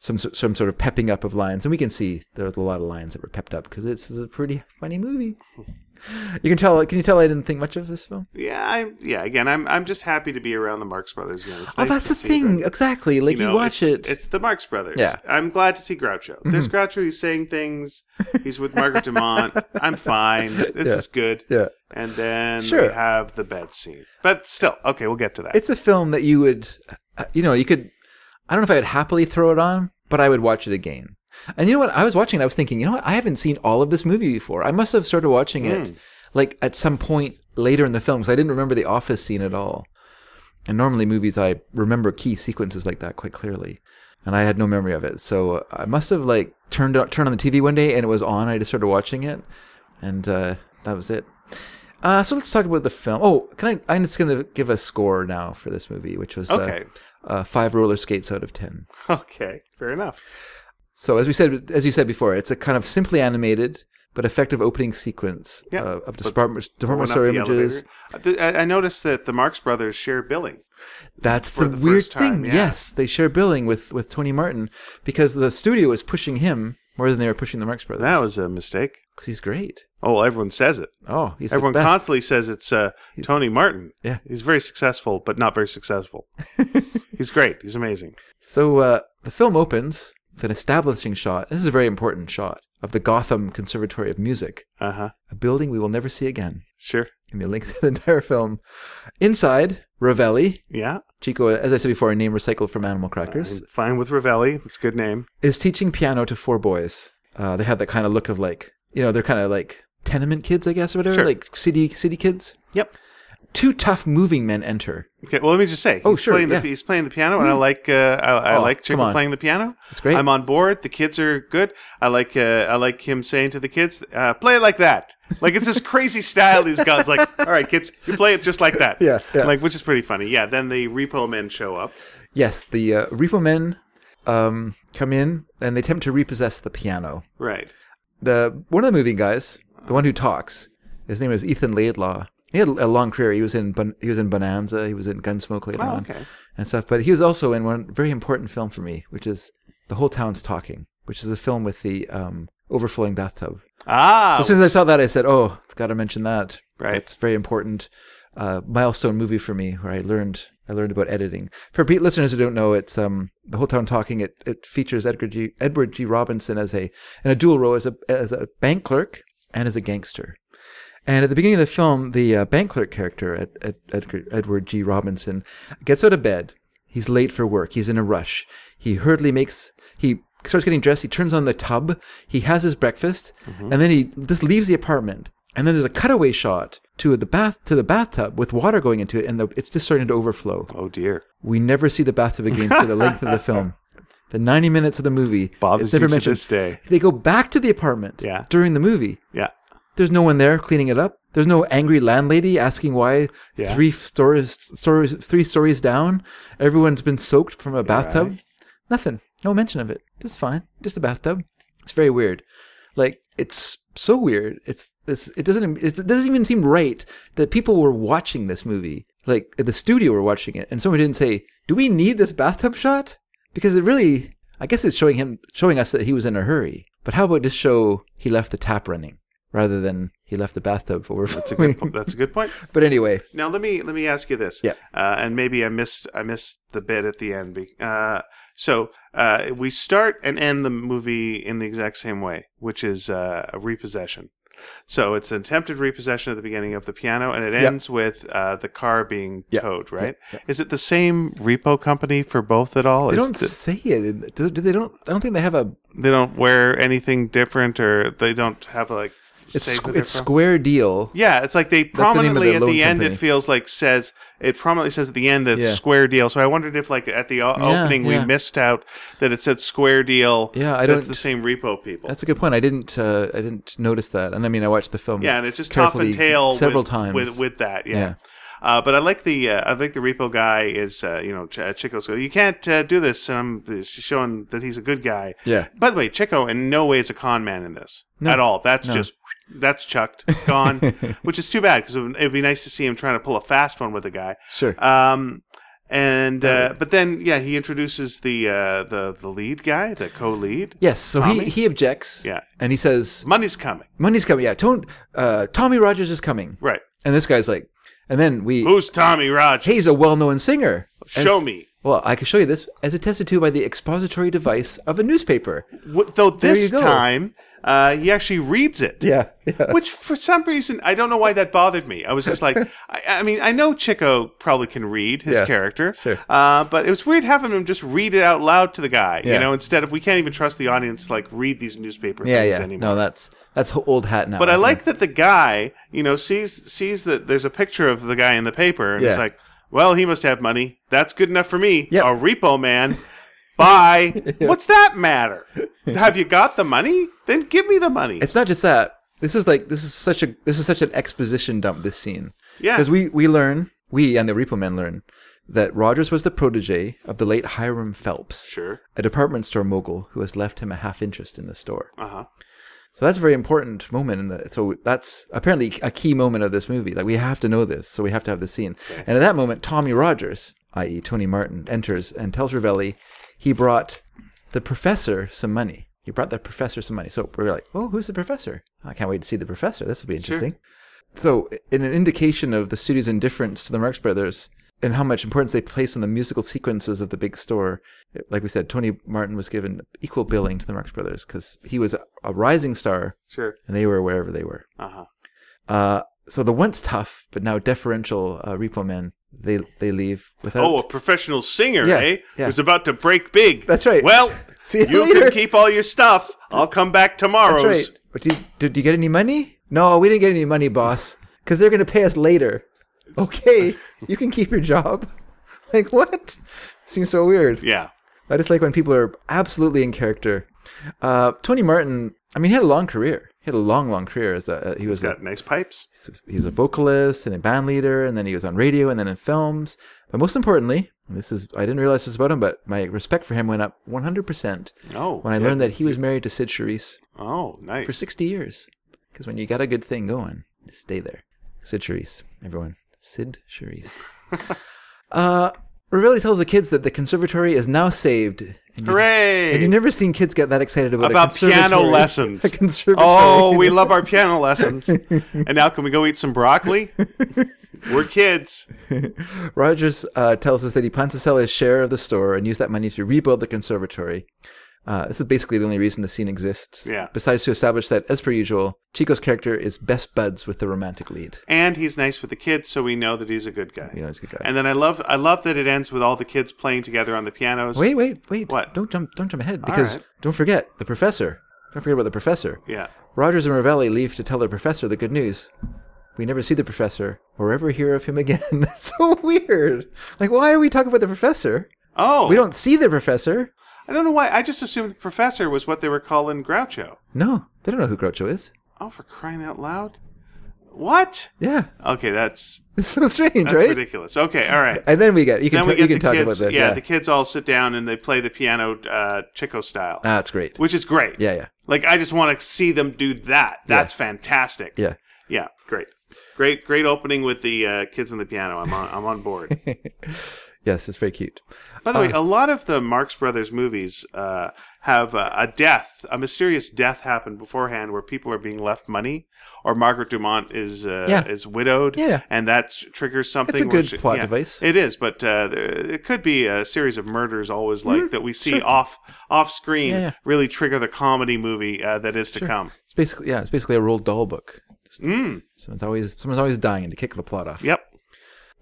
Speaker 2: some s- some sort of pepping up of lines, and we can see there was a lot of lines that were pepped up because this is a pretty funny movie. You can tell. Can you tell? I didn't think much of this film.
Speaker 1: Yeah. I, yeah. Again, I'm I'm just happy to be around the Marx Brothers. Again. It's
Speaker 2: Oh,
Speaker 1: nice
Speaker 2: that's
Speaker 1: to
Speaker 2: the
Speaker 1: see
Speaker 2: thing.
Speaker 1: them.
Speaker 2: Exactly. Like you,
Speaker 1: know,
Speaker 2: watch
Speaker 1: it's-
Speaker 2: it.
Speaker 1: It's the Marx Brothers.
Speaker 2: Yeah. Mm-hmm.
Speaker 1: I'm glad to see Groucho. There's Groucho. He's saying things. He's with Margaret Dumont. I'm fine. This
Speaker 2: Yeah.
Speaker 1: is good.
Speaker 2: yeah.
Speaker 1: And then
Speaker 2: Sure.
Speaker 1: we have the bed scene. But still, okay, we'll get to that.
Speaker 2: It's a film that you would, uh, you know, you could. I don't know if I would happily throw it on, but I would watch it again. And you know what? I was watching. it, I was thinking, you know what? I haven't seen all of this movie before. I must have started watching it like at some point later in the film because I didn't remember the office scene at all. And normally, movies I remember key sequences like that quite clearly, and I had no memory of it. So uh, I must have like turned on- turned on the TV one day and it was on. I just started watching it, and uh, that was it. Uh, so let's talk about the film. Oh, can I? I'm just gonna give a score now for this movie, which was
Speaker 1: Okay.
Speaker 2: uh, uh, five roller skates out of ten.
Speaker 1: okay, fair enough.
Speaker 2: So as we said, as you said before, it's a kind of simply animated but effective opening sequence
Speaker 1: Yeah.
Speaker 2: uh, of department department
Speaker 1: Going up
Speaker 2: store
Speaker 1: the
Speaker 2: images.
Speaker 1: elevator. Uh, th- I I noticed that the Marx Brothers share billing.
Speaker 2: That's
Speaker 1: for
Speaker 2: the,
Speaker 1: the
Speaker 2: weird
Speaker 1: first time,
Speaker 2: thing.
Speaker 1: yeah.
Speaker 2: Yes, they share billing with with Tony Martin because the studio was pushing him more than they were pushing the Marx Brothers.
Speaker 1: That was a mistake.
Speaker 2: because he's great.
Speaker 1: Oh, well, everyone says it.
Speaker 2: Oh, he's
Speaker 1: everyone
Speaker 2: the best.
Speaker 1: constantly says it's uh, Tony Martin.
Speaker 2: Yeah.
Speaker 1: he's very successful, but not very successful. he's great. He's amazing.
Speaker 2: So uh, the film opens with an establishing shot. This is a very important shot of the Gotham Conservatory of Music,
Speaker 1: Uh huh.
Speaker 2: a building we will never see again.
Speaker 1: Sure.
Speaker 2: And they link to the entire film. Inside, Ravelli,
Speaker 1: Yeah.
Speaker 2: Chico, as I said before, a name recycled from Animal Crackers,
Speaker 1: I'm fine with Ravelli. That's a good name.
Speaker 2: is teaching piano to four boys. Uh, they have that kind of look of like, you know, they're kind of like tenement kids, I guess, or whatever,
Speaker 1: Sure.
Speaker 2: like city city kids.
Speaker 1: Yep.
Speaker 2: Two tough moving men enter.
Speaker 1: Okay. Well, let me just say.
Speaker 2: Oh,
Speaker 1: he's
Speaker 2: sure,
Speaker 1: Playing the,
Speaker 2: yeah. Hmm.
Speaker 1: He's playing the piano, and I like. Uh, I, I
Speaker 2: Oh,
Speaker 1: like
Speaker 2: come
Speaker 1: Chicken
Speaker 2: on.
Speaker 1: playing the piano.
Speaker 2: That's great.
Speaker 1: I'm on board. The kids are good. I like. Uh, I like him saying to the kids, uh, "Play it like that." Like it's this crazy style he's got. It's like, all right, kids, you play it just like that.
Speaker 2: Yeah, yeah.
Speaker 1: Like, which is pretty funny. Yeah. Then the repo men show up.
Speaker 2: Yes, the uh, repo men um, come in and they attempt to repossess the piano.
Speaker 1: Right.
Speaker 2: the one of the movie guys, the one who talks, his name is Ethan Laidlaw. He had a long career. He was in Bon- he was in Bonanza. He was in Gunsmoke later
Speaker 1: Oh,
Speaker 2: on,
Speaker 1: okay.
Speaker 2: and stuff. But he was also in one very important film for me, which is The Whole Town's Talking, which is a film with the um, overflowing bathtub.
Speaker 1: Ah.
Speaker 2: As soon as I saw that, I said, "Oh, I've got to mention that.
Speaker 1: Right.
Speaker 2: it's very important uh, milestone movie for me, where I learned I learned about editing." For pe- listeners who don't know, it's um, the whole town talking. It it features Edgar G, Edward G. Robinson as a in a dual role as a as a bank clerk and as a gangster. And at the beginning of the film, the uh, bank clerk character, Ed, Ed, Edgar, Edward G. Robinson, gets out of bed. He's late for work. He's in a rush. He hurriedly makes, he starts getting dressed. He turns on the tub. He has his breakfast.
Speaker 1: Mm-hmm.
Speaker 2: And then he just leaves the apartment. And then there's a cutaway shot to the bath to the bathtub with water going into it, and the, it's just starting to overflow.
Speaker 1: oh dear.
Speaker 2: We never see the bathtub again for the length of the film. The 90 minutes of the movie
Speaker 1: Bothers
Speaker 2: is never
Speaker 1: you to
Speaker 2: mentioned.
Speaker 1: this day.
Speaker 2: They go back to the apartment
Speaker 1: Yeah.
Speaker 2: during the movie.
Speaker 1: Yeah.
Speaker 2: There's no one there cleaning it up. There's no angry landlady asking why
Speaker 1: Yeah.
Speaker 2: three stories, stories, three stories down, everyone's been soaked from a bathtub. Nothing. No mention of it. Just fine. Just a bathtub. It's very weird. Like it's so weird. It's it's it doesn't it's, it doesn't even seem right that people were watching this movie. Like at the studio were watching it, and someone didn't say, "Do we need this bathtub shot?" Because it really, I guess, it's showing him showing us that he was in a hurry. But how about just show he left the tap running rather than he left the bathtub overflowing?
Speaker 1: That's a good point.
Speaker 2: but anyway,
Speaker 1: Now let me let me ask you this.
Speaker 2: Yeah.
Speaker 1: Uh, and maybe I missed I missed the bit at the end. be- Uh, so uh, we start and end the movie in the exact same way, which is uh, a repossession. So it's an attempted repossession at the beginning of the piano, and it
Speaker 2: Yeah.
Speaker 1: ends with uh, the car being
Speaker 2: Yeah.
Speaker 1: towed. Right?
Speaker 2: yeah.
Speaker 1: Is it the same repo company for both at all?
Speaker 2: they
Speaker 1: Is
Speaker 2: don't
Speaker 1: the-
Speaker 2: say it. in- Do, do they don't? I don't think they have a
Speaker 1: they don't wear anything different, or they don't have like
Speaker 2: It's
Speaker 1: state
Speaker 2: squ-
Speaker 1: that
Speaker 2: it's
Speaker 1: they're from?
Speaker 2: Square Deal.
Speaker 1: Yeah, it's like they
Speaker 2: the name of
Speaker 1: prominently
Speaker 2: the
Speaker 1: at the
Speaker 2: loan
Speaker 1: end. It
Speaker 2: company.
Speaker 1: feels like says it prominently says at the end that it's
Speaker 2: Yeah.
Speaker 1: Square Deal. So I wondered if like at the o-
Speaker 2: Yeah,
Speaker 1: opening
Speaker 2: yeah.
Speaker 1: we missed out that it said Square Deal.
Speaker 2: Yeah, I
Speaker 1: That's
Speaker 2: don't-
Speaker 1: the same repo people.
Speaker 2: That's a good point. I didn't uh, I didn't notice that, and I mean I watched the film.
Speaker 1: yeah, and it's just top
Speaker 2: carefully
Speaker 1: and tail
Speaker 2: several
Speaker 1: with,
Speaker 2: times.
Speaker 1: with with that. Yeah.
Speaker 2: Yeah.
Speaker 1: Uh, but I like the uh, I like the repo guy is uh, you know Ch- uh, Chico's go you can't uh, do this and I'm she's showing that he's a good guy.
Speaker 2: Yeah.
Speaker 1: By the way, Chico in no way is a con man in this
Speaker 2: No.
Speaker 1: at all. That's
Speaker 2: No.
Speaker 1: just that's chucked gone, which is too bad because it would it'd be nice to see him trying to pull a fast one with a guy.
Speaker 2: sure.
Speaker 1: Um, and uh, but then yeah, he introduces the uh, the the lead guy, the co-lead.
Speaker 2: yes. So
Speaker 1: Tommy?
Speaker 2: he he objects.
Speaker 1: Yeah.
Speaker 2: And he says
Speaker 1: money's coming,
Speaker 2: money's coming. Yeah. Tone, uh, Tommy Rogers is coming.
Speaker 1: right?
Speaker 2: And this guy's like, and then we
Speaker 1: Who's Tommy Rogers?
Speaker 2: he's a well-known singer. As-
Speaker 1: Show me.
Speaker 2: Well, I can show you this as attested to by the expository device of a newspaper.
Speaker 1: W- though this
Speaker 2: you go.
Speaker 1: time uh, he actually reads it.
Speaker 2: Yeah. yeah.
Speaker 1: Which, for some reason, I don't know why that bothered me. I was just like, I, I mean, I know Chico probably can read his
Speaker 2: Yeah,
Speaker 1: character,
Speaker 2: sure.
Speaker 1: uh, but it was weird having him just read it out loud to the guy. You
Speaker 2: Yeah.
Speaker 1: know, instead of we can't even trust the audience to, like read these newspaper
Speaker 2: Yeah.
Speaker 1: things
Speaker 2: Yeah.
Speaker 1: anymore.
Speaker 2: No, that's that's ho- old hat now.
Speaker 1: But I like that the guy, you know, sees sees that there's a picture of the guy in the paper, and he's
Speaker 2: Yeah.
Speaker 1: like, "Well, he must have money. That's good enough for me.
Speaker 2: Yep.
Speaker 1: A repo man. Bye. What's that matter? have you got the money? Then give me the money.
Speaker 2: it's not just that. This is like this is such a this is such an exposition dump. This scene.
Speaker 1: Yeah.
Speaker 2: Because we we learn we and the Repo Men learn that Rogers was the protege of the late Hiram Phelps,
Speaker 1: sure.
Speaker 2: a department store mogul who has left him a half interest in the store.
Speaker 1: Uh huh.
Speaker 2: So that's a very important moment in the. So that's apparently a key moment of this movie. Like we have to know this, so we have to have this scene. And at that moment, Tommy Rogers, i.e., Tony Martin, enters and tells Ravelli he brought the professor some money. He brought the professor some money. So we're like, oh, who's the professor? I can't wait to see the professor. This will be interesting. So, in an indication of the studio's indifference to the Marx Brothers and how much importance they placed on the musical sequences of the big store, like we said, Tony Martin was given equal billing to the Marx Brothers because he was a, a rising star
Speaker 1: Sure.
Speaker 2: and they were wherever they were.
Speaker 1: Uh huh.
Speaker 2: Uh, so the once tough but now deferential uh, repo men, they they leave without.
Speaker 1: Oh, a professional singer,
Speaker 2: Yeah,
Speaker 1: eh?
Speaker 2: yeah.
Speaker 1: Who's about to break big.
Speaker 2: That's right.
Speaker 1: Well,
Speaker 2: See you
Speaker 1: you
Speaker 2: later.
Speaker 1: can keep all your stuff. I'll come back tomorrow.
Speaker 2: that's right. But did, did you get any money? No, we didn't get any money, boss, because they're going to pay us later. Okay, you can keep your job. Like what? Seems so weird.
Speaker 1: Yeah.
Speaker 2: I just like when people are absolutely in character. Uh, Tony Martin, I mean, he had a long career. He had a long, long career. As a, uh, he was a,
Speaker 1: Got nice pipes.
Speaker 2: he was a vocalist and a band leader, and then he was on radio and then in films. But most importantly, and this is I didn't realize this about him, but my respect for him went up 100%
Speaker 1: Oh.
Speaker 2: when I
Speaker 1: yeah.
Speaker 2: learned that he was married to Sid Charisse
Speaker 1: Oh, nice.
Speaker 2: for 60 years. Because when you got a good thing going, stay there. Sid Charisse, everyone. Sid Charisse. uh, Ravelli tells the kids that the conservatory is now saved. And you-
Speaker 1: Hooray!
Speaker 2: and you've never seen kids get that excited about, a
Speaker 1: about piano
Speaker 2: conservatory-
Speaker 1: lessons.
Speaker 2: A conservatory.
Speaker 1: Oh, we love our piano lessons. and now, can we go eat some broccoli? We're kids.
Speaker 2: Rogers uh, tells us that he plans to sell his share of the store and use that money to rebuild the conservatory. Uh, this is basically the only reason the scene exists.
Speaker 1: Yeah.
Speaker 2: Besides to establish that, as per usual, Chico's character is best buds with the romantic lead.
Speaker 1: And he's nice with the kids, so we know that he's a good guy.
Speaker 2: You know, he's a good guy.
Speaker 1: And then I love, I love that it ends with all the kids playing together on the pianos.
Speaker 2: wait, wait, wait!
Speaker 1: What?
Speaker 2: Don't jump! Don't jump ahead because
Speaker 1: right.
Speaker 2: don't forget the professor. Don't forget about the professor.
Speaker 1: Yeah.
Speaker 2: Rogers and Ravelli leave to tell the professor the good news. We never see the professor or ever hear of him again. That's so weird. Like, why are we talking about the professor?
Speaker 1: Oh,
Speaker 2: We don't see the professor.
Speaker 1: I don't know why. I just assumed the professor was what they were calling Groucho.
Speaker 2: No, they don't know who Groucho is.
Speaker 1: Oh, for crying out loud! What?
Speaker 2: Yeah,
Speaker 1: Okay, that's
Speaker 2: it's so strange,
Speaker 1: that's
Speaker 2: right?
Speaker 1: ridiculous. Okay, all right.
Speaker 2: And then we get you can
Speaker 1: then
Speaker 2: ta-
Speaker 1: we
Speaker 2: you
Speaker 1: get the
Speaker 2: can talk
Speaker 1: kids.
Speaker 2: about that.
Speaker 1: yeah,
Speaker 2: Yeah,
Speaker 1: the kids all sit down and they play the piano, uh, Chico style,
Speaker 2: Ah, that's great.
Speaker 1: which is great.
Speaker 2: Yeah, yeah,
Speaker 1: Like I just want to see them do that. That's fantastic.
Speaker 2: yeah.
Speaker 1: Yeah, great. Great great opening with the uh, kids on the piano. I'm on I'm on board.
Speaker 2: Yes, it's very cute.
Speaker 1: By the way, a lot of the Marx Brothers movies uh, have uh, a death, a mysterious death happened beforehand where people are being left money or Margaret Dumont is uh,
Speaker 2: Yeah.
Speaker 1: is widowed
Speaker 2: Yeah.
Speaker 1: and that tr- triggers something.
Speaker 2: It's a good
Speaker 1: which-
Speaker 2: plot device.
Speaker 1: It is, but uh, there- it could be a series of murders always like that we see off off screen
Speaker 2: Mm-hmm. Yeah, yeah.
Speaker 1: really trigger the comedy movie uh, that is to come.
Speaker 2: It's basically yeah, it's basically a Roald doll book.
Speaker 1: Mm.
Speaker 2: Someone's always someone's always dying to kick the plot off.
Speaker 1: Yep.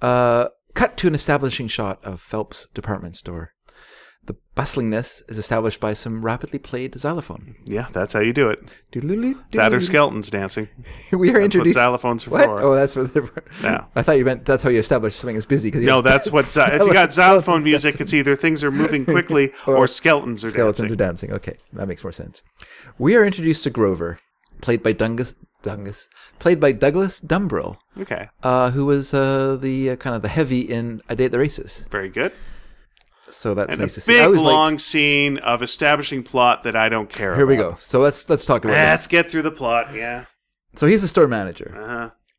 Speaker 2: Uh, cut to an establishing shot of Phelps' department store. The bustlingness is established by some rapidly played xylophone.
Speaker 1: Yeah, that's how you do it. That or skeletons dancing.
Speaker 2: we are introduced.
Speaker 1: xylophones are
Speaker 2: What?
Speaker 1: for.
Speaker 2: Oh, that's what they were.
Speaker 1: Yeah.
Speaker 2: I thought you meant that's how you establish something is busy. Cause you
Speaker 1: No,
Speaker 2: have
Speaker 1: that's what. xy- If you got xylophone music, it's either things are moving quickly or,
Speaker 2: Or
Speaker 1: skeletons are
Speaker 2: Skeletons
Speaker 1: dancing.
Speaker 2: are dancing. Okay, that makes more sense. We are introduced to Grover, played by Dungus, Dungus, played by Douglas Dumbrill,
Speaker 1: okay,
Speaker 2: uh, who was uh, the uh, kind of the heavy in A Day at the Races.
Speaker 1: very good.
Speaker 2: So that's
Speaker 1: And
Speaker 2: nice
Speaker 1: a
Speaker 2: to see.
Speaker 1: big
Speaker 2: I was
Speaker 1: long scene of establishing plot that I don't care.
Speaker 2: like, here we
Speaker 1: about.
Speaker 2: go. So let's let's talk about
Speaker 1: Let's
Speaker 2: this.
Speaker 1: get through the plot. Yeah.
Speaker 2: So he's the store manager.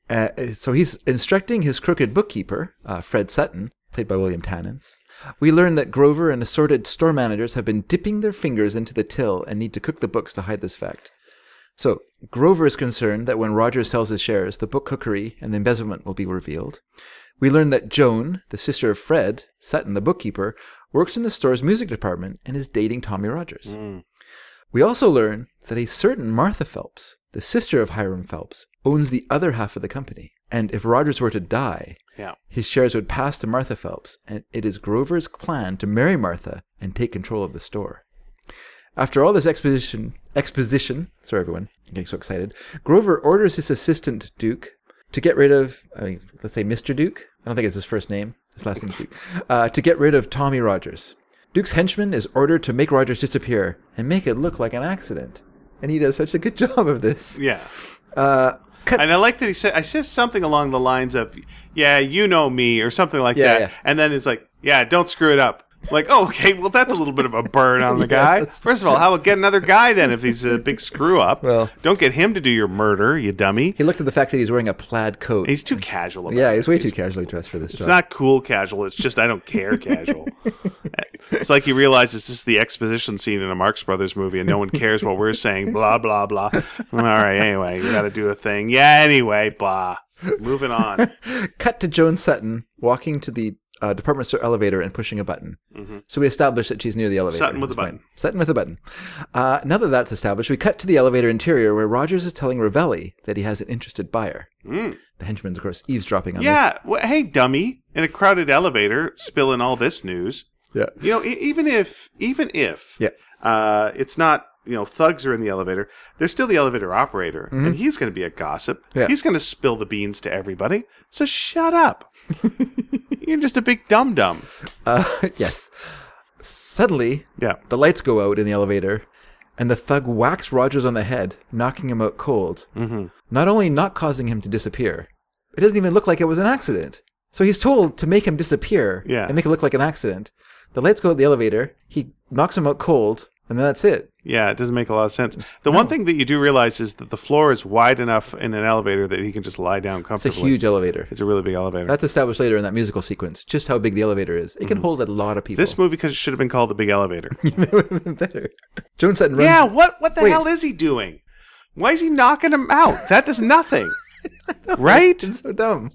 Speaker 1: Uh-huh.
Speaker 2: Uh, so he's instructing his crooked bookkeeper, uh, Fred Sutton, played by William Tannen. We learn that Grover and assorted store managers have been dipping their fingers into the till and need to cook the books to hide this fact. So Grover is concerned that when Rogers sells his shares, the book cookery and the embezzlement will be revealed. We learn that Joan, the sister of Fred Sutton, the bookkeeper, works in the store's music department and is dating Tommy Rogers. We also learn that a certain Martha Phelps, the sister of Hiram Phelps, owns the other half of the company. And if Rogers were to die,
Speaker 1: Yeah.
Speaker 2: his shares would pass to Martha Phelps, and it is Grover's plan to marry Martha and take control of the store. After all this exposition, exposition, sorry everyone, I'm getting so excited. Grover orders his assistant Duke to get rid of, I mean, let's say Mr. Duke. I don't think it's his first name. His last name's Duke. Uh, to get rid of Tommy Rogers. Duke's henchman is ordered to make Rogers disappear and make it look like an accident. And he does such a good job of this.
Speaker 1: Yeah.
Speaker 2: Uh, cut.
Speaker 1: And I like that he said, I said something along the lines of, yeah, you know me, or something like
Speaker 2: Yeah,
Speaker 1: that.
Speaker 2: yeah.
Speaker 1: And then it's like, yeah, don't screw it up. Like, oh, okay, well, that's a little bit of a burn on the guy.
Speaker 2: that's-
Speaker 1: First of all, how about get another guy then if he's a big screw up?
Speaker 2: Well-
Speaker 1: don't get him to do your murder, you dummy.
Speaker 2: He looked at the fact that he's wearing a plaid coat.
Speaker 1: He's too casual about
Speaker 2: yeah,
Speaker 1: it.
Speaker 2: he's way too casually dressed for this job.
Speaker 1: It's not cool casual. It's just I don't care casual. it's like he realizes this is the exposition scene in a Marx Brothers movie, and no one cares what we're saying. Blah blah blah. All right. Anyway, we got to do a thing. Yeah. Anyway, blah. Moving on.
Speaker 2: Cut to Joan Sutton walking to the uh, department store elevator and pushing a button. So we establish that she's near the elevator.
Speaker 1: Mm-hmm. Sutton with
Speaker 2: That's
Speaker 1: a
Speaker 2: fine.
Speaker 1: button.
Speaker 2: Sutton with a button. Uh, now that that's established, we cut to the elevator interior where Rogers is telling Ravelli that he has an interested buyer. The henchman's, of course, eavesdropping on
Speaker 1: Mm. Yeah. Well, hey, dummy, in a crowded elevator, spilling all this news.
Speaker 2: this. Yeah.
Speaker 1: You know, e- even if, even if,
Speaker 2: Yeah.
Speaker 1: uh, it's not. You know, thugs are in the elevator. There's still the elevator operator, and he's going to be a gossip.
Speaker 2: Mm-hmm. Yeah.
Speaker 1: He's going to spill the beans to everybody. So shut up. You're just a big dum dum.
Speaker 2: Uh, yes. Suddenly,
Speaker 1: Yeah.
Speaker 2: the lights go out in the elevator, and the thug whacks Rogers on the head, knocking him out cold. Mm-hmm. Not only not causing him to disappear, it doesn't even look like it was an accident. So he's told to make him disappear
Speaker 1: Yeah.
Speaker 2: and make it look like an accident. The lights go out in the elevator, he knocks him out cold, and then that's it.
Speaker 1: Yeah, it doesn't make a lot of sense. The one thing that you do realize is that the floor is wide enough in an elevator that he can just lie down
Speaker 2: It's a
Speaker 1: comfortably.
Speaker 2: huge elevator.
Speaker 1: It's a really big elevator.
Speaker 2: That's established later in that musical sequence, just how big the elevator is. It can hold a lot of people.
Speaker 1: Mm. this movie could, should have been called The Big Elevator.
Speaker 2: would have been better. Joan Sutton runs.
Speaker 1: yeah, what what the
Speaker 2: Wait.
Speaker 1: hell is he doing? Why is he knocking him out? That does nothing. right?
Speaker 2: It's so dumb.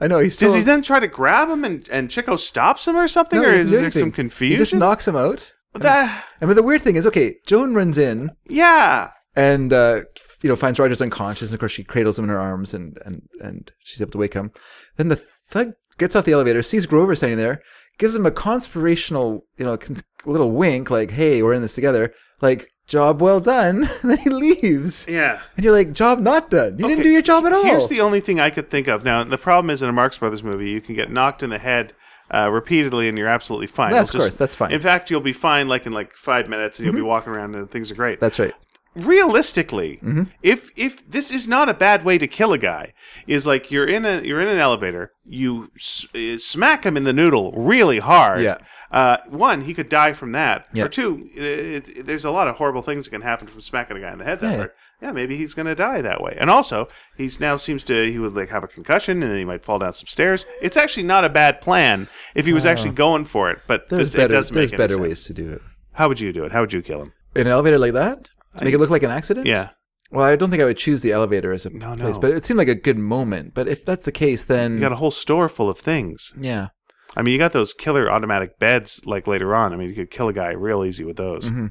Speaker 2: I know he's still.
Speaker 1: Does he then try to grab him and, and Chico stops him or something?
Speaker 2: No,
Speaker 1: or
Speaker 2: he
Speaker 1: is
Speaker 2: doesn't do
Speaker 1: there some
Speaker 2: anything. He just
Speaker 1: confusion?
Speaker 2: knocks him out.
Speaker 1: That-
Speaker 2: I mean, the weird thing is, okay, Joan runs in
Speaker 1: yeah.
Speaker 2: and uh, f- you know finds Rogers unconscious. And of course, she cradles him in her arms, and and and she's able to wake him. Then the thug gets off the elevator, sees Grover standing there, gives him a conspirational, you know, con- little wink, like, "Hey, we're in this together." Like, job well done. and then he leaves,
Speaker 1: Yeah.
Speaker 2: and you're like, "Job not done. You didn't
Speaker 1: Okay,
Speaker 2: do your job at all."
Speaker 1: Here's the only thing I could think of. Now, the problem is in a Marx Brothers movie, you can get knocked in the head uh, repeatedly, and you're absolutely fine.
Speaker 2: Yes,
Speaker 1: You'll
Speaker 2: of course, that's fine. Mm-hmm.
Speaker 1: In fact, you'll be fine like in like five minutes, and you'll be walking around, and things are great.
Speaker 2: That's right.
Speaker 1: Realistically,
Speaker 2: Mm-hmm.
Speaker 1: if if this is not a bad way to kill a guy, is like you're in a you're in an elevator, you s- uh, smack him in the noodle really hard.
Speaker 2: Yeah.
Speaker 1: Uh, one, he could die from that.
Speaker 2: Yeah.
Speaker 1: Or two, it, it- there's a lot of horrible things that can happen from smacking a guy in the head that
Speaker 2: Yeah.
Speaker 1: hard. Yeah, maybe he's going to die that way. And also, he's now seems to he would like have a concussion and then he might fall down some stairs. It's actually not a bad plan if he was actually going for it. But
Speaker 2: Oh. There's
Speaker 1: this, it
Speaker 2: better.
Speaker 1: doesn't
Speaker 2: There's
Speaker 1: make
Speaker 2: better
Speaker 1: any sense.
Speaker 2: ways to do it.
Speaker 1: How would you do it? How would you kill him?
Speaker 2: In an elevator like that, make it look like an accident.
Speaker 1: Yeah.
Speaker 2: Well, I don't think I would choose the elevator as a
Speaker 1: No,
Speaker 2: place,
Speaker 1: no.
Speaker 2: but it seemed like a good moment. But if that's the case, then
Speaker 1: You got a whole store full of things.
Speaker 2: yeah,
Speaker 1: I mean, you got those killer automatic beds like later on. I mean, you could kill a guy real easy with those.
Speaker 2: Mm-hmm.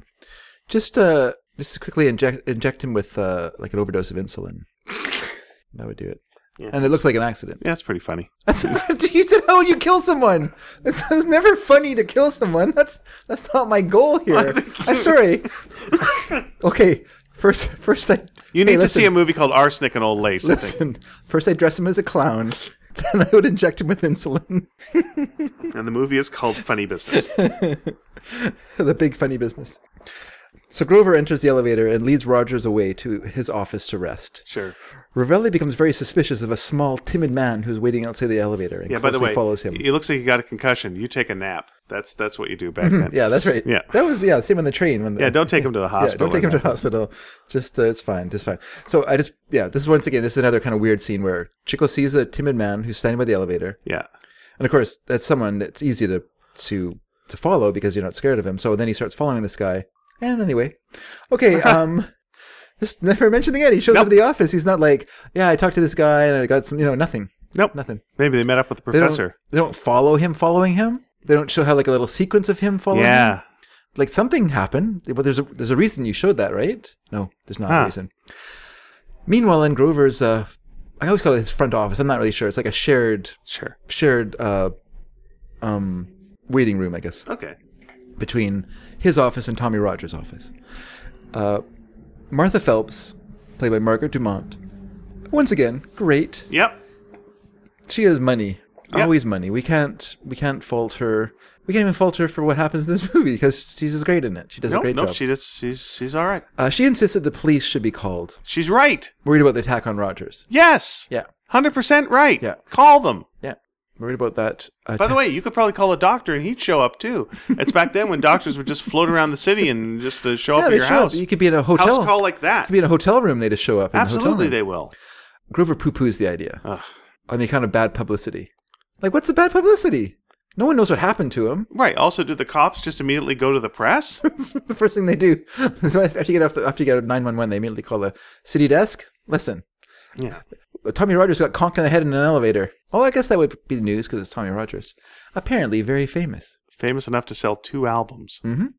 Speaker 2: just uh, just quickly inject inject him with uh, like an overdose of insulin. That would do it. and it looks like an accident.
Speaker 1: Yeah, it's pretty funny.
Speaker 2: That's you said how would you kill someone? It's, it's never funny to kill someone. That's that's not my goal here. I'm sorry. okay, first first I
Speaker 1: You
Speaker 2: hey,
Speaker 1: need to
Speaker 2: listen,
Speaker 1: see a movie called Arsenic and Old Lace. I think.
Speaker 2: Listen, first I dress him as a clown, then I would inject him with insulin.
Speaker 1: And the movie is called Funny Business.
Speaker 2: the big funny business. So Grover enters the elevator and leads Rogers away to his office to rest.
Speaker 1: Sure.
Speaker 2: Ravelli becomes very suspicious of a small, timid man who's waiting outside the elevator and
Speaker 1: Yeah. By
Speaker 2: closely
Speaker 1: the way,
Speaker 2: follows him.
Speaker 1: It looks like you got a concussion. You take a nap. That's that's what you do back then.
Speaker 2: Mm-hmm. Yeah, that's right.
Speaker 1: Yeah.
Speaker 2: that was yeah same on the train when the,
Speaker 1: Yeah, Don't take him to the
Speaker 2: Yeah,
Speaker 1: hospital.
Speaker 2: don't take him to the hospital. Just uh, it's fine, just fine. So I just yeah, this is once again this is another kind of weird scene where Chico sees a timid man who's standing by the elevator,
Speaker 1: Yeah.
Speaker 2: and of course that's someone that's easy to to to follow because you're not scared of him. So then he starts following this guy. And anyway, okay, um, just never mentioned again. He shows up at the office. He's not like yeah, I talked to this guy and I got some you know nothing,
Speaker 1: Nope.
Speaker 2: nothing.
Speaker 1: Maybe they met up with the
Speaker 2: They don't,
Speaker 1: professor.
Speaker 2: they don't follow him following him. They don't show how like a little sequence of him following. him
Speaker 1: Yeah.
Speaker 2: like something happened, but there's a there's a reason you showed that, right? No, there's not
Speaker 1: Huh.
Speaker 2: a reason. Meanwhile, in Grover's, uh, I always call it his front office. I'm not really sure. It's like a shared
Speaker 1: Sure.
Speaker 2: shared uh, um, waiting room, I guess,
Speaker 1: Okay.
Speaker 2: between his office and Tommy Rogers' office. Uh, Martha Phelps, played by Margaret Dumont, once again, great.
Speaker 1: Yep.
Speaker 2: She has money.
Speaker 1: Yeah.
Speaker 2: Always money. We can't we can't fault her. We can't even fault her for what happens in this movie because she's just great in it. She does a
Speaker 1: Nope.
Speaker 2: great
Speaker 1: Nope.
Speaker 2: job.
Speaker 1: She just she's she's all right.
Speaker 2: Uh, she insisted the police should be called,
Speaker 1: She's right.
Speaker 2: worried about the attack on Rogers.
Speaker 1: Yes.
Speaker 2: Yeah,
Speaker 1: Hundred percent right.
Speaker 2: Yeah.
Speaker 1: Call them.
Speaker 2: yeah, worried about that.
Speaker 1: By the
Speaker 2: attack-
Speaker 1: way, you could probably call a doctor and he'd show up too. It's back then when doctors would just float around the city and just uh, show
Speaker 2: yeah,
Speaker 1: up
Speaker 2: they
Speaker 1: at your
Speaker 2: show
Speaker 1: house.
Speaker 2: Up. You could be in a
Speaker 1: house
Speaker 2: hotel.
Speaker 1: call like that.
Speaker 2: could be in a hotel room. They just show up. In the hotel
Speaker 1: Absolutely,
Speaker 2: room.
Speaker 1: they will.
Speaker 2: Grover poo-poos the idea
Speaker 1: Ugh.
Speaker 2: on the account of bad publicity. Like, what's the bad publicity? No one knows what happened to him.
Speaker 1: Right. Also, do the cops just immediately go to the press?
Speaker 2: It's the first thing they do. So after you get off the, after you get out of nine one one, they immediately call the city desk. Listen, Uh,
Speaker 1: yeah.
Speaker 2: Tommy Rogers got conked on the head in an elevator. Well, I guess that would be the news because it's Tommy Rogers, apparently very famous.
Speaker 1: Famous enough to sell two albums.
Speaker 2: Mm-hmm.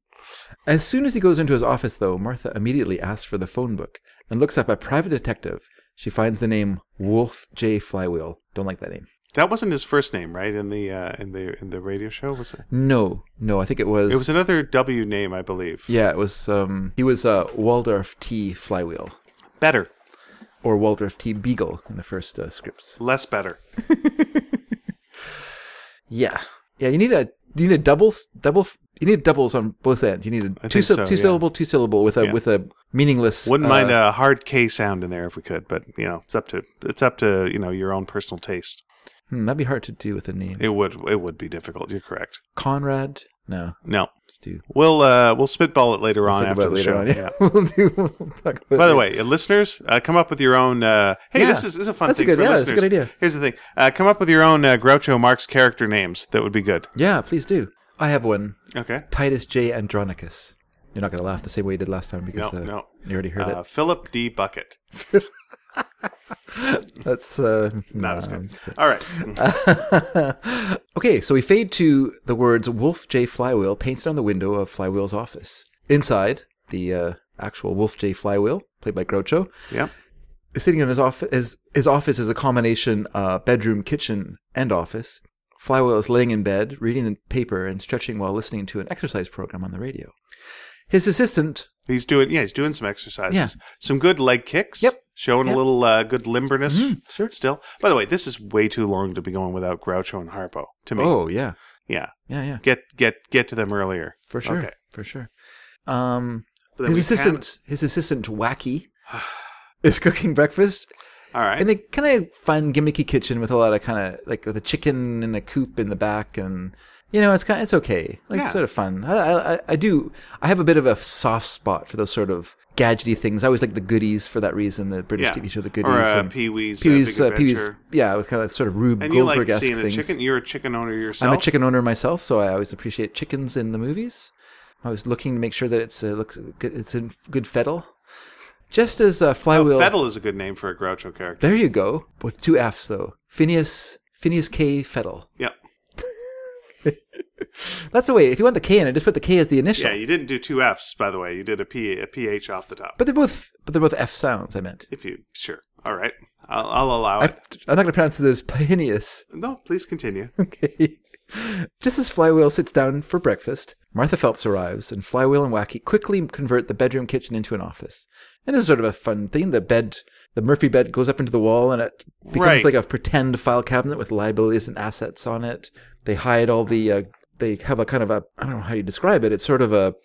Speaker 2: As soon as he goes into his office, though, Martha immediately asks for the phone book and looks up a private detective. She finds the name Wolf J. Flywheel. Don't like that name.
Speaker 1: That wasn't his first name, right? In the uh, in the in the radio show, was it?
Speaker 2: No, no, I think it was.
Speaker 1: It was another W name, I believe.
Speaker 2: Yeah, it was. Um, he was uh, Waldorf T. Flywheel
Speaker 1: Better,
Speaker 2: or Waldorf T. Beagle in the first uh, scripts.
Speaker 1: less better.
Speaker 2: Yeah, yeah. You need a you need a double double. You need doubles on both ends. You need a two
Speaker 1: think
Speaker 2: sil-
Speaker 1: so,
Speaker 2: two
Speaker 1: yeah.
Speaker 2: syllable two syllable with a
Speaker 1: Yeah.
Speaker 2: with a meaningless.
Speaker 1: Wouldn't
Speaker 2: uh,
Speaker 1: mind a hard K sound in there if we could, but you know, it's up to it's up to you know your own personal taste.
Speaker 2: hmm, that'd be hard to do with a name.
Speaker 1: It would it would be difficult. You're correct.
Speaker 2: Conrad. No,
Speaker 1: No,
Speaker 2: let's do.
Speaker 1: we'll uh, we'll spitball it later on
Speaker 2: think
Speaker 1: after the
Speaker 2: about later
Speaker 1: show.
Speaker 2: on. Yeah, we'll do. We'll talk about
Speaker 1: By the
Speaker 2: it.
Speaker 1: way, uh, listeners, uh, come up with your own. Uh, hey,
Speaker 2: Yeah.
Speaker 1: this is this is a fun
Speaker 2: That's a
Speaker 1: thing
Speaker 2: good-
Speaker 1: for
Speaker 2: yeah, that's a
Speaker 1: listeners.
Speaker 2: good idea.
Speaker 1: Here's the thing: uh, come up with your own uh, Groucho Marx character names. That would be good.
Speaker 2: Yeah, please do. I have one.
Speaker 1: Okay.
Speaker 2: Titus J. Andronicus. You're not going to laugh the same way you did last time because
Speaker 1: No,
Speaker 2: uh,
Speaker 1: no.
Speaker 2: you already heard
Speaker 1: Uh, Philip D. Bucket.
Speaker 2: it. That's uh,
Speaker 1: Not
Speaker 2: nah,
Speaker 1: as
Speaker 2: I'm
Speaker 1: good.
Speaker 2: just kidding.
Speaker 1: All right.
Speaker 2: okay, so we fade to the words Wolf J. Flywheel painted on the window of Flywheel's office. Inside, the uh, actual Wolf J. Flywheel, played by Groucho,
Speaker 1: yeah.
Speaker 2: sitting in his office. His, his office is a combination uh, bedroom, kitchen, and office. Flywheel is laying in bed, reading the paper and stretching while listening to an exercise program on the radio. His assistant,
Speaker 1: He's doing. Yeah, he's doing some exercises.
Speaker 2: Yeah.
Speaker 1: Some good leg kicks.
Speaker 2: Yep.
Speaker 1: Showing
Speaker 2: Yep. Mm-hmm.
Speaker 1: a little uh, good limberness.
Speaker 2: sure.
Speaker 1: Still. By the way, this is way too long to be going without Groucho and Harpo. To me.
Speaker 2: Oh yeah,
Speaker 1: Yeah.
Speaker 2: yeah, yeah,
Speaker 1: Get get get to them earlier.
Speaker 2: for sure,
Speaker 1: Okay.
Speaker 2: for sure. Um,
Speaker 1: But then
Speaker 2: his
Speaker 1: we
Speaker 2: assistant, his assistant Wacky, is cooking breakfast
Speaker 1: can- all right.
Speaker 2: in a kind of fun gimmicky kitchen with a lot of kind of like with a chicken and a coop in the back, and you know it's kind of, it's okay, like
Speaker 1: Yeah.
Speaker 2: it's sort of fun. I, I I- I do I have a bit of a soft spot for those sort of gadgety things. I always like the goodies for that reason. The British
Speaker 1: yeah.
Speaker 2: TV show, the goodies,
Speaker 1: Or uh,
Speaker 2: and
Speaker 1: Pee Wee's.
Speaker 2: Pee Wee's,
Speaker 1: Uh,
Speaker 2: uh,
Speaker 1: Big
Speaker 2: Pee Wee's,
Speaker 1: Adventure.
Speaker 2: yeah, with kind of sort of Rube
Speaker 1: And you like
Speaker 2: Goldberg-esque
Speaker 1: seeing a
Speaker 2: things.
Speaker 1: chicken? You're a chicken owner yourself.
Speaker 2: I'm a chicken owner myself, so I always appreciate chickens in the movies. I was looking to make sure that it's uh, looks good, it's in good fettle. Just as uh, flywheel.
Speaker 1: Oh, Fettle is a good name for a Groucho character.
Speaker 2: There you go. With two F's though. Phineas Phineas K. Fettle.
Speaker 1: Yep.
Speaker 2: That's the way. If you want the K in it, just put the K as the initial.
Speaker 1: Yeah, you didn't do two F's, by the way. You did a P a PH off the top.
Speaker 2: But they're both but they're both F sounds. I meant.
Speaker 1: If you sure. All right. I'll, I'll allow
Speaker 2: I,
Speaker 1: it.
Speaker 2: am not going to pronounce it as Pineus.
Speaker 1: No, please continue.
Speaker 2: Okay. Just as Flywheel sits down for breakfast, Martha Phelps arrives, and Flywheel and Wacky quickly convert the bedroom kitchen into an office. And this is sort of a fun thing. The bed, the Murphy bed, goes up into the wall, and it
Speaker 1: Right.
Speaker 2: becomes like a pretend file cabinet with liabilities and assets on it. They hide all the. Uh, they have a kind of a. I don't know how you describe it. It's sort of a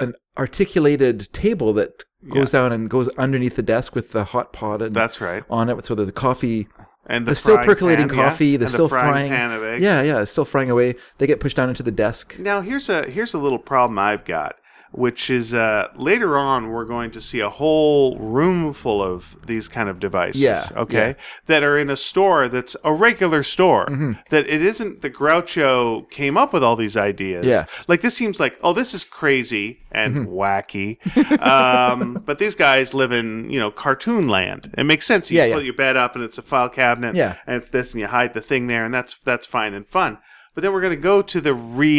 Speaker 2: an articulated table that goes down and goes underneath the desk with the hot pot and
Speaker 1: That's right.
Speaker 2: on it. So that the coffee
Speaker 1: And the,
Speaker 2: the, still
Speaker 1: frying
Speaker 2: percolating
Speaker 1: pan, yeah,
Speaker 2: coffee, the
Speaker 1: and
Speaker 2: still
Speaker 1: frying,
Speaker 2: frying,
Speaker 1: pan of eggs.
Speaker 2: yeah, yeah, it's still frying away. They get pushed down into the desk.
Speaker 1: Now here's a here's a little problem I've got, which is uh, later on we're going to see a whole room full of these kind of devices.
Speaker 2: Yeah,
Speaker 1: Okay. That are in a store that's a regular store.
Speaker 2: Mm-hmm.
Speaker 1: That it isn't the Groucho came up with all these ideas.
Speaker 2: Yeah. Mm-hmm.
Speaker 1: Like this seems like oh this is crazy and wacky, um, but these guys live in you know cartoon land. It makes sense. You
Speaker 2: Yeah, yeah.
Speaker 1: put your bed up and it's a file cabinet.
Speaker 2: Yeah.
Speaker 1: And it's this and you hide the thing there and that's that's fine and fun. But then we're going to go to the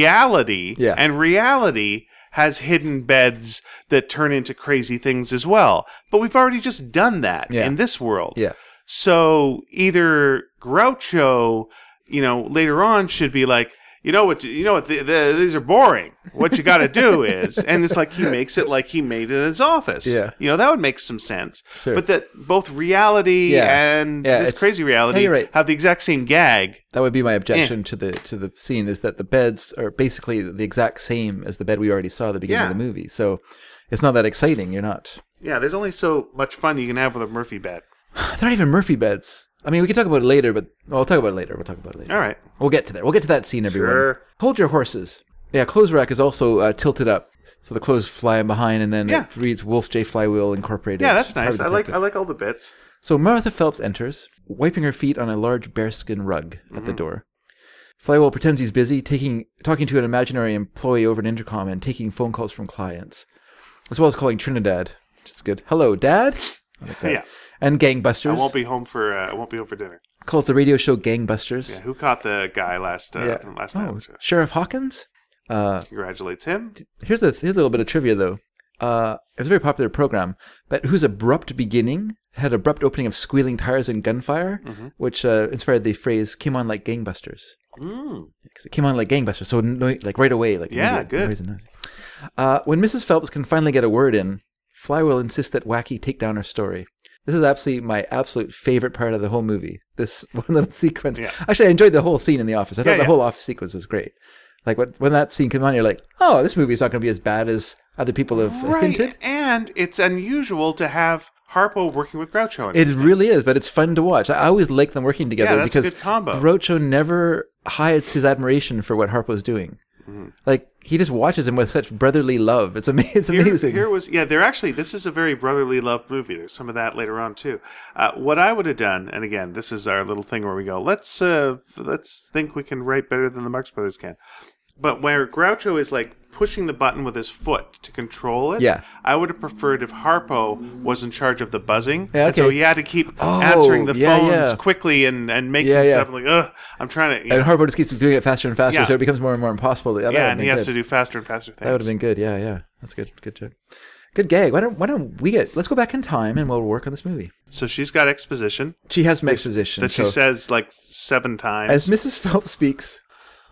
Speaker 1: reality
Speaker 2: Yeah.
Speaker 1: and reality has hidden beds that turn into crazy things as well. But we've already just done that
Speaker 2: Yeah.
Speaker 1: in this world.
Speaker 2: Yeah,
Speaker 1: So either Groucho, you know, later on should be like, you know what, you know what, th th these are boring. What you got to do is, and it's like he makes it like he made it in his office.
Speaker 2: Yeah.
Speaker 1: you know that would make some sense.
Speaker 2: Sure.
Speaker 1: But that both reality
Speaker 2: Yeah.
Speaker 1: and
Speaker 2: Yeah,
Speaker 1: this
Speaker 2: it's-
Speaker 1: crazy reality
Speaker 2: Yeah, you're right.
Speaker 1: have the exact same gag.
Speaker 2: that would be my objection to the to the scene is that the beds are basically the exact same as the bed we already saw at the beginning
Speaker 1: Yeah.
Speaker 2: of the movie. So it's not that exciting. You're not.
Speaker 1: Yeah, there's only so much fun you can have with a Murphy bed.
Speaker 2: They're not even Murphy beds. I mean, we can talk about it later, but well, I'll talk about it later. We'll talk about it later.
Speaker 1: All right.
Speaker 2: We'll get to that. We'll get to that scene, everyone.
Speaker 1: Sure.
Speaker 2: Hold your horses. Yeah, clothes rack is also uh, tilted up, so the clothes fly in behind, and then
Speaker 1: Yeah.
Speaker 2: it reads Wolf J. Flywheel Incorporated.
Speaker 1: Yeah, that's
Speaker 2: Private
Speaker 1: nice. I like
Speaker 2: Detective.
Speaker 1: I like all the bits.
Speaker 2: So Martha Phelps enters, wiping her feet on a large bearskin rug at
Speaker 1: Mm-hmm.
Speaker 2: the door. Flywell pretends he's busy, taking talking to an imaginary employee over an intercom and taking phone calls from clients, as well as calling Trinidad, which is good. Hello, Dad. I like that.
Speaker 1: Yeah.
Speaker 2: And Gangbusters
Speaker 1: I won't be home for uh, I won't be home for dinner.
Speaker 2: calls the radio show Gangbusters.
Speaker 1: Yeah, who caught the guy last uh, last night?
Speaker 2: oh, Sheriff Hawkins. Uh,
Speaker 1: Congratulates him.
Speaker 2: here's a here's a little bit of trivia though. Uh, it was a very popular program, but whose abrupt beginning had abrupt opening of squealing tires and gunfire,
Speaker 1: Mm-hmm.
Speaker 2: which uh, inspired the phrase "came on like gangbusters"
Speaker 1: Mm.
Speaker 2: because it came on like gangbusters. So no, like right away, like
Speaker 1: Yeah,
Speaker 2: immediate- no
Speaker 1: good.
Speaker 2: reason, no- Uh, when Mrs. Phelps can finally get a word in, Flywheel insists that Wacky take down her story. This is absolutely my absolute favorite part of the whole movie. This one little sequence.
Speaker 1: Yeah.
Speaker 2: Actually, I enjoyed the whole scene in the office. I thought
Speaker 1: Yeah,
Speaker 2: the
Speaker 1: yeah.
Speaker 2: whole office sequence was great. Like when, when that scene came on, you're like, oh, this movie's not going to be as bad as other people have hinted.
Speaker 1: And it's unusual to have Harpo working with Groucho. In it.
Speaker 2: It really is, but it's fun to watch. I always like them working together
Speaker 1: Yeah, that's a
Speaker 2: because
Speaker 1: good combo.
Speaker 2: Groucho never hides his admiration for what Harpo's doing.
Speaker 1: Mm-hmm.
Speaker 2: Like he just watches him with such brotherly love. It's, ama- it's amazing.
Speaker 1: Here was yeah. They're actually this is a very brotherly love movie. There's some of that later on too. Uh, what I would have done, and again, this is our little thing where we go. Let's uh, let's think we can write better than the Marx Brothers can. But where Groucho is like pushing the button with his foot to control it,
Speaker 2: Yeah.
Speaker 1: I would have preferred if Harpo was in charge of the buzzing.
Speaker 2: Yeah,
Speaker 1: And so
Speaker 2: okay.
Speaker 1: he had to keep
Speaker 2: Oh,
Speaker 1: answering the
Speaker 2: yeah,
Speaker 1: phones
Speaker 2: yeah.
Speaker 1: quickly and and making
Speaker 2: Yeah, yeah.
Speaker 1: stuff like ugh, I'm trying to.
Speaker 2: and Harpo just keeps doing it faster and faster,
Speaker 1: Yeah.
Speaker 2: so it becomes more and more impossible. Yeah, that
Speaker 1: yeah,
Speaker 2: would've
Speaker 1: and
Speaker 2: been
Speaker 1: he has to
Speaker 2: good.
Speaker 1: do faster and faster things.
Speaker 2: That would have been good. Yeah, yeah. That's good. Good job. Good gag. Why don't Why don't we get? Let's go back in time and we'll work on this movie.
Speaker 1: So she's got exposition
Speaker 2: She has some exposition.
Speaker 1: that she
Speaker 2: so-
Speaker 1: says like seven times.
Speaker 2: As Mrs. Phelps speaks,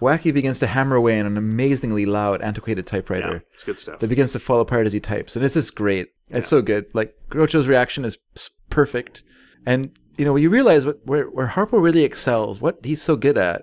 Speaker 2: Wacky begins to hammer away on an amazingly loud, antiquated
Speaker 1: yeah,
Speaker 2: typewriter
Speaker 1: it's good stuff.
Speaker 2: that begins to fall apart as he types. And it's just great. It's so good. Like, Groucho's reaction is s- perfect. And, you know, you realize what, where, where Harpo really excels, what he's so good at,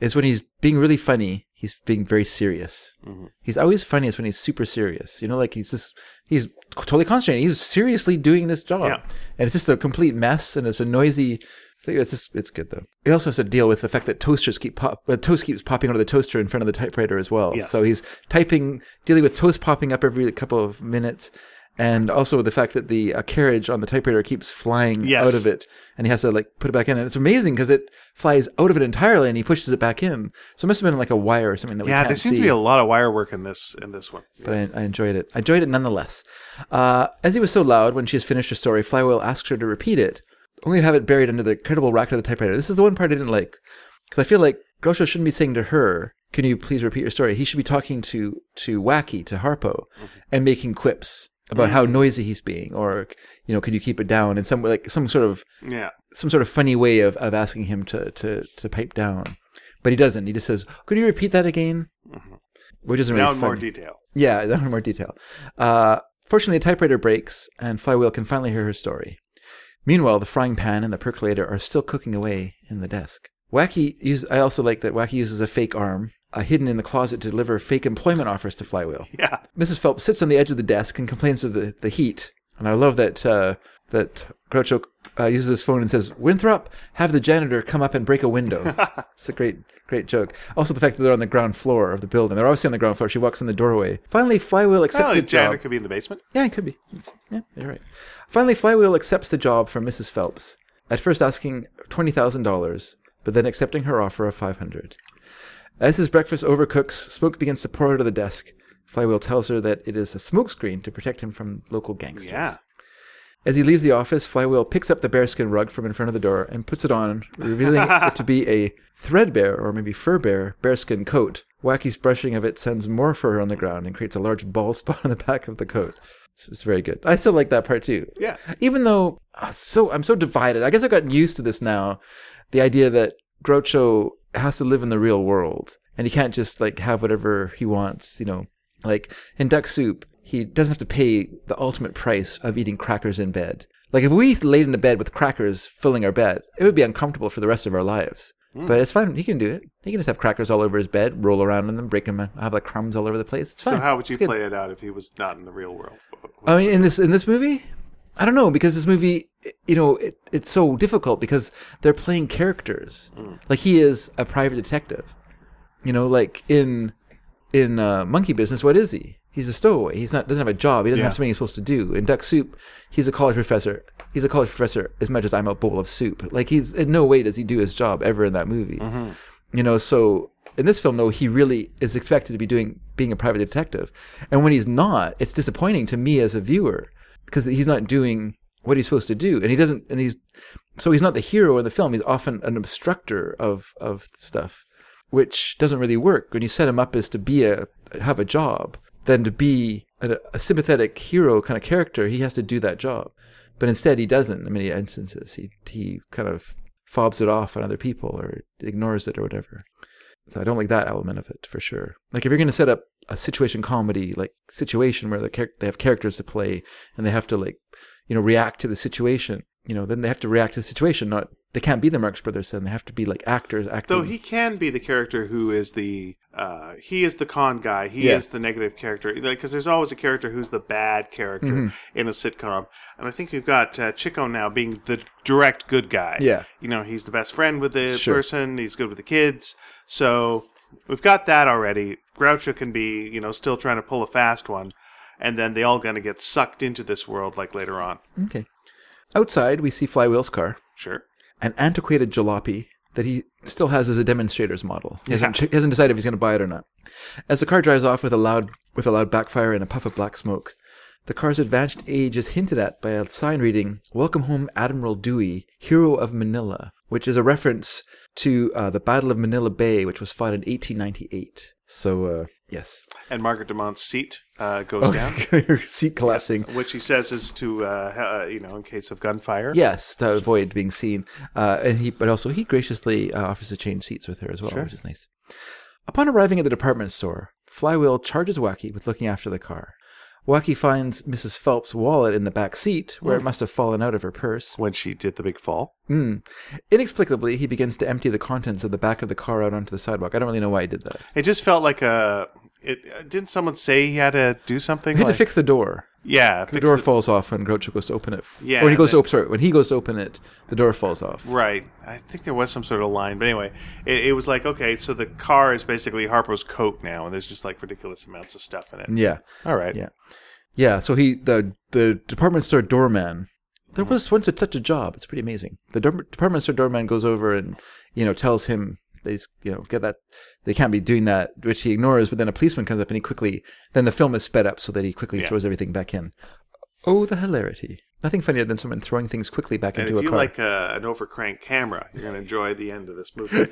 Speaker 2: is when he's being really funny, he's being very serious.
Speaker 1: Mm-hmm.
Speaker 2: He's always funniest when he's super serious. You know, like he's just, he's totally concentrating. He's seriously doing this job.
Speaker 1: Yeah.
Speaker 2: And it's just a complete mess and it's a noisy thing. It's just, it's good though. He also has to deal with the fact that toasters keep pop, uh, toast keeps popping out of the toaster in front of the typewriter as well.
Speaker 1: Yes.
Speaker 2: So he's typing, dealing with toast popping up every couple of minutes. And also the fact that the uh, carriage on the typewriter keeps flying
Speaker 1: Yes.
Speaker 2: out of it and he has to like put it back in. And it's amazing because it flies out of it entirely and he pushes it back in. So it must have been like a wire or something that we
Speaker 1: yeah,
Speaker 2: can't
Speaker 1: there seems
Speaker 2: see
Speaker 1: to be a lot of wire work in this in this one.
Speaker 2: but I, I enjoyed it. I enjoyed it nonetheless. Uh, as he was so loud when she has finished her story, Flywheel asks her to repeat it, only to have it buried under the incredible racket of the typewriter. This is the one part I didn't like, because I feel like Groucho shouldn't be saying to her,
Speaker 1: Mm-hmm.
Speaker 2: "Can you please repeat your story?" He should be talking to to Wacky, to Harpo, and making quips. about how noisy he's being, or you know, can you keep it down? And some like some sort of
Speaker 1: Yeah.
Speaker 2: some sort of funny way of, of asking him to, to to pipe down, but he doesn't. He just says, "Could you repeat that again?" Which isn't really
Speaker 1: Mm-hmm. Now in more
Speaker 2: funny.
Speaker 1: detail.
Speaker 2: Yeah, that one more detail. Uh, fortunately, the typewriter breaks, and Flywheel can finally hear her story. Meanwhile, the frying pan and the percolator are still cooking away in the desk. Wacky use, I also like that Wacky uses a fake arm, uh, hidden in the closet, to deliver fake employment offers to Flywheel.
Speaker 1: Yeah.
Speaker 2: Mrs. Phelps sits on the edge of the desk and complains of the, the heat. And I love that uh, that Groucho uh, uses his phone and says, "Winthrop, have the janitor come up and break a window." it's a great great joke. Also, the fact that they're on the ground floor of the building. They're obviously on the ground floor. She walks in the doorway. Finally, Flywheel accepts
Speaker 1: Well,
Speaker 2: the
Speaker 1: the janitor
Speaker 2: job.
Speaker 1: could be in the basement.
Speaker 2: Yeah, it could be. It's, yeah, you're right. Finally, Flywheel accepts the job from Mrs. Phelps. At first, asking twenty thousand dollars, but then accepting her offer of five hundred. As his breakfast overcooks, smoke begins to pour out of the desk. Flywheel tells her that it is a smokescreen to protect him from local gangsters.
Speaker 1: Yeah.
Speaker 2: As he leaves the office, Flywheel picks up the bearskin rug from in front of the door and puts it on, revealing it to be a threadbare or maybe furbear bearskin coat. Wacky's brushing of it sends more fur on the ground and creates a large bald spot on the back of the coat. It's, it's very good. I still like that part too.
Speaker 1: Yeah.
Speaker 2: Even though ah, so I'm so divided. I guess I've gotten used to this now. The idea that Groucho has to live in the real world and he can't just like have whatever he wants, you know. Like in Duck Soup, he doesn't have to pay the ultimate price of eating crackers in bed. Like if we laid in a bed with crackers filling our bed, it would be uncomfortable for the rest of our lives.
Speaker 1: Hmm.
Speaker 2: But it's fine. He can do it. He can just have crackers all over his bed, roll around in them, break them, have like crumbs all over the place. It's fine.
Speaker 1: So how would you
Speaker 2: It's good.
Speaker 1: play it out if he was not in the real world?
Speaker 2: I mean, in this in this movie, I don't know because this movie, you know, it, it's so difficult because they're playing characters. Like he is a private detective, you know. Like in in uh, Monkey Business, what is he? He's a stowaway. He's not doesn't have a job. He doesn't
Speaker 1: Yeah.
Speaker 2: have something he's supposed to do. In Duck Soup, he's a college professor. He's a college professor as much as I'm a bowl of soup. Like he's in no way does he do his job ever in that movie. You know, so in this film though, he really is expected to be doing being a private detective, and when he's not, it's disappointing to me as a viewer because he's not doing what he's supposed to do, and he doesn't, and he's so he's not the hero in the film. He's often an obstructor of of stuff which doesn't really work when you set him up as to be a have a job then to be a, a sympathetic hero kind of character he has to do that job but instead he doesn't in many instances he he kind of fobs it off on other people or ignores it or whatever so i don't like that element of it for sure like if you're going to set up a situation comedy like situation where the char- they have characters to play and they have to like you know react to the situation you know then they have to react to the situation not they can't be the marx brothers then they have to be like actors acting
Speaker 1: Though he can be the character who is the uh, he is the con guy. He
Speaker 2: Yeah.
Speaker 1: is the negative character. Because there's always a character who's the bad character
Speaker 2: Mm-hmm.
Speaker 1: in a sitcom. And I think we've got uh, Chico now being the direct good guy.
Speaker 2: Yeah.
Speaker 1: you know he's the best friend with the
Speaker 2: Sure.
Speaker 1: person. He's good with the kids. So we've got that already. Groucho can be you know still trying to pull a fast one. And then they all gonna get sucked into this world like later on.
Speaker 2: Mm-hmm. Okay. Outside, we see Flywheel's car,
Speaker 1: Sure.
Speaker 2: an antiquated jalopy that he still has as a demonstrator's model. He hasn't, he hasn't decided if he's going to buy it or not. As the car drives off with a loud with a loud backfire and a puff of black smoke, the car's advanced age is hinted at by a sign reading "Welcome home, Admiral Dewey, Hero of Manila," which is a reference to uh, the Battle of Manila Bay, which was fought in 1898. So, uh, yes,
Speaker 1: And Margaret Dumont's seat uh, goes
Speaker 2: Oh,
Speaker 1: down.
Speaker 2: your seat collapsing.
Speaker 1: which he says is to uh, ha- uh, you know in case of gunfire.
Speaker 2: Yes, to avoid being seen. Uh, and he, but also he graciously uh, offers to change seats with her as well, which is nice. Upon arriving at the department store, Flywheel charges Wacky with looking after the car. Wacky finds Mrs. Phelps' wallet in the back seat, where it
Speaker 1: Hmm.
Speaker 2: must have fallen out of her purse.
Speaker 1: When she did the big fall,
Speaker 2: Inexplicably, he begins to empty the contents of the back of the car out onto the sidewalk. I don't really know why he did that.
Speaker 1: it just felt like a. It, uh, didn't someone say he had to do something?
Speaker 2: He had
Speaker 1: like,
Speaker 2: to fix the door.
Speaker 1: yeah,
Speaker 2: The
Speaker 1: fix
Speaker 2: door falls off when Groucho goes to open it. f-
Speaker 1: Yeah,
Speaker 2: When he goes to
Speaker 1: that-
Speaker 2: open, sorry, when he goes to open it, the door falls off.
Speaker 1: Right. I think there was some sort of line, but anyway, it, it was like okay, so the car is basically Harpo's coat now, and there's just like ridiculous amounts of stuff in it.
Speaker 2: Yeah.
Speaker 1: All right.
Speaker 2: Yeah. Yeah, so he the the department store doorman. There was once a, such a job. It's pretty amazing. The dor- department store doorman goes over and you know tells him they you know get that they can't be doing that, which he ignores. But then a policeman comes up and he quickly then the film is sped up so that he quickly throws everything back in. Oh, the hilarity! Nothing funnier than someone throwing things quickly back
Speaker 1: And
Speaker 2: into
Speaker 1: if
Speaker 2: a
Speaker 1: you
Speaker 2: car.
Speaker 1: like uh, an overcrank camera, you're going to enjoy the end of this movie.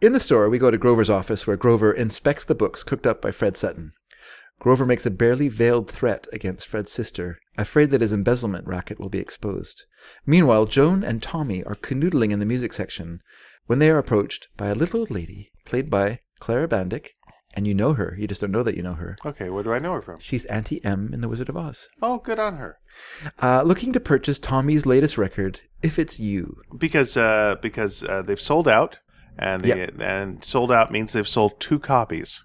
Speaker 2: In the store, we go to Grover's office where Grover inspects the books cooked up by Fred Sutton. Grover makes a barely veiled threat against Fred's sister, afraid that his embezzlement racket will be exposed. Meanwhile, Joan and Tommy are canoodling in the music section when they are approached by a little old lady played by Clara Bandic, and you know her, you just don't know that you know her.
Speaker 1: Okay, where do I know her from?
Speaker 2: She's Auntie M in The Wizard of Oz.
Speaker 1: Oh, good on her.
Speaker 2: Uh, looking to purchase Tommy's latest record, If It's You.
Speaker 1: Because uh, because uh, they've sold out, and they,
Speaker 2: Yep.
Speaker 1: and sold out means they've sold two copies.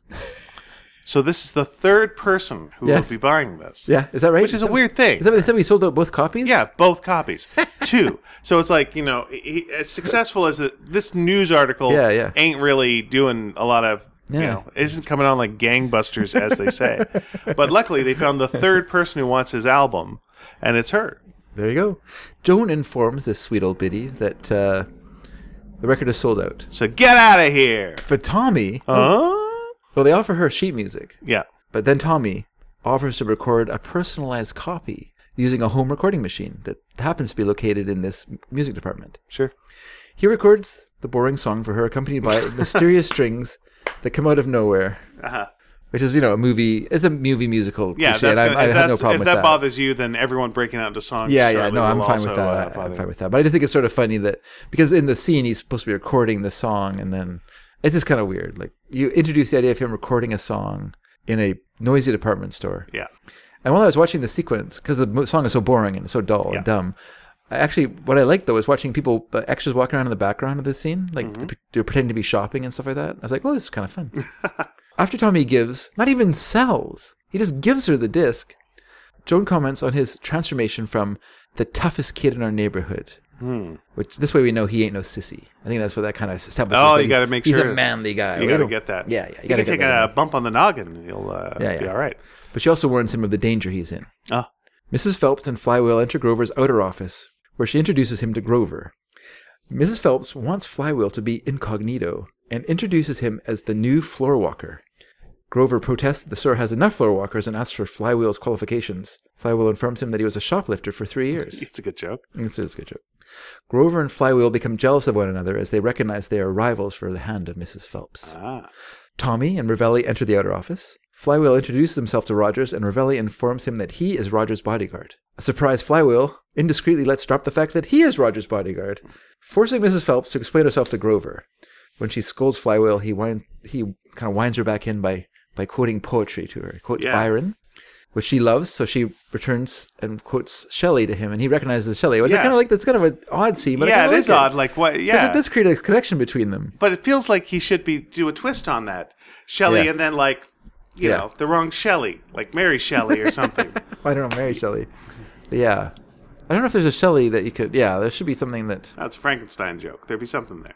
Speaker 1: so this is the third person who
Speaker 2: Yes.
Speaker 1: will be buying this.
Speaker 2: Yeah, is that right?
Speaker 1: which is a weird thing.
Speaker 2: Is that what they said? We sold out both copies?
Speaker 1: Yeah, both copies. Two. So it's like, you know, he, as successful as the, this news article
Speaker 2: Yeah, yeah.
Speaker 1: ain't really doing a lot of, you
Speaker 2: Yeah.
Speaker 1: know, isn't coming on like gangbusters, as they say. But luckily, they found the third person who wants his album, and it's her.
Speaker 2: There you go. Joan informs this sweet old biddy that uh, the record is sold out.
Speaker 1: So get out of here.
Speaker 2: But Tommy,
Speaker 1: Huh?
Speaker 2: well, they offer her sheet music,
Speaker 1: Yeah.
Speaker 2: but then Tommy offers to record a personalized copy using a home recording machine that happens to be located in this m- music department.
Speaker 1: Sure.
Speaker 2: He records the boring song for her, accompanied by mysterious strings that come out of nowhere.
Speaker 1: Uh-huh.
Speaker 2: Which is, you know, a movie. It's a movie musical.
Speaker 1: Yeah,
Speaker 2: cliche,
Speaker 1: that's
Speaker 2: and I,
Speaker 1: gonna,
Speaker 2: I
Speaker 1: if,
Speaker 2: have
Speaker 1: that's,
Speaker 2: no problem
Speaker 1: if
Speaker 2: with
Speaker 1: that,
Speaker 2: that.
Speaker 1: bothers you, then everyone breaking out into songs.
Speaker 2: Yeah, yeah,
Speaker 1: shortly
Speaker 2: no, I'm
Speaker 1: will
Speaker 2: fine
Speaker 1: also,
Speaker 2: with
Speaker 1: uh,
Speaker 2: that. I- I'm
Speaker 1: bother
Speaker 2: fine with that. But I just think it's sort of funny that because in the scene he's supposed to be recording the song, and then it's just kind of weird. Like you introduce the idea of him recording a song in a noisy department store.
Speaker 1: you. Yeah.
Speaker 2: And while I was watching the sequence, because the mo- song is so boring and so dull
Speaker 1: Yeah.
Speaker 2: and dumb, I actually what I liked though was watching people, the extras walking around in the background of this scene, like
Speaker 1: Mm-hmm.
Speaker 2: p- they're pretending to be shopping and stuff like that. I was like, oh, this is kind of fun. After Tommy gives, not even sells, he just gives her the disc. Joan comments on his transformation from the toughest kid in our neighborhood.
Speaker 1: Hmm.
Speaker 2: Which this way we know he ain't no sissy. I think that's what that kind of establishes.
Speaker 1: Oh,
Speaker 2: that
Speaker 1: you
Speaker 2: he's-
Speaker 1: gotta make
Speaker 2: he's
Speaker 1: sure-
Speaker 2: a manly guy.
Speaker 1: You
Speaker 2: We
Speaker 1: got to
Speaker 2: don't-
Speaker 1: get that.
Speaker 2: Yeah, yeah.
Speaker 1: You,
Speaker 2: gotta
Speaker 1: can
Speaker 2: get
Speaker 1: take
Speaker 2: that in.
Speaker 1: a bump on the noggin, and you'll uh,
Speaker 2: Yeah,
Speaker 1: be
Speaker 2: yeah.
Speaker 1: all right.
Speaker 2: But she also warns him of the danger he's in.
Speaker 1: Ah.
Speaker 2: Mrs. Phelps and Flywheel enter Grover's outer office, where she introduces him to Grover. Mrs. Phelps wants Flywheel to be incognito and introduces him as the new floor walker. Grover protests that the store has enough floor walkers and asks for Flywheel's qualifications. Flywheel informs him that he was a shoplifter for three years.
Speaker 1: It's a good joke.
Speaker 2: This is a good joke. Grover and Flywheel become jealous of one another as they recognize they are rivals for the hand of Mrs. Phelps.
Speaker 1: Ah.
Speaker 2: Tommy and Ravelli enter the outer office. Flywheel introduces himself to Rogers, and Ravelli informs him that he is Rogers' bodyguard. A surprised Flywheel indiscreetly lets drop the fact that he is Rogers' bodyguard, forcing Mrs. Phelps to explain herself to Grover. When she scolds Flywheel, he wind, he kind of winds her back in by by quoting poetry to her. He quotes
Speaker 1: Yeah.
Speaker 2: Byron, which she loves, so she returns and quotes Shelley to him, and he recognizes Shelley, which I
Speaker 1: Yeah.
Speaker 2: kind of like. That's kind of an odd scene, but I
Speaker 1: yeah,
Speaker 2: kinda
Speaker 1: it
Speaker 2: like
Speaker 1: is odd. Like what?
Speaker 2: because
Speaker 1: Yeah,
Speaker 2: it does create a connection between them.
Speaker 1: but it feels like he should be do a twist on that Shelley,
Speaker 2: Yeah.
Speaker 1: and then like you
Speaker 2: Yeah.
Speaker 1: know the wrong Shelley, like Mary Shelley or something.
Speaker 2: I don't know, Mary Shelley. But yeah. I don't know if there's a Shelley that you could. Yeah, there should be something that.
Speaker 1: That's a Frankenstein joke. There'd be something there.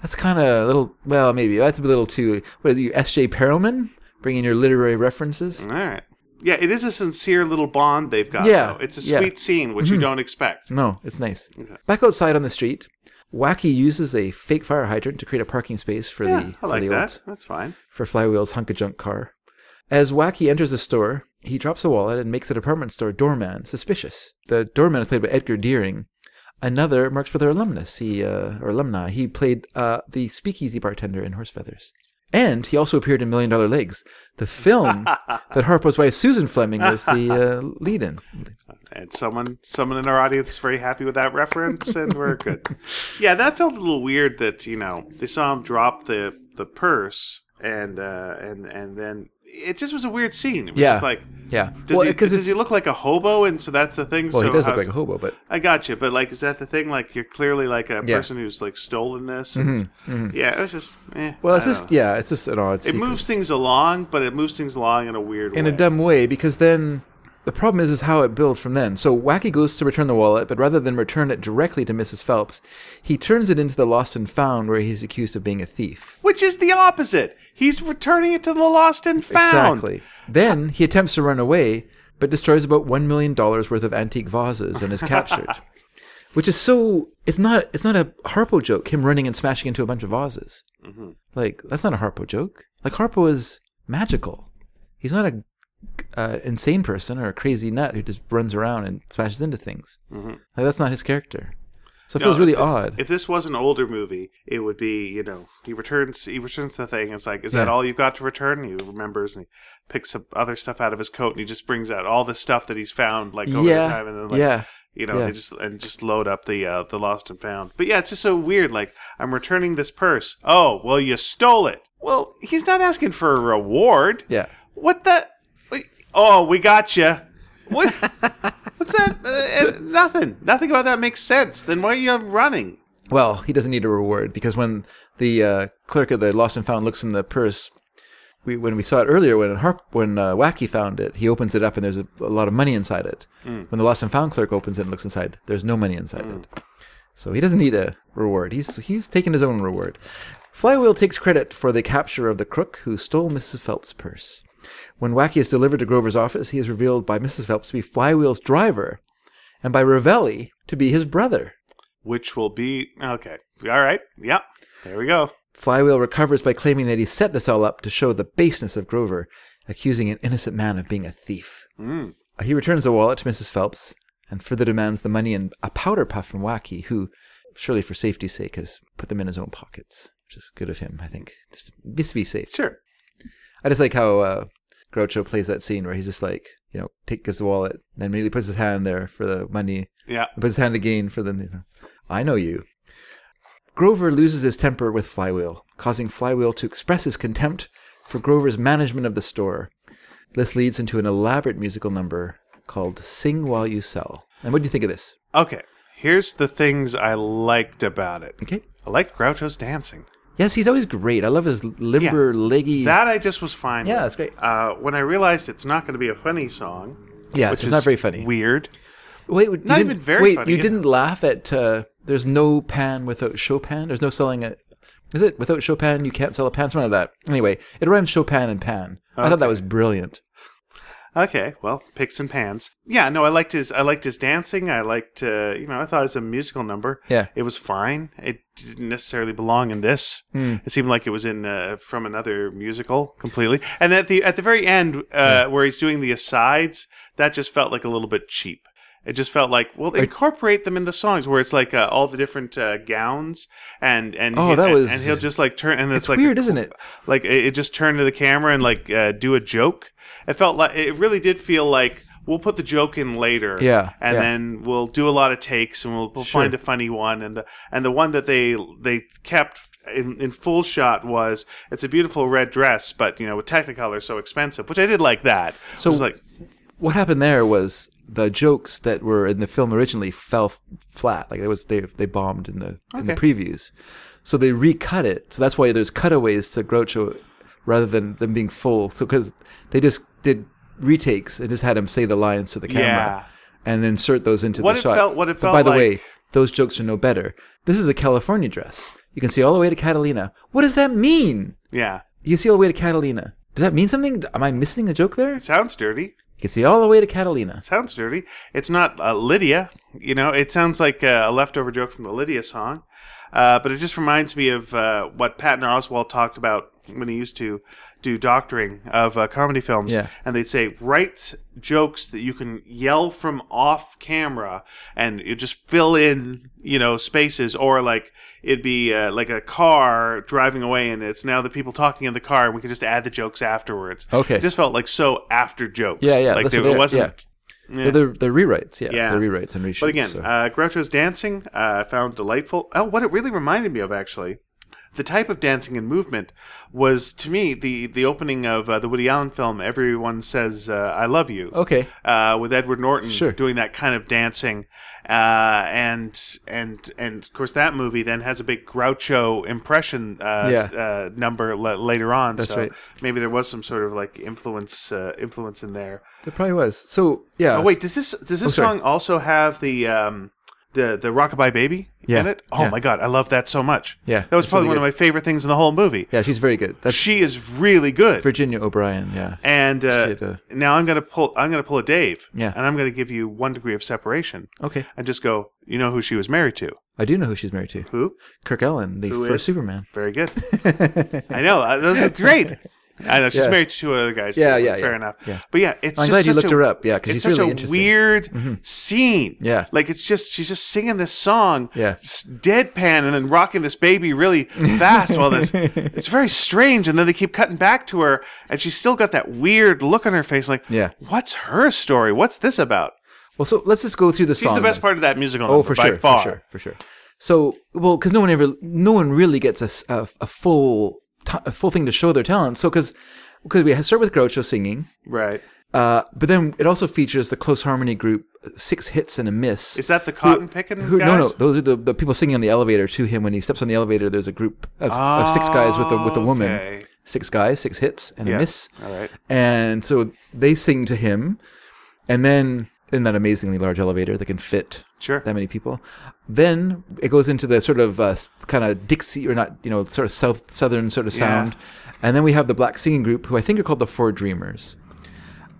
Speaker 2: That's kind of a little. Well, maybe. That's a little too. What are you, S.J. Perelman? Bringing your literary references?
Speaker 1: All right. Yeah, it is a sincere little bond they've got.
Speaker 2: Yeah,
Speaker 1: though. it's a
Speaker 2: yeah. Mm-hmm.
Speaker 1: sweet scene which you don't expect.
Speaker 2: No, it's nice. Back outside on the street, Wacky uses a fake fire hydrant to create a parking space for
Speaker 1: Yeah,
Speaker 2: the.
Speaker 1: I
Speaker 2: for
Speaker 1: like
Speaker 2: the
Speaker 1: that.
Speaker 2: Old,
Speaker 1: That's fine.
Speaker 2: for Flywheel's hunk of junk car. As Wacky enters the store, he drops a wallet and makes the department store doorman suspicious. The doorman is played by Edgar Deering. Another Marks Brother alumnus, he uh, or alumni. He played uh, the speakeasy bartender in Horse Feathers. And he also appeared in Million Dollar Legs, the film that Harpo's wife Susan Fleming was the uh, lead in.
Speaker 1: And someone, someone in our audience is very happy with that reference, and we're good. Yeah, that felt a little weird that you know they saw him drop the the purse, and uh, and and then it just was a weird scene. It was
Speaker 2: Yeah.
Speaker 1: just like
Speaker 2: Yeah.
Speaker 1: Does,
Speaker 2: well,
Speaker 1: he,
Speaker 2: because
Speaker 1: does
Speaker 2: it's.
Speaker 1: he look like a hobo? And so that's the thing.
Speaker 2: well,
Speaker 1: so
Speaker 2: he does
Speaker 1: how-
Speaker 2: look like a hobo, but
Speaker 1: I got you, but like, is that the thing? Like, you're clearly like a
Speaker 2: Yeah. Mm-hmm.
Speaker 1: person who's like stolen this. And, Yeah, it was just. Eh,
Speaker 2: well,
Speaker 1: I
Speaker 2: it's
Speaker 1: don't
Speaker 2: just
Speaker 1: know.
Speaker 2: yeah, it's just an odd.
Speaker 1: It moves things along, but it moves things along in a weird
Speaker 2: in
Speaker 1: way.
Speaker 2: a dumb way because then the problem is is how it builds from then. So Wacky goes to return the wallet, but rather than return it directly to Mrs. Phelps, he turns it into the lost and found where he's accused of being a thief.
Speaker 1: Which is the opposite. He's returning it to the lost and found.
Speaker 2: Exactly. Then he attempts to run away, but destroys about one million dollars worth of antique vases and is captured. Which is so it's not it's not a Harpo joke, him running and smashing into a bunch of vases. Like, that's not a Harpo joke. Like Harpo is magical. He's not a uh, insane person or a crazy nut who just runs around and smashes into things. Like, that's not his character. So Mm-hmm. it feels
Speaker 1: No,
Speaker 2: really
Speaker 1: if-
Speaker 2: odd.
Speaker 1: If this was an older movie, it would be you know he returns he returns the thing. It's like is that
Speaker 2: Yeah.
Speaker 1: all you've got to return? And he remembers and he picks up other stuff out of his coat and he just brings out all the stuff that he's found like over
Speaker 2: yeah,
Speaker 1: the time and then like
Speaker 2: yeah,
Speaker 1: you know
Speaker 2: yeah.
Speaker 1: they just and just load up the uh, the lost and found. But yeah, it's just so weird. Like I'm returning this purse. Oh well, you stole it. Well, he's not asking for a reward.
Speaker 2: yeah.
Speaker 1: What the? wait, Oh, we got you. What? What's that? Uh, uh, nothing. Nothing about that makes sense. Then why are you running?
Speaker 2: Well, he doesn't need a reward because when the uh, clerk of the lost and found looks in the purse, we when we saw it earlier when Harp when uh, Wacky found it, he opens it up and there's a, a lot of money inside it. When the lost and found clerk opens it and looks inside, there's no money inside it. So he doesn't need a reward. He's he's taken his own reward. Flywheel takes credit for the capture of the crook who stole Mrs. Phelps' purse. When Wacky is delivered to Grover's office, he is revealed by Mrs. Phelps to be Flywheel's driver, and by Ravelli to be his brother.
Speaker 1: Which will be okay. All right. Yep. There we go.
Speaker 2: Flywheel recovers by claiming that he set this all up to show the baseness of Grover, accusing an innocent man of being a thief.
Speaker 1: Mm.
Speaker 2: He returns the wallet to Mrs. Phelps and further demands the money and a powder puff from Wacky, who, surely for safety's sake, has put them in his own pockets, which is good of him, I think, just, just to be safe.
Speaker 1: Sure.
Speaker 2: I just like how uh, Groucho plays that scene where he's just like, you know, take gives the wallet, then immediately puts his hand there for the money,
Speaker 1: Yeah.
Speaker 2: but his hand again for the. You know, I know you. Grover loses his temper with Flywheel, causing Flywheel to express his contempt for Grover's management of the store. This leads into an elaborate musical number called Sing While You Sell. And what do you think of this?
Speaker 1: Okay. Here's the things I liked about it.
Speaker 2: Okay.
Speaker 1: I liked Groucho's dancing.
Speaker 2: Yes, he's always great. I love his limber, leggy.
Speaker 1: That I just was fine.
Speaker 2: yeah,
Speaker 1: with.
Speaker 2: that's great.
Speaker 1: Uh, when I realized it's not going to be a funny song,
Speaker 2: Yeah,
Speaker 1: which
Speaker 2: it's
Speaker 1: is
Speaker 2: not very funny.
Speaker 1: Weird.
Speaker 2: Wait, you
Speaker 1: Not
Speaker 2: didn't-
Speaker 1: even very
Speaker 2: Wait,
Speaker 1: funny,
Speaker 2: you
Speaker 1: yeah.
Speaker 2: didn't laugh at uh, "There's no pan without Chopin." There's no selling it. Is it without Chopin you can't sell a pan? Something like that. Anyway, it rhymes Chopin and pan. I thought that was brilliant.
Speaker 1: Okay, well, picks and pans. Yeah, no, I liked his. I liked his dancing. I liked, uh, you know, I thought it was a musical number.
Speaker 2: Yeah.
Speaker 1: it was fine. It didn't necessarily belong in this.
Speaker 2: Hmm.
Speaker 1: It seemed like it was in uh, from another musical completely. And at the at the very end, uh, where he's doing the asides, that just felt like a little bit cheap. It just felt like, well, incorporate them in the songs, where it's like uh, all the different uh, gowns, and and
Speaker 2: Oh,
Speaker 1: he-
Speaker 2: that
Speaker 1: and-
Speaker 2: was-
Speaker 1: and he'll just like turn, and it's,
Speaker 2: It's
Speaker 1: like
Speaker 2: weird, isn't it?
Speaker 1: like it, it just turned to the camera and like uh, do a joke. It felt like it really did feel like we'll put the joke in later,
Speaker 2: Yeah,
Speaker 1: and
Speaker 2: yeah.
Speaker 1: then we'll do a lot of takes and we'll, we'll
Speaker 2: Sure.
Speaker 1: find a funny one. And the and the one that they they kept in, in full shot was it's a beautiful red dress, but you know with Technicolor so expensive, which I did like that. So
Speaker 2: So-
Speaker 1: it was like
Speaker 2: What happened there was the jokes that were in the film originally fell f- flat. Like it was they they bombed in the in the
Speaker 1: Okay.
Speaker 2: previews, so they recut it. So that's why there's cutaways to Groucho rather than them being full. So because they just did retakes and just had him say the lines to the camera
Speaker 1: Yeah.
Speaker 2: and insert those into
Speaker 1: What
Speaker 2: the
Speaker 1: it
Speaker 2: shot.
Speaker 1: felt- what it
Speaker 2: But
Speaker 1: felt
Speaker 2: by the
Speaker 1: like-
Speaker 2: way, those jokes are no better. This is a California dress. You can see all the way to Catalina. What does that mean?
Speaker 1: yeah,
Speaker 2: You can see all the way to Catalina. Does that mean something? Am I missing a joke there?
Speaker 1: sounds dirty.
Speaker 2: You can see all the way to Catalina.
Speaker 1: sounds dirty. It's not uh, Lydia, you know. It sounds like uh, a leftover joke from the Lydia song, uh, but it just reminds me of uh, what Patton Oswald talked about when he used to do doctoring of uh, comedy films.
Speaker 2: Yeah.
Speaker 1: And they'd say write jokes that you can yell from off camera, and you just fill in, you know, spaces, or like it'd be uh, like a car driving away, and it's now the people talking in the car. And we could just add the jokes afterwards.
Speaker 2: Okay.
Speaker 1: It just felt like so after jokes.
Speaker 2: Yeah, yeah,
Speaker 1: Like
Speaker 2: that's
Speaker 1: they,
Speaker 2: what they-
Speaker 1: it wasn't.
Speaker 2: yeah.
Speaker 1: Yeah.
Speaker 2: Yeah. They're, they're rewrites, yeah.
Speaker 1: Yeah.
Speaker 2: They're rewrites and reshoots.
Speaker 1: But again,
Speaker 2: so-
Speaker 1: uh, Groucho's dancing uh, I found delightful. Oh, what it really reminded me of, actually, the type of dancing and movement was to me the the opening of uh, the Woody Allen film. Everyone says uh, "I love you."
Speaker 2: okay.
Speaker 1: Uh, with Edward Norton
Speaker 2: Sure.
Speaker 1: doing that kind of dancing, uh, and and and of course that movie then has a big Groucho impression uh,
Speaker 2: Yeah.
Speaker 1: s- uh, number l- later on.
Speaker 2: That's
Speaker 1: so
Speaker 2: right.
Speaker 1: maybe there was some sort of like influence uh, influence in there.
Speaker 2: There probably was. So, yeah.
Speaker 1: Oh wait, does this does this
Speaker 2: sorry.
Speaker 1: song also have the um the the Rockabye Baby in
Speaker 2: Yeah.
Speaker 1: it? Oh
Speaker 2: Yeah.
Speaker 1: my god, I love that so much.
Speaker 2: Yeah,
Speaker 1: that was
Speaker 2: it's
Speaker 1: probably
Speaker 2: really
Speaker 1: one of my favorite things in the whole movie.
Speaker 2: Yeah, she's very good. That's
Speaker 1: She is really good.
Speaker 2: Virginia O'Brien, yeah.
Speaker 1: and uh,
Speaker 2: did, uh,
Speaker 1: now I'm gonna pull I'm gonna pull a Dave.
Speaker 2: Yeah.
Speaker 1: and I'm gonna give you one degree of separation
Speaker 2: Okay.
Speaker 1: and just go. You know who she was married to?
Speaker 2: I do know who she's married to.
Speaker 1: Who?
Speaker 2: Kirk Allen, the
Speaker 1: Who is?
Speaker 2: first Superman.
Speaker 1: Very good. I know. uh, That was great. I know she's
Speaker 2: Yeah.
Speaker 1: married to two other guys.
Speaker 2: Yeah,
Speaker 1: too,
Speaker 2: yeah,
Speaker 1: fair
Speaker 2: yeah,
Speaker 1: enough.
Speaker 2: yeah.
Speaker 1: But yeah, it's.
Speaker 2: I'm
Speaker 1: just
Speaker 2: glad you
Speaker 1: such
Speaker 2: looked
Speaker 1: a-
Speaker 2: her up, yeah, 'cause
Speaker 1: it's
Speaker 2: she's
Speaker 1: such a
Speaker 2: really interesting. Mm-hmm.
Speaker 1: weird scene.
Speaker 2: Yeah.
Speaker 1: like it's just she's just singing this song.
Speaker 2: Yeah.
Speaker 1: s- deadpan and then rocking this baby really fast while this. It's very strange, and then they keep cutting back to her, and she's still got that weird look on her face. Like,
Speaker 2: Yeah.
Speaker 1: what's her story? What's this about?
Speaker 2: Well, so let's just go through the
Speaker 1: She's
Speaker 2: song.
Speaker 1: the best
Speaker 2: then.
Speaker 1: part of that musical.
Speaker 2: Oh,
Speaker 1: number
Speaker 2: for
Speaker 1: by
Speaker 2: sure,
Speaker 1: far.
Speaker 2: for sure, for sure. So, well, because no one ever, no one really gets a, s- a- a full, t- a full thing to show their talent. So, because because we start with Groucho singing,
Speaker 1: Right?
Speaker 2: uh, but then it also features the close harmony group, six hits and a miss.
Speaker 1: Is that the cotton picking
Speaker 2: Who,
Speaker 1: guys?
Speaker 2: no, no, those are the, the people singing on the elevator to him. When he steps on the elevator, there's a group of, of six guys with a with a woman.
Speaker 1: Oh, Okay.
Speaker 2: Six guys, six hits and
Speaker 1: Yeah.
Speaker 2: a miss.
Speaker 1: All right.
Speaker 2: And so they sing to him, and then in that amazingly large elevator that can fit
Speaker 1: Sure.
Speaker 2: that many people, then it goes into the sort of uh, kind of Dixie or not, you know, sort of south southern sort of
Speaker 1: Yeah.
Speaker 2: sound, and then we have the black singing group who I think are called the Four Dreamers.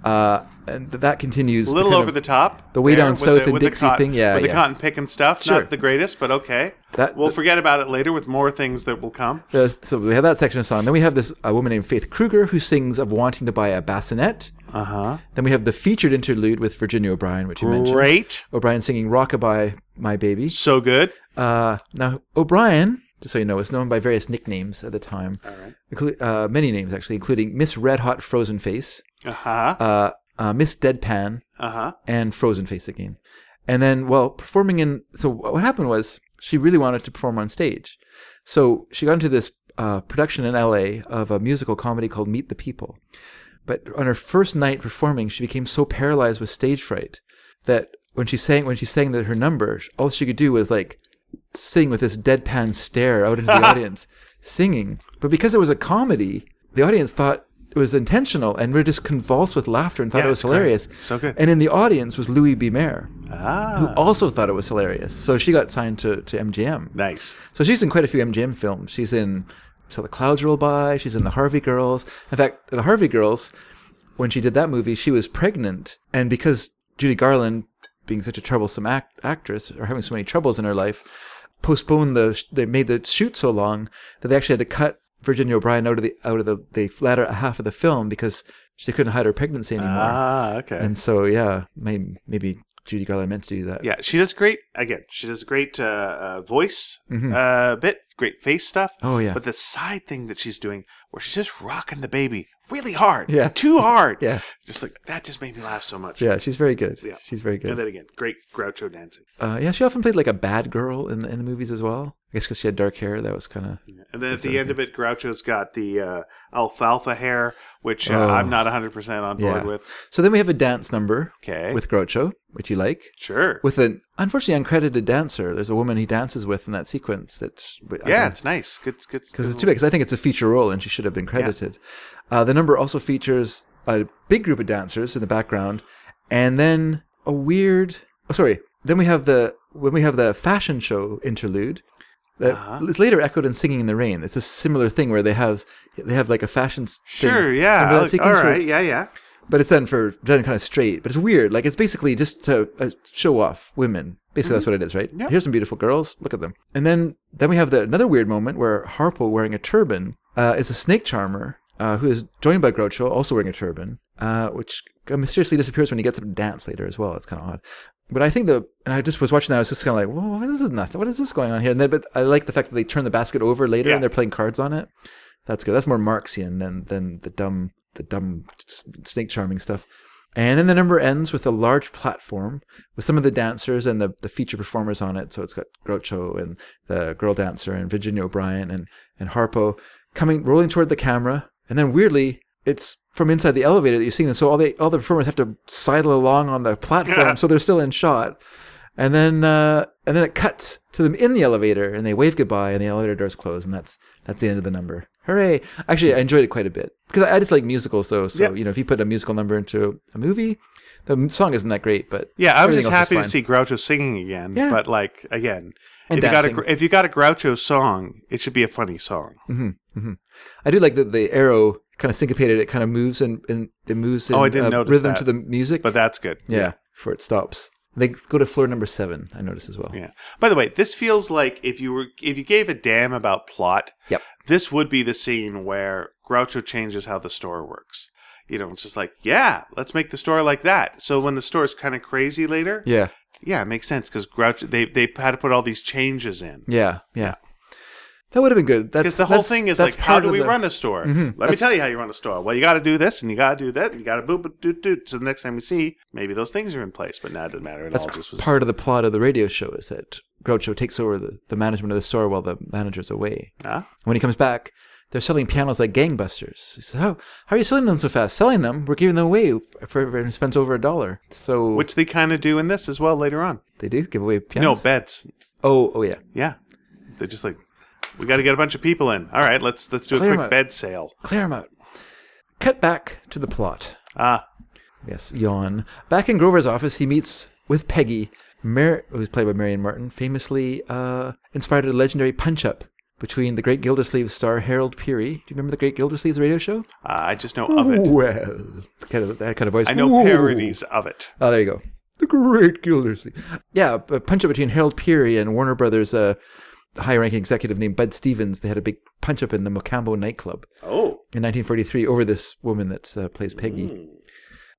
Speaker 2: Uh, and th- that continues.
Speaker 1: a little
Speaker 2: kind
Speaker 1: over
Speaker 2: of-
Speaker 1: the top.
Speaker 2: the way
Speaker 1: there
Speaker 2: down
Speaker 1: with
Speaker 2: south and
Speaker 1: with the
Speaker 2: Dixie
Speaker 1: cotton-
Speaker 2: thing, yeah,
Speaker 1: with the
Speaker 2: yeah.
Speaker 1: cotton picking stuff,
Speaker 2: Sure.
Speaker 1: not the greatest, but okay.
Speaker 2: That-
Speaker 1: we'll
Speaker 2: the-
Speaker 1: forget about it later with more things that will come.
Speaker 2: Uh, so we have that section of song. Then we have this a woman named Faith Kruger who sings of wanting to buy a bassinet.
Speaker 1: Uh huh.
Speaker 2: Then we have the featured interlude with Virginia O'Brien, which you Uh-huh. mentioned.
Speaker 1: Great,
Speaker 2: O'Brien singing "Rockabye My Baby."
Speaker 1: so good.
Speaker 2: Uh, now O'Brien, just so you know, was known by various nicknames at the time, inclu- uh, many names actually, including Miss Red Hot Frozen Face,
Speaker 1: Uh huh.
Speaker 2: uh, uh, Miss Deadpan,
Speaker 1: Uh huh.
Speaker 2: and Frozen Face again. And then, well, performing in. So, what happened was she really wanted to perform on stage. So, she got into this uh, production in LA of a musical comedy called Meet the People. But on her first night performing, she became so paralyzed with stage fright that when she sang, when she sang that her number, all she could do was like sing with this deadpan stare out into the audience, singing. But because it was a comedy, the audience thought it was intentional and were just convulsed with laughter and thought
Speaker 1: Yeah,
Speaker 2: it was
Speaker 1: it's great.
Speaker 2: hilarious.
Speaker 1: So good.
Speaker 2: And in the audience was Louis B. Mayer, who
Speaker 1: Ah,
Speaker 2: also thought it was hilarious. So she got signed to, to MGM.
Speaker 1: nice.
Speaker 2: So she's in quite a few MGM films. She's in So the Clouds Roll By, she's in The Harvey Girls. In fact, The Harvey Girls, when she did that movie, she was pregnant. And because Judy Garland, being such a troublesome act- actress, or having so many troubles in her life, postponed the, they made the shoot so long that they actually had to cut Virginia O'Brien out of the, out of the, the latter half of the film because she couldn't hide her pregnancy anymore.
Speaker 1: Ah, okay.
Speaker 2: uh, And so, yeah, maybe, maybe Judy Garland meant to do that.
Speaker 1: yeah, she does great. Again, she does great uh, uh, voice uh, bit, great face stuff.
Speaker 2: Mm-hmm. Oh, yeah.
Speaker 1: But the side thing that she's doing, where she's just rocking the baby really hard,
Speaker 2: Yeah.
Speaker 1: too hard,
Speaker 2: Yeah.
Speaker 1: just like that, just made me laugh so much.
Speaker 2: Yeah, she's very good.
Speaker 1: Yeah.
Speaker 2: She's very
Speaker 1: And
Speaker 2: good.
Speaker 1: then again, great Groucho dancing.
Speaker 2: Uh, yeah, she often played like a bad girl in the, in the movies as well. I guess because she had dark hair, that was kind of.
Speaker 1: And then at the end of it, Groucho's got the uh, alfalfa hair, which uh, I'm not 100% on board
Speaker 2: Oh. Yeah.
Speaker 1: with.
Speaker 2: So then we have a dance number
Speaker 1: Okay.
Speaker 2: with Groucho, which you like,
Speaker 1: Sure.
Speaker 2: with an unfortunately uncredited dancer. There's a woman he dances with in that sequence. That
Speaker 1: yeah, it's nice. Good, good.
Speaker 2: because it's too big. Because I think it's a feature role, and she should have been credited. Uh, the number also features a big group of dancers in the background, and then a weird. Oh, sorry. Then we have the when we have the fashion show interlude. That
Speaker 1: Uh-huh.
Speaker 2: is later echoed in "Singing in the Rain." It's a similar thing where they have they have like a fashion. s- thing.
Speaker 1: Sure, yeah.
Speaker 2: Remember that
Speaker 1: Like, all
Speaker 2: sequence where-
Speaker 1: right, yeah, yeah.
Speaker 2: but it's done for done kind of straight. But it's weird. Like it's basically just to uh, show off women. Basically, that's what it is, right? Here's some beautiful girls. Look at them. And then then we have the, another weird moment where Harpo wearing a turban uh, is a snake charmer uh, who is joined by Groucho, also wearing a turban, uh, which mysteriously disappears when he gets up to dance later as well. It's kind of odd. But I think the and I just was watching that. I was just kind of like, "Whoa, what is this? Nothing. What is this going on here?" And then, but I like the fact that they turn the basket over later
Speaker 1: Yeah.
Speaker 2: and they're playing cards on it. That's good. That's more Marxian than than the dumb the dumb s- snake charming stuff. And then the number ends with a large platform with some of the dancers and the, the feature performers on it. So it's got Groucho and the girl dancer and Virginia O'Brien and, and Harpo coming rolling toward the camera. And then weirdly, it's from inside the elevator that you're seeing them. So all the all the performers have to sidle along on the platform, so they're still in shot. And then uh, and then it cuts to them in the elevator, and they wave goodbye, and the elevator doors close, and that's that's the end of the number. Hooray! Actually, I enjoyed it quite a bit because I, I just like musicals, though. So
Speaker 1: Yeah.
Speaker 2: you know, if you put a musical number into a movie, the m- song isn't that great, but
Speaker 1: Yeah, I was
Speaker 2: everything
Speaker 1: just
Speaker 2: else is
Speaker 1: happy to
Speaker 2: fine.
Speaker 1: see Groucho singing again.
Speaker 2: Yeah.
Speaker 1: But like again,
Speaker 2: And
Speaker 1: if you got a
Speaker 2: dancing.
Speaker 1: gr- if you got a Groucho song, it should be a funny song.
Speaker 2: I do like that the arrow kind of syncopated; it kind of moves and, and it moves in
Speaker 1: Oh, I didn't
Speaker 2: uh,
Speaker 1: notice
Speaker 2: rhythm
Speaker 1: that.
Speaker 2: to the music.
Speaker 1: But that's good.
Speaker 2: yeah, before it stops. They go to floor number seven. I noticed as well.
Speaker 1: Yeah. By the way, this feels like if you were if you gave a damn about plot,
Speaker 2: Yep.
Speaker 1: this would be the scene where Groucho changes how the store works. You know, it's just like, yeah, let's make the store like that. So when the store is kind of crazy later,
Speaker 2: Yeah.
Speaker 1: yeah, it makes sense because Groucho they they had to put all these changes in.
Speaker 2: Yeah. Yeah. That would have been good. That's
Speaker 1: Because the whole
Speaker 2: that's-
Speaker 1: thing is
Speaker 2: that's
Speaker 1: like, how
Speaker 2: part
Speaker 1: do
Speaker 2: of
Speaker 1: we
Speaker 2: the- Mm-hmm.
Speaker 1: run a store? Let me tell you how you run a store. Well, you got to do this, and you got to do that, and you got to boop boop doot doot. So the next time we see, maybe those things are in place, but now it doesn't matter. It all just was
Speaker 2: Part of the plot of the radio show is that Groucho takes over the, the management of the store while the manager's away.
Speaker 1: Ah.
Speaker 2: When he comes back, they're selling pianos like gangbusters. He says, "How how are you selling them so fast? Selling them? We're giving them away for everyone who spends over a dollar." So
Speaker 1: which they kind of do in this as well later on.
Speaker 2: they do give away
Speaker 1: No
Speaker 2: pianos.
Speaker 1: bets.
Speaker 2: Oh, oh yeah.
Speaker 1: Yeah, they're just like, we got to get a bunch of people in. All right, let's let's do a
Speaker 2: Clear 'em
Speaker 1: quick
Speaker 2: out.
Speaker 1: bed sale.
Speaker 2: Clear them out. Cut back to the plot.
Speaker 1: Ah,
Speaker 2: Yes, yawn. Back in Grover's office, he meets with Peggy, Mar- who's played by Marion Martin, famously uh, inspired a legendary punch up between the Great Gildersleeve star Harold Peary. Do you remember the Great Gildersleeve's radio show?
Speaker 1: uh, I just know of it.
Speaker 2: Well, kind of that kind of voice.
Speaker 1: I know
Speaker 2: Ooh.
Speaker 1: parodies of it.
Speaker 2: Oh, there you go. The Great Gildersleeve. Yeah, a punch up between Harold Peary and Warner Brothers. Uh, High ranking executive named Bud Stevens. They had a big punch up in the Mocambo nightclub.
Speaker 1: Oh,
Speaker 2: In 1943 over this woman that uh, plays Peggy.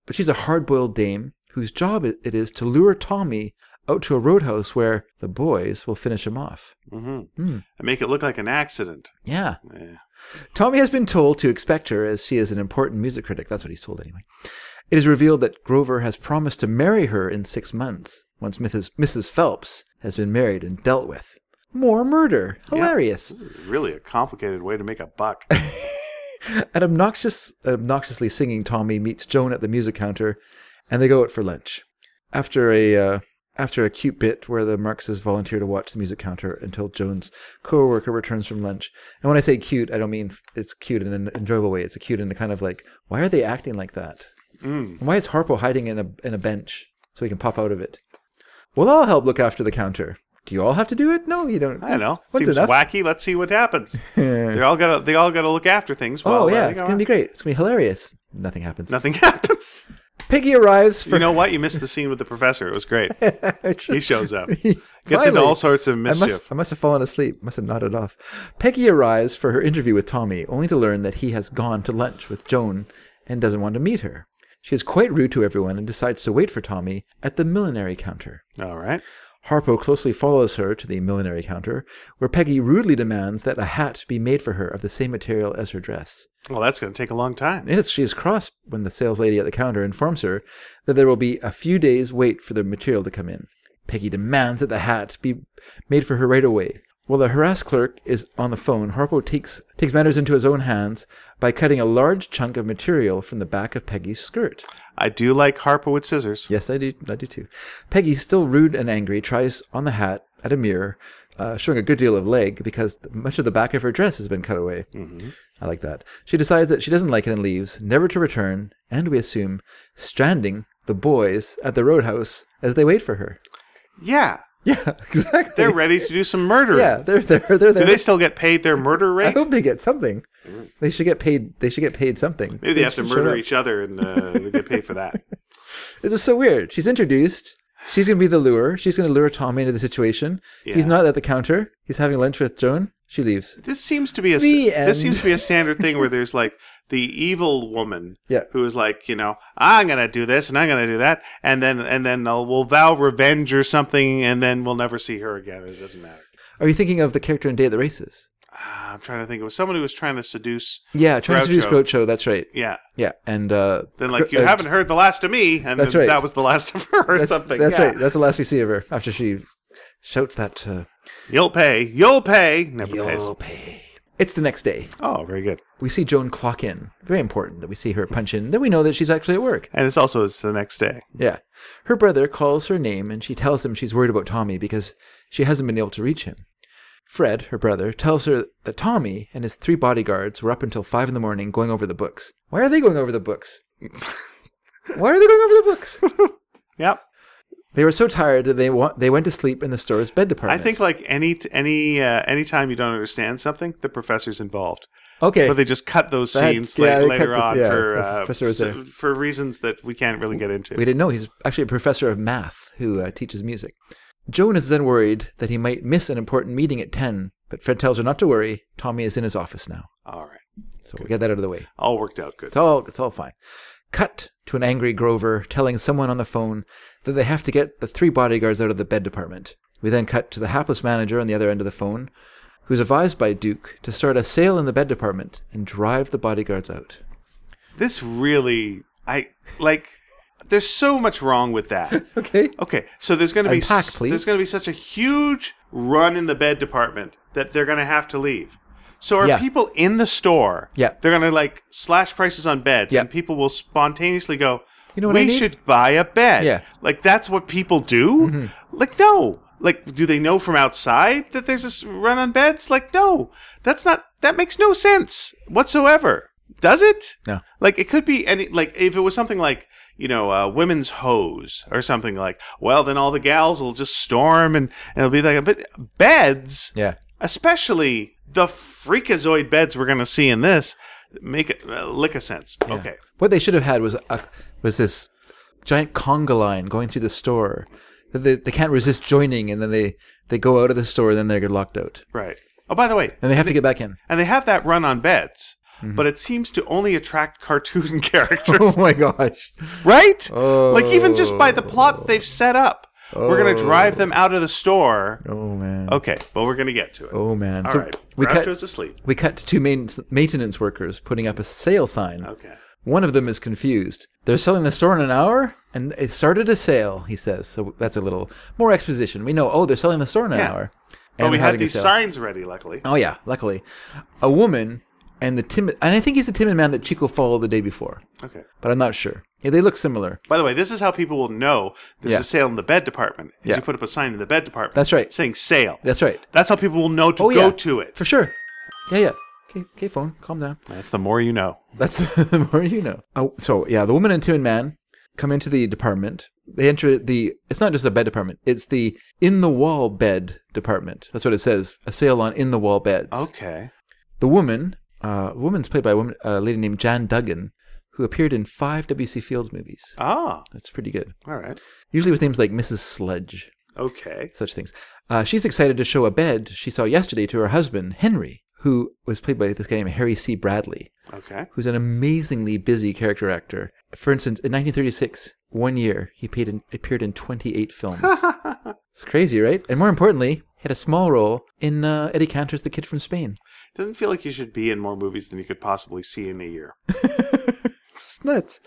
Speaker 2: But she's a hard boiled dame whose job it it is to lure Tommy out to a roadhouse where the boys will finish him off.
Speaker 1: hmm
Speaker 2: Hmm.
Speaker 1: I make it look like an accident.
Speaker 2: Yeah.
Speaker 1: Eh.
Speaker 2: Tommy has been told to expect her as she is an important music critic. That's what he's told anyway. It is revealed that Grover has promised to marry her in six months once Mrs. Mrs. Phelps has been married and dealt with. More murder. Hilarious.
Speaker 1: This is really a complicated way to make a buck.
Speaker 2: An obnoxious, obnoxiously singing Tommy meets Joan at the music counter, and they go out for lunch. After a uh, after a cute bit where the Marxists volunteer to watch the music counter until Joan's coworker returns from lunch. And when I say cute, I don't mean f- it's cute in an enjoyable way. It's a cute in a kind of like, why are they acting like that?
Speaker 1: Mm.
Speaker 2: And why is Harpo hiding in a in a bench so he can pop out of it? Well, I'll help look after the counter. Do you all have to do it? No, you don't.
Speaker 1: I don't know.
Speaker 2: Once
Speaker 1: Seems
Speaker 2: enough.
Speaker 1: wacky. Let's see what happens. they all got to they all got to look after things. While
Speaker 2: oh
Speaker 1: uh,
Speaker 2: yeah,
Speaker 1: they
Speaker 2: it's
Speaker 1: go
Speaker 2: gonna
Speaker 1: on.
Speaker 2: be great. It's gonna be hilarious. Nothing happens.
Speaker 1: nothing happens.
Speaker 2: Piggy arrives for
Speaker 1: You know what? You missed the scene with the professor. It was great. He shows up. Gets
Speaker 2: Finally.
Speaker 1: into all sorts of
Speaker 2: I
Speaker 1: mischief.
Speaker 2: must, I must have fallen asleep. Must have nodded off. Peggy arrives for her interview with Tommy, only to learn that he has gone to lunch with Joan and doesn't want to meet her. She is quite rude to everyone and decides to wait for Tommy at the millinery counter.
Speaker 1: All right.
Speaker 2: Harpo closely follows her to the millinery counter, where Peggy rudely demands that a hat be made for her of the same material as her dress.
Speaker 1: Well, that's going to take a long time.
Speaker 2: Yes, she is cross when the sales lady at the counter informs her that there will be a few days' wait for the material to come in. Peggy demands that the hat be made for her right away. While the harassed clerk is on the phone, Harpo takes, takes matters into his own hands by cutting a large chunk of material from the back of Peggy's skirt.
Speaker 1: I do like Harpo with scissors.
Speaker 2: Yes, I do. I do too. Peggy, still rude and angry, tries on the hat at a mirror, uh, showing a good deal of leg because much of the back of her dress has been cut away. Mm-hmm. I like that. She decides that she doesn't like it and leaves, never to return, and we assume stranding the boys at the roadhouse as they wait for her.
Speaker 1: Yeah.
Speaker 2: Yeah, exactly.
Speaker 1: They're ready to do some murder.
Speaker 2: yeah, they're there. They're
Speaker 1: Do
Speaker 2: there.
Speaker 1: they still get paid their murder
Speaker 2: I
Speaker 1: rate?
Speaker 2: hope they get something. They should get paid. They should get paid something.
Speaker 1: Maybe they have to
Speaker 2: should show
Speaker 1: murder
Speaker 2: up.
Speaker 1: each other and uh, they get paid for that.
Speaker 2: This is so weird. She's introduced. She's going to be the lure. She's going to lure Tommy into the situation. He's
Speaker 1: Yeah.
Speaker 2: not at the counter. He's having lunch with Joan. She leaves.
Speaker 1: This seems to be a
Speaker 2: The end.
Speaker 1: this seems to be a standard thing where there's like the evil woman
Speaker 2: Yeah.
Speaker 1: who is like you know I'm gonna do this and I'm gonna do that and then and then uh, we'll vow revenge or something and then we'll never see her again. It doesn't matter.
Speaker 2: Are you thinking of the character in Day at the Races?
Speaker 1: Ah, I'm trying to think. It was someone who was trying to seduce.
Speaker 2: Yeah, trying to seduce
Speaker 1: Groucho.
Speaker 2: Groucho. That's right.
Speaker 1: Yeah.
Speaker 2: Yeah, and uh,
Speaker 1: Then like
Speaker 2: Gr-
Speaker 1: you
Speaker 2: uh,
Speaker 1: haven't heard the last of me, and
Speaker 2: That's
Speaker 1: then
Speaker 2: right.
Speaker 1: that was the last of her or
Speaker 2: That's,
Speaker 1: something.
Speaker 2: that's
Speaker 1: Yeah.
Speaker 2: right. That's the last we see of her after she shouts that. Uh,
Speaker 1: You'll pay. You'll pay. Never pays.
Speaker 2: pay. It's the next day.
Speaker 1: Oh, very good.
Speaker 2: We see Joan clock in. Very important that we see her punch in. Then we know that she's actually at work.
Speaker 1: And it's also it's the next day.
Speaker 2: Yeah. Her brother calls her name and she tells him she's worried about Tommy because she hasn't been able to reach him. Fred, her brother, tells her that Tommy and his three bodyguards were up until five in the morning going over the books. Why are they going over the books? Why are they going over the books?
Speaker 1: Yep.
Speaker 2: They were so tired that they wa- they went to sleep in the store's bed
Speaker 1: I
Speaker 2: department.
Speaker 1: think like any t- any uh, any time you don't understand something, the professor's involved.
Speaker 2: okay,
Speaker 1: But they just cut those
Speaker 2: That-
Speaker 1: scenes
Speaker 2: yeah,
Speaker 1: la-
Speaker 2: they
Speaker 1: later
Speaker 2: cut the-
Speaker 1: on
Speaker 2: yeah,
Speaker 1: for
Speaker 2: the
Speaker 1: uh,
Speaker 2: professor was
Speaker 1: s-
Speaker 2: there.
Speaker 1: for reasons that we can't really get into.
Speaker 2: we didn't know he's actually a professor of math who uh, teaches music. Joan is then worried that he might miss an important meeting at ten, but Fred tells her not to worry. Tommy is in his office now,
Speaker 1: All right,
Speaker 2: so we get that out of the way.
Speaker 1: all worked out good.
Speaker 2: It's all it's all fine. Cut to an angry Grover telling someone on the phone that they have to get the three bodyguards out of the bed department. We then cut to the hapless manager on the other end of the phone, who's advised by Duke to start a sale in the bed department and drive the bodyguards out.
Speaker 1: This really, I like. There's so much wrong with that.
Speaker 2: Okay.
Speaker 1: Okay, so there's going to be
Speaker 2: Unpack,
Speaker 1: s-
Speaker 2: please.
Speaker 1: there's going to be such a huge run in the bed department that they're going to have to leave. So are
Speaker 2: Yeah.
Speaker 1: people in the store?
Speaker 2: Yeah.
Speaker 1: they're going to like slash prices on beds,
Speaker 2: Yeah.
Speaker 1: and people will spontaneously go.
Speaker 2: You know what
Speaker 1: we
Speaker 2: I need?"
Speaker 1: should buy a bed.
Speaker 2: Yeah. Mm-hmm.
Speaker 1: like that's what people do. Like no, like do they know from outside that there's this run on beds? Like no, that's not that makes no sense whatsoever. Does it?
Speaker 2: No.
Speaker 1: Like it could be any like if it was something like you know uh, women's hose or something like well then all the gals will just storm and, and it'll be like but beds
Speaker 2: Yeah.
Speaker 1: especially the freakazoid beds we're gonna see in this make a uh, lick of sense
Speaker 2: Yeah.
Speaker 1: okay
Speaker 2: What they should have had was a, was this giant conga line going through the store that they, they can't resist joining, and then they, they go out of the store, and then they get locked out,
Speaker 1: right oh by the way
Speaker 2: and they have to get back in.
Speaker 1: and they have that run on beds but it seems to only attract cartoon characters
Speaker 2: Oh my gosh!
Speaker 1: right like even just by the plot
Speaker 2: Oh.
Speaker 1: that they've set up we're gonna drive them out of the store
Speaker 2: Oh man!
Speaker 1: okay well we're gonna get to it
Speaker 2: Oh man!
Speaker 1: All
Speaker 2: So
Speaker 1: right.
Speaker 2: we cut.
Speaker 1: Groucho's asleep.
Speaker 2: We cut to two main- maintenance workers putting up a sale sign.
Speaker 1: Okay.
Speaker 2: One of them is confused. They're selling the store in an hour, and it started a sale. He says, "So that's a little more exposition." We know. Oh, they're selling the store in an
Speaker 1: Yeah.
Speaker 2: hour.
Speaker 1: But
Speaker 2: and
Speaker 1: we
Speaker 2: they're
Speaker 1: had
Speaker 2: having a
Speaker 1: these
Speaker 2: sale.
Speaker 1: signs ready, luckily.
Speaker 2: Oh yeah, luckily, a woman and the timid, and I think he's the timid man that Chico followed the day before,
Speaker 1: Okay.
Speaker 2: but I'm not sure. Yeah, they look similar.
Speaker 1: By the way, this is how people will know there's
Speaker 2: Yeah.
Speaker 1: a sale in the bed department. Is
Speaker 2: Yeah.
Speaker 1: you put up a sign in the bed department.
Speaker 2: That's right.
Speaker 1: Saying sale.
Speaker 2: That's right.
Speaker 1: That's how people will know to
Speaker 2: Oh
Speaker 1: go
Speaker 2: yeah,
Speaker 1: to it.
Speaker 2: for sure. Yeah, yeah. Okay, okay, phone, calm down.
Speaker 1: That's the more you know.
Speaker 2: That's the more you know. Oh, so yeah, the woman and timid man come into the department. They enter the. It's not just a bed department. It's the in the wall bed department. That's what it says. A sale on in the wall beds.
Speaker 1: Okay.
Speaker 2: The woman, uh, the woman's played by a woman, a lady named Jan Duggan, who appeared in five W.C. Fields movies.
Speaker 1: Ah,
Speaker 2: That's pretty good.
Speaker 1: all right.
Speaker 2: Usually with names like Mrs. Sledge,
Speaker 1: Okay.
Speaker 2: such things. Uh, she's excited to show a bed she saw yesterday to her husband Henry, who was played by this guy named Harry C. Bradley
Speaker 1: Okay.
Speaker 2: who's an amazingly busy character actor. For instance, in 1936, one year, he appeared in, appeared in 28 films. it's crazy, right? And more importantly, he had a small role in uh, Eddie Cantor's The Kid from Spain.
Speaker 1: Doesn't feel like you should be in more movies than you could possibly see in a year.
Speaker 2: It's nuts.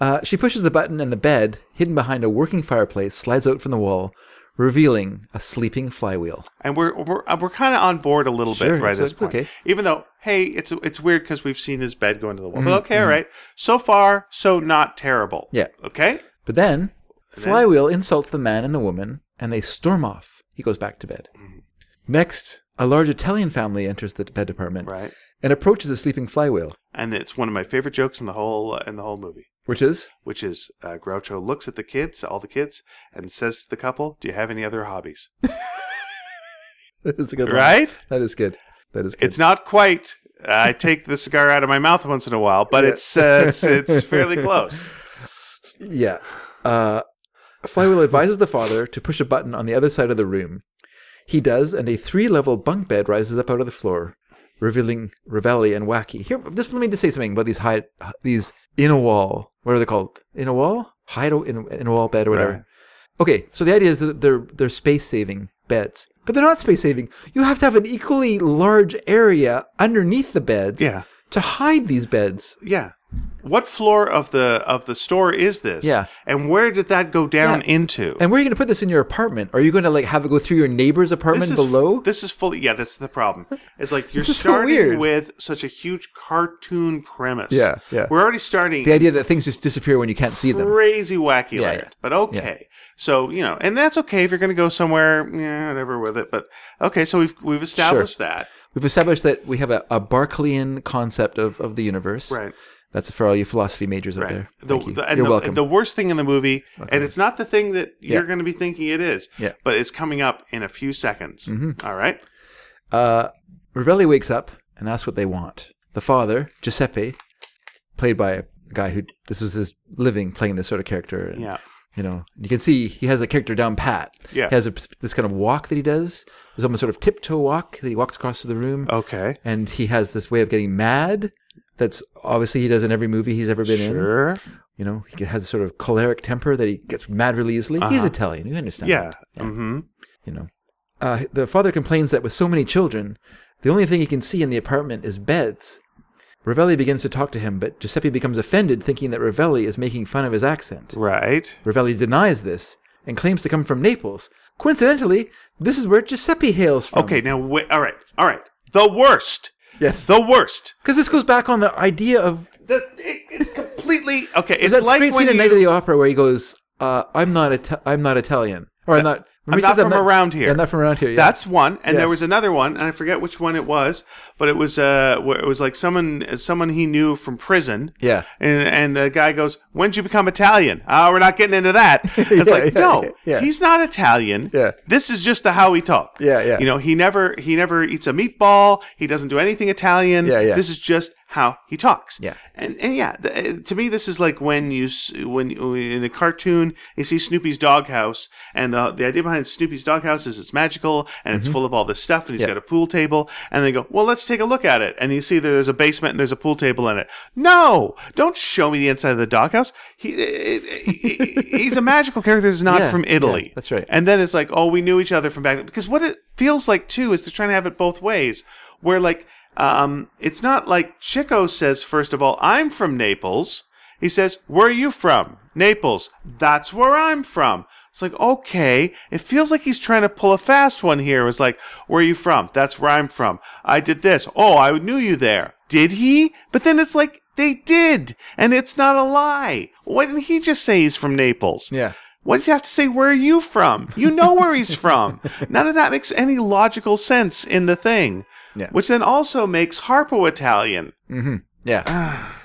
Speaker 2: Uh, she pushes a button, and the bed, hidden behind a working fireplace, slides out from the wall, revealing a sleeping flywheel.
Speaker 1: And we're we're, uh, we're kind of on board a little
Speaker 2: Sure,
Speaker 1: bit right
Speaker 2: so
Speaker 1: this
Speaker 2: it's
Speaker 1: point.
Speaker 2: okay.
Speaker 1: Even though, hey, it's it's weird because we've seen his bed go into the wall. But okay, all right. So far, so not terrible.
Speaker 2: Mm-hmm, Yeah.
Speaker 1: Okay.
Speaker 2: But then, Flywheel insults the man and the woman, and they storm off. He goes back to bed. Next, a large Italian family enters the bed department
Speaker 1: Right.
Speaker 2: and approaches a sleeping flywheel,
Speaker 1: and it's one of my favorite jokes in the whole uh, in the whole movie,
Speaker 2: which is
Speaker 1: which is uh, Groucho looks at the kids, all the kids, and says to the couple, "Do you have any other hobbies?"
Speaker 2: that is a good line.
Speaker 1: right?
Speaker 2: That is good. That is good.
Speaker 1: It's not quite. I take the cigar out of my mouth once in a while, but it's, uh, it's it's fairly close.
Speaker 2: yeah. Uh, flywheel advises the father to push a button on the other side of the room. He does, and a three-level bunk bed rises up out of the floor, revealing Ravelli and Wacky. Here, just let me just say something about these hide these in a wall. What are they called? In a wall? Hide a- in, in a wall bed or whatever.
Speaker 1: Right.
Speaker 2: Okay, so the idea is that they're they're space saving beds, but they're not space saving. You have to have an equally large area underneath the beds.
Speaker 1: Yeah.
Speaker 2: To hide these beds.
Speaker 1: Yeah. What floor of the of the store is this?
Speaker 2: Yeah.
Speaker 1: And where did that go down
Speaker 2: Yeah.
Speaker 1: into?
Speaker 2: And where are you going to put this in your apartment? Are you going to like have it go through your neighbor's apartment
Speaker 1: is,
Speaker 2: below?
Speaker 1: This is fully yeah. That's the problem. It's like you're
Speaker 2: This is so
Speaker 1: starting
Speaker 2: weird.
Speaker 1: with such a huge cartoon premise.
Speaker 2: Yeah, yeah.
Speaker 1: We're already starting
Speaker 2: the idea that things just disappear when you can't see them.
Speaker 1: crazy wacky
Speaker 2: Yeah,
Speaker 1: layered.
Speaker 2: yeah.
Speaker 1: But okay, so you know, and that's okay if you're going to go somewhere, yeah, whatever with it. But okay, so we've we've established that,
Speaker 2: We've established that we have a, a Barclayan concept of, of the universe.
Speaker 1: right?
Speaker 2: That's for all you philosophy majors out there.
Speaker 1: The,
Speaker 2: Thank you.
Speaker 1: the-
Speaker 2: are
Speaker 1: and the,
Speaker 2: welcome.
Speaker 1: the worst thing in the movie, and it's not the thing that you're
Speaker 2: Yeah.
Speaker 1: going to be thinking it is,
Speaker 2: Yeah. Mm-hmm.
Speaker 1: but it's coming up in a few seconds. All right.
Speaker 2: Uh, Ravelli wakes up and asks what they want. The father, Giuseppe, played by a guy who this was his living playing this sort of character. And,
Speaker 1: Yeah.
Speaker 2: You know, you can see he has a character down pat.
Speaker 1: Yeah.
Speaker 2: He has a, this kind of walk that he does. There's almost sort of tiptoe walk that he walks across to the room.
Speaker 1: Okay.
Speaker 2: And he has this way of getting mad that's obviously he does in every movie he's ever been in.
Speaker 1: Sure.
Speaker 2: You know, he has a sort of choleric temper that he gets mad really easily. He's
Speaker 1: Uh-huh.
Speaker 2: Italian. You understand.
Speaker 1: Yeah.
Speaker 2: that,
Speaker 1: hmm
Speaker 2: you know. Uh, the father complains that with so many children, the only thing he can see in the apartment is beds. Ravelli begins to talk to him, but Giuseppe becomes offended, thinking that Ravelli is making fun of his accent.
Speaker 1: Right.
Speaker 2: Ravelli denies this and claims to come from Naples. Coincidentally, this is where Giuseppe hails from.
Speaker 1: Okay. Now, wait. All right. All right. The worst.
Speaker 2: Yes.
Speaker 1: The worst.
Speaker 2: Because this goes back on the idea of
Speaker 1: The, it, it's completely okay.
Speaker 2: there's
Speaker 1: It's
Speaker 2: that
Speaker 1: like
Speaker 2: great
Speaker 1: when
Speaker 2: scene in
Speaker 1: you,
Speaker 2: Night of the Opera where he goes, uh, "I'm not Ita- I'm not Italian, or I'm not remember he
Speaker 1: not
Speaker 2: says,
Speaker 1: from around here."
Speaker 2: Yeah, I'm not from around here." yeah.
Speaker 1: That's one, and
Speaker 2: Yeah.
Speaker 1: there was another one, and I forget which one it was, but it was uh, where it was like someone, someone he knew from prison.
Speaker 2: Yeah.
Speaker 1: and, and the guy goes, "When did you become Italian?" Oh, we're not getting into that. It's
Speaker 2: Yeah,
Speaker 1: like,
Speaker 2: yeah,
Speaker 1: no,
Speaker 2: yeah, yeah.
Speaker 1: he's not Italian.
Speaker 2: Yeah.
Speaker 1: this is just the how he talked.
Speaker 2: Yeah, yeah.
Speaker 1: You know, he never, he never eats a meatball. He doesn't do anything Italian.
Speaker 2: Yeah, yeah.
Speaker 1: This is just how he talks.
Speaker 2: Yeah.
Speaker 1: and and yeah, th- uh, to me, this is like when you s- when you- in a cartoon you see Snoopy's doghouse, and the the idea behind Snoopy's doghouse is it's magical and it's full of all this stuff, and he's
Speaker 2: Mm-hmm. Yeah.
Speaker 1: got a pool table, and they go, well, let's take a look at it, and you see that there's a basement and there's a pool table in it. No, don't show me the inside of the doghouse. He, it- it- he's a magical character that's not
Speaker 2: Yeah,
Speaker 1: from
Speaker 2: yeah,
Speaker 1: Italy.
Speaker 2: that's right.
Speaker 1: And then it's like, oh, we knew each other from back then. Because what it feels like too is they're trying to have it both ways, where like, um, it's not like Chico says first of all, I'm from Naples. He says, where are you from? Naples. That's where I'm from. It's like, okay, it feels like he's trying to pull a fast one here. It was like, where are you from? That's where I'm from. I did this. Oh, I knew you there. Did he? But then it's like, they did. And it's not a lie. Why didn't he just say he's from Naples?
Speaker 2: Yeah.
Speaker 1: Why does he have to say where are you from? You know where he's from. None of that makes any logical sense in the thing.
Speaker 2: Yeah.
Speaker 1: Which then also makes Harpo Italian.
Speaker 2: Yeah.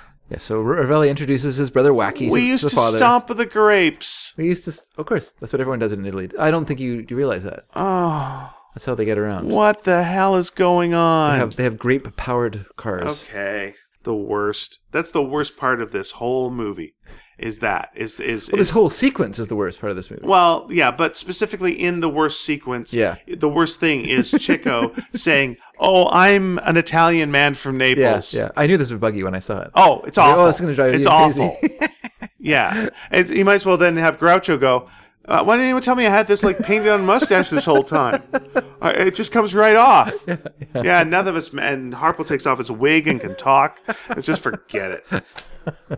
Speaker 2: yeah. So Ravelli introduces his brother Wacky.
Speaker 1: we
Speaker 2: to,
Speaker 1: used
Speaker 2: the
Speaker 1: to
Speaker 2: father.
Speaker 1: stomp the grapes.
Speaker 2: We used to, s- of course, that's what everyone does in Italy. I don't think you, you realize that.
Speaker 1: Oh,
Speaker 2: That's how they get around.
Speaker 1: what the hell is going on?
Speaker 2: They have, they have grape powered cars.
Speaker 1: okay, the worst. That's the worst part of this whole movie. Is that is is
Speaker 2: Well,
Speaker 1: is-
Speaker 2: this whole sequence is the worst part of this movie.
Speaker 1: Well, yeah, but specifically in the worst sequence,
Speaker 2: Yeah.
Speaker 1: the worst thing is Chico saying, "Oh, I'm an Italian man from
Speaker 2: yeah,
Speaker 1: Naples."
Speaker 2: yeah. I knew this was buggy when I saw it.
Speaker 1: Oh, it's
Speaker 2: Like,
Speaker 1: awful.
Speaker 2: oh, it's going to drive
Speaker 1: It's
Speaker 2: you
Speaker 1: awful.
Speaker 2: crazy.
Speaker 1: yeah, it's, you might as well then have Groucho go. Uh, why didn't anyone tell me I had this like painted on mustache this whole time? Uh, it just comes right off. Yeah, none of us. And Harpo takes off his wig and can talk. It's just forget it.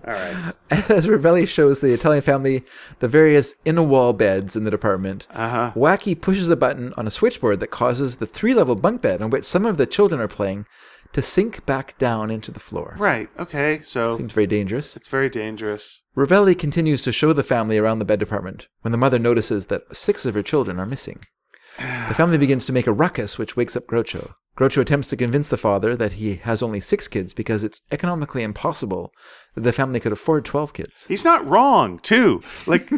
Speaker 2: As Ravelli shows the Italian family the various in a wall beds in the department, uh-huh. Wacky pushes a button on a switchboard that causes the three level bunk bed on which some of the children are playing to sink back down into the floor.
Speaker 1: Right. Okay. So
Speaker 2: Seems very dangerous.
Speaker 1: it's very dangerous.
Speaker 2: Ravelli continues to show the family around the bed department when the mother notices that six of her children are missing. The family begins to make a ruckus, which wakes up Groucho. Groucho attempts to convince the father that he has only six kids because it's economically impossible that the family could afford 12 kids.
Speaker 1: He's not wrong too. Like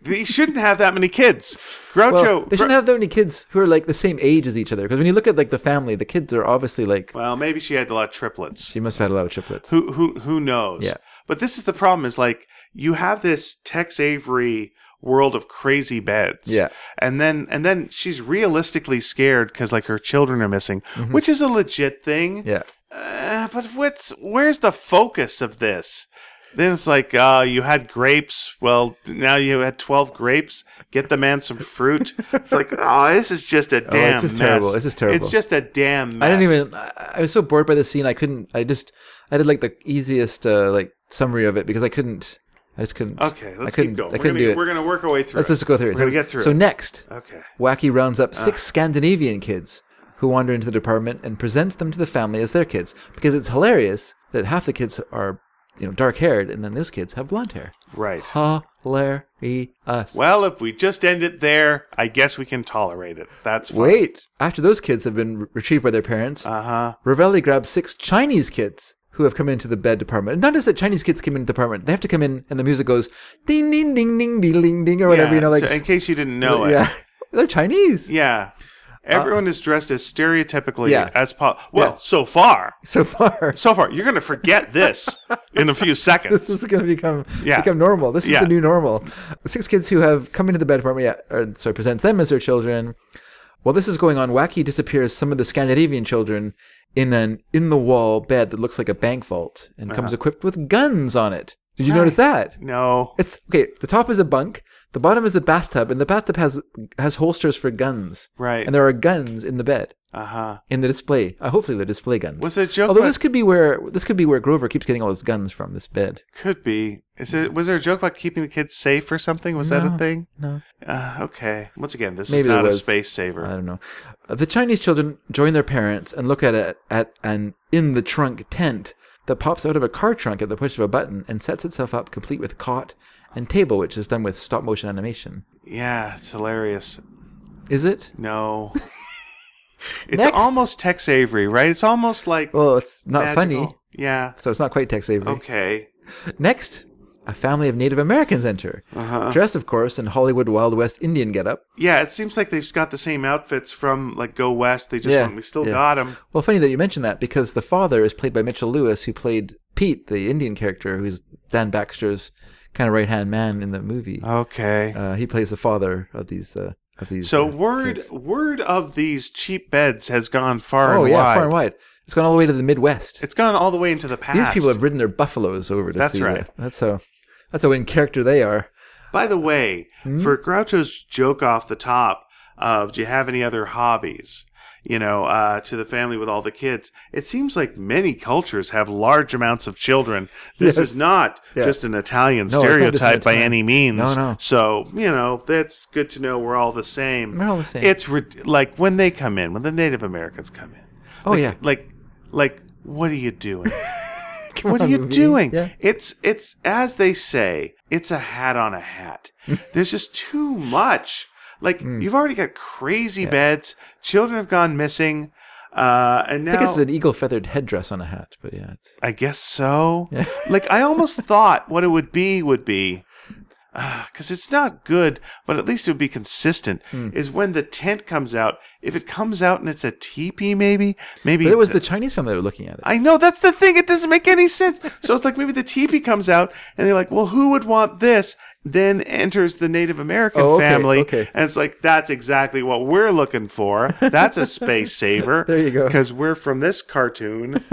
Speaker 1: they shouldn't have that many kids. Groucho.
Speaker 2: Well,
Speaker 1: Gro-
Speaker 2: they shouldn't have that many kids who are like the same age as each other because when you look at like the family, the kids are obviously like,
Speaker 1: well, maybe she had a lot of triplets.
Speaker 2: she must have had a lot of triplets.
Speaker 1: who who who knows
Speaker 2: Yeah.
Speaker 1: but this is the problem is like you have this tex avery world of crazy beds
Speaker 2: Yeah.
Speaker 1: and then and then she's realistically scared because like her children are missing which is a legit thing
Speaker 2: Mm-hmm. Yeah.
Speaker 1: uh, but what's where's the focus of this then it's like uh, you had grapes well now you had 12 grapes get the man some fruit it's like oh this is just a damn
Speaker 2: this is
Speaker 1: mess.
Speaker 2: terrible. This is terrible.
Speaker 1: it's just a damn mess.
Speaker 2: I didn't even. I I was so bored by the scene. I couldn't. I just. I did like the easiest uh, like summary of it because I couldn't. I just couldn't.
Speaker 1: okay
Speaker 2: I
Speaker 1: let's
Speaker 2: couldn't,
Speaker 1: keep going
Speaker 2: I
Speaker 1: we're
Speaker 2: couldn't
Speaker 1: gonna,
Speaker 2: do it.
Speaker 1: we're gonna work our way through
Speaker 2: Let's
Speaker 1: it.
Speaker 2: just go through it.
Speaker 1: We're gonna get through
Speaker 2: So
Speaker 1: it.
Speaker 2: next,
Speaker 1: okay Ah.
Speaker 2: Wacky rounds up six Scandinavian kids who wander into the department and presents them to the family as their kids because it's hilarious that half the kids are you know dark haired and then those kids have blonde hair.
Speaker 1: Right.
Speaker 2: Hilarious.
Speaker 1: Well, if we just end it there, I guess we can tolerate it. That's fine.
Speaker 2: Wait. After those kids have been re- retrieved by their parents,
Speaker 1: Uh huh.
Speaker 2: Ravelli grabs six Chinese kids who have come into the bed department. And not just that Chinese kids came into the department; they have to come in, and the music goes ding ding ding ding ding ding ding or whatever
Speaker 1: Yeah,
Speaker 2: you know, like
Speaker 1: so in case you didn't know it.
Speaker 2: yeah, they're Chinese.
Speaker 1: Yeah. Everyone is dressed as stereotypically
Speaker 2: Yeah.
Speaker 1: as po- well
Speaker 2: Yeah.
Speaker 1: so far.
Speaker 2: So far,
Speaker 1: So far, you're going to forget this in a few seconds.
Speaker 2: this is going to become
Speaker 1: Yeah.
Speaker 2: become normal. This is
Speaker 1: Yeah.
Speaker 2: the new normal. Six kids who have come into the bed department, yeah, or, sorry, presents them as their children. While this is going on, Wacky disappears some of the Scandinavian children in an in the wall bed that looks like a bank vault and
Speaker 1: Uh-huh.
Speaker 2: comes equipped with guns on it. Did you notice that?
Speaker 1: No.
Speaker 2: It's okay. The top is a bunk. The bottom is a bathtub, and the bathtub has has holsters for guns.
Speaker 1: Right.
Speaker 2: And there are guns in the bed
Speaker 1: Uh huh.
Speaker 2: in the display. Uh, hopefully, they're display guns.
Speaker 1: Was it a joke?
Speaker 2: Although
Speaker 1: about-
Speaker 2: this could be where this could be where Grover keeps getting all his guns from. This bed.
Speaker 1: could be. Is it? Was there a joke about keeping the kids safe or something? Was that a thing?
Speaker 2: No.
Speaker 1: Uh, okay. Once again, this
Speaker 2: Maybe
Speaker 1: is
Speaker 2: there
Speaker 1: not a
Speaker 2: was.
Speaker 1: space saver.
Speaker 2: I don't know. Uh, The Chinese children join their parents and look at it at an in the trunk tent that pops out of a car trunk at the push of a button and sets itself up complete with cot and table, which is done with stop motion animation.
Speaker 1: yeah, it's hilarious.
Speaker 2: Is it?
Speaker 1: No. it's
Speaker 2: Next.
Speaker 1: almost Tex Avery, right? It's almost like
Speaker 2: Well, it's not
Speaker 1: magical.
Speaker 2: funny,
Speaker 1: Yeah.
Speaker 2: so it's not quite Tex Avery.
Speaker 1: Okay.
Speaker 2: Next, a family of Native Americans enter,
Speaker 1: Uh-huh.
Speaker 2: dressed, of course, in Hollywood Wild West Indian getup.
Speaker 1: Yeah, it seems like they've got the same outfits from like Go West. They just
Speaker 2: Yeah,
Speaker 1: went, we still
Speaker 2: yeah.
Speaker 1: got 'em. got them.
Speaker 2: Well, funny that you mentioned that because the father is played by Mitchell Lewis, who played Pete, the Indian character, who's Dan Baxter's kind of right hand man in the movie.
Speaker 1: Okay.
Speaker 2: Uh, he plays the father of these uh, of these.
Speaker 1: so
Speaker 2: uh,
Speaker 1: word
Speaker 2: kids.
Speaker 1: word of these cheap beds has gone far
Speaker 2: oh
Speaker 1: and
Speaker 2: yeah,
Speaker 1: wide.
Speaker 2: far and wide. It's gone all the way to the Midwest.
Speaker 1: It's gone all the way into the past.
Speaker 2: these people have ridden their buffaloes over to
Speaker 1: That's
Speaker 2: see
Speaker 1: right.
Speaker 2: that. That's how. That's how in character they are.
Speaker 1: By the way,
Speaker 2: Hmm?
Speaker 1: for Groucho's joke off the top of "Do you have any other hobbies?" You know, uh, to the family with all the kids. It seems like many cultures have large amounts of children. This
Speaker 2: Yes.
Speaker 1: is not
Speaker 2: Yeah.
Speaker 1: just an Italian
Speaker 2: No, it's not just an
Speaker 1: stereotype by
Speaker 2: Italian.
Speaker 1: any means.
Speaker 2: No, no.
Speaker 1: So you know, that's good to know. We're all the same.
Speaker 2: We're all the same.
Speaker 1: It's rid- like when they come in, when the Native Americans come in.
Speaker 2: Oh,
Speaker 1: Like-
Speaker 2: yeah.
Speaker 1: Like, like, what are you doing?
Speaker 2: Come
Speaker 1: what are
Speaker 2: on,
Speaker 1: you
Speaker 2: movie.
Speaker 1: doing?
Speaker 2: Yeah.
Speaker 1: It's it's as they say, it's a hat on a hat. There's just too much. Like
Speaker 2: Hmm.
Speaker 1: you've already got crazy beds. Children have gone missing, uh, and now
Speaker 2: I think it's an eagle feathered headdress on a hat, but yeah, it's
Speaker 1: I guess so. like I almost thought what it would be would be because it's not good, but at least it would be consistent.
Speaker 2: Hmm.
Speaker 1: Is when the tent comes out. If it comes out and it's a teepee, maybe maybe
Speaker 2: But it was the Chinese family that were looking at it.
Speaker 1: I know that's the thing. It doesn't make any sense. So it's like maybe the teepee comes out and they're like, well, who would want this? Then enters the Native American
Speaker 2: Oh, okay,
Speaker 1: family.
Speaker 2: okay.
Speaker 1: And it's like, that's exactly what we're looking for. That's a space saver.
Speaker 2: There you go.
Speaker 1: Because we're from this cartoon.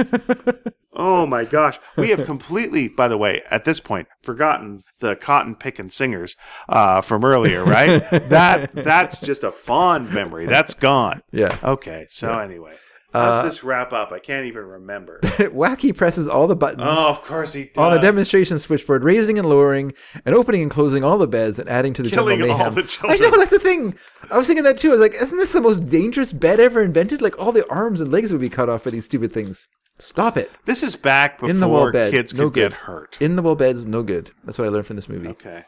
Speaker 1: oh my gosh. We have completely, by the way, at this point, forgotten the cotton picking singers uh, from earlier, right? that That's just a fond memory. That's gone.
Speaker 2: Yeah. Uh,
Speaker 1: Okay. So anyway. How's this wrap up? I can't even remember.
Speaker 2: Wacky presses all the buttons
Speaker 1: Oh, of course he does.
Speaker 2: on the demonstration switchboard, raising and lowering, and opening and closing all the beds, and adding to the
Speaker 1: Killing
Speaker 2: general
Speaker 1: all
Speaker 2: mayhem.
Speaker 1: the children.
Speaker 2: I know that's the thing. I was thinking that too. I was like, isn't this the most dangerous bed ever invented? Like all the arms and legs would be cut off for these stupid things. Stop it.
Speaker 1: this is back before
Speaker 2: In the wall bed,
Speaker 1: kids
Speaker 2: no
Speaker 1: could get
Speaker 2: good.
Speaker 1: hurt.
Speaker 2: In the wall beds, no good. That's what I learned from this movie.
Speaker 1: okay,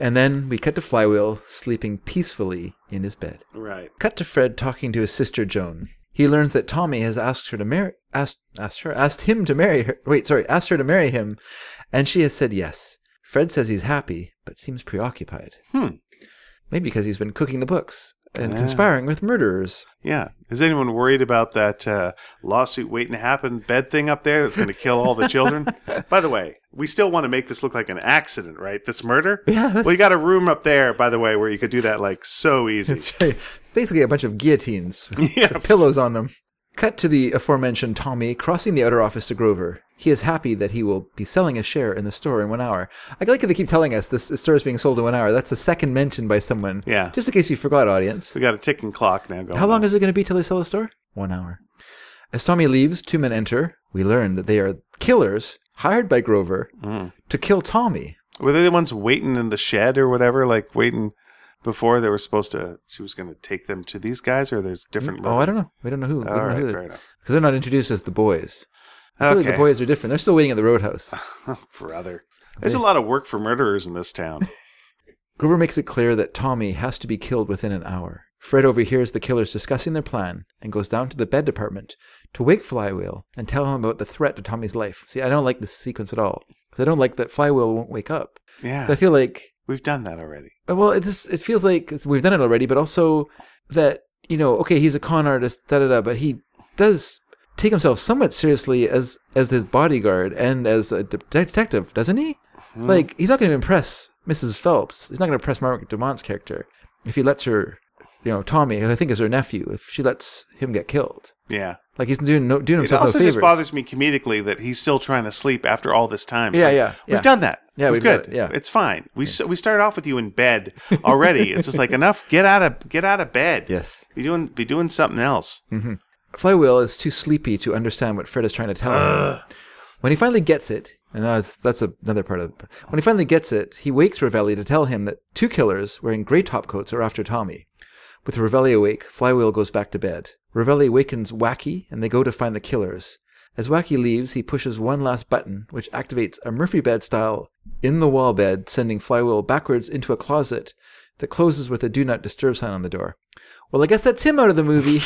Speaker 2: And then we cut to Flywheel sleeping peacefully in his bed.
Speaker 1: right.
Speaker 2: Cut to Fred talking to his sister Joan. He learns that Tommy has asked her to marry asked asked her asked him to marry her. Wait, sorry, asked her to marry him, and she has said yes. Fred says he's happy but seems preoccupied.
Speaker 1: Hmm.
Speaker 2: Maybe because he's been cooking the books and conspiring with murderers.
Speaker 1: Yeah. Is anyone worried about that uh, lawsuit waiting to happen bed thing up there that's going to kill all the children? by the way, we still want to make this look like an accident, right? This murder?
Speaker 2: Yeah, that's-
Speaker 1: We got a room up there, by the way, where you could do that like so easy.
Speaker 2: That's right. Basically, a bunch of guillotines with
Speaker 1: Yes.
Speaker 2: pillows on them. Cut to the aforementioned Tommy crossing the outer office to Grover. He is happy that he will be selling a share in the store in one hour. I like that they keep telling us this the store is being sold in one hour. That's the second mention by someone.
Speaker 1: Yeah.
Speaker 2: Just in case you forgot, audience.
Speaker 1: We got a ticking clock now going.
Speaker 2: How long
Speaker 1: on.
Speaker 2: is it going to be till they sell the store? One hour. As Tommy leaves, two men enter. We learn that they are killers hired by Grover
Speaker 1: Mm.
Speaker 2: to kill Tommy.
Speaker 1: Were they the ones waiting in the shed or whatever? Like waiting before they were supposed to, she was going to take them to these guys or there's different.
Speaker 2: Oh, I don't know. We don't know who. we
Speaker 1: All
Speaker 2: don't know
Speaker 1: right,
Speaker 2: who they-
Speaker 1: fair enough.
Speaker 2: because they're not introduced as the boys. I feel like
Speaker 1: Okay. Oh,
Speaker 2: the boys are different. They're still waiting at the roadhouse.
Speaker 1: Brother. There's a lot of work for murderers in this town.
Speaker 2: Grover makes it clear that Tommy has to be killed within an hour. Fred overhears the killers discussing their plan and goes down to the bed department to wake Flywheel and tell him about the threat to Tommy's life. See, I don't like this sequence at all because I don't like that Flywheel won't wake up.
Speaker 1: Yeah.
Speaker 2: So I feel like
Speaker 1: We've done that already.
Speaker 2: well, it just it feels like it's- we've done it already, but also that you know, okay, he's a con artist, da da da, but he does take himself somewhat seriously as as his bodyguard and as a de- detective, doesn't he?
Speaker 1: Hmm.
Speaker 2: Like he's not going to impress Mrs. Phelps. He's not going to impress Margaret Dumont's character if he lets her, you know, Tommy, who I think is her nephew, if she lets him get killed.
Speaker 1: Yeah.
Speaker 2: Like he's doing no, doing
Speaker 1: It
Speaker 2: himself
Speaker 1: also
Speaker 2: no favors.
Speaker 1: just bothers me comedically that he's still trying to sleep after all this time. It's
Speaker 2: Yeah,
Speaker 1: like,
Speaker 2: yeah,
Speaker 1: We've
Speaker 2: yeah.
Speaker 1: done that.
Speaker 2: Yeah,
Speaker 1: we've
Speaker 2: we've got
Speaker 1: good.
Speaker 2: it, yeah.
Speaker 1: it's fine. We s we started off with you in bed already. it's just like enough. Get out of get out of bed.
Speaker 2: yes. Hmm.
Speaker 1: Be doing be doing something else.
Speaker 2: Flywheel is too sleepy to understand what Fred is trying to tell him. When he finally gets it, and that's, that's another part of it. When he finally gets it, he wakes Ravelli to tell him that two killers wearing gray topcoats are after Tommy. With Ravelli awake, Flywheel goes back to bed. Ravelli wakens Wacky, and they go to find the killers. As Wacky leaves, he pushes one last button, which activates a Murphy bed style in the wall bed, sending Flywheel backwards into a closet that closes with a do not disturb sign on the door. Well, I guess that's him out of the movie.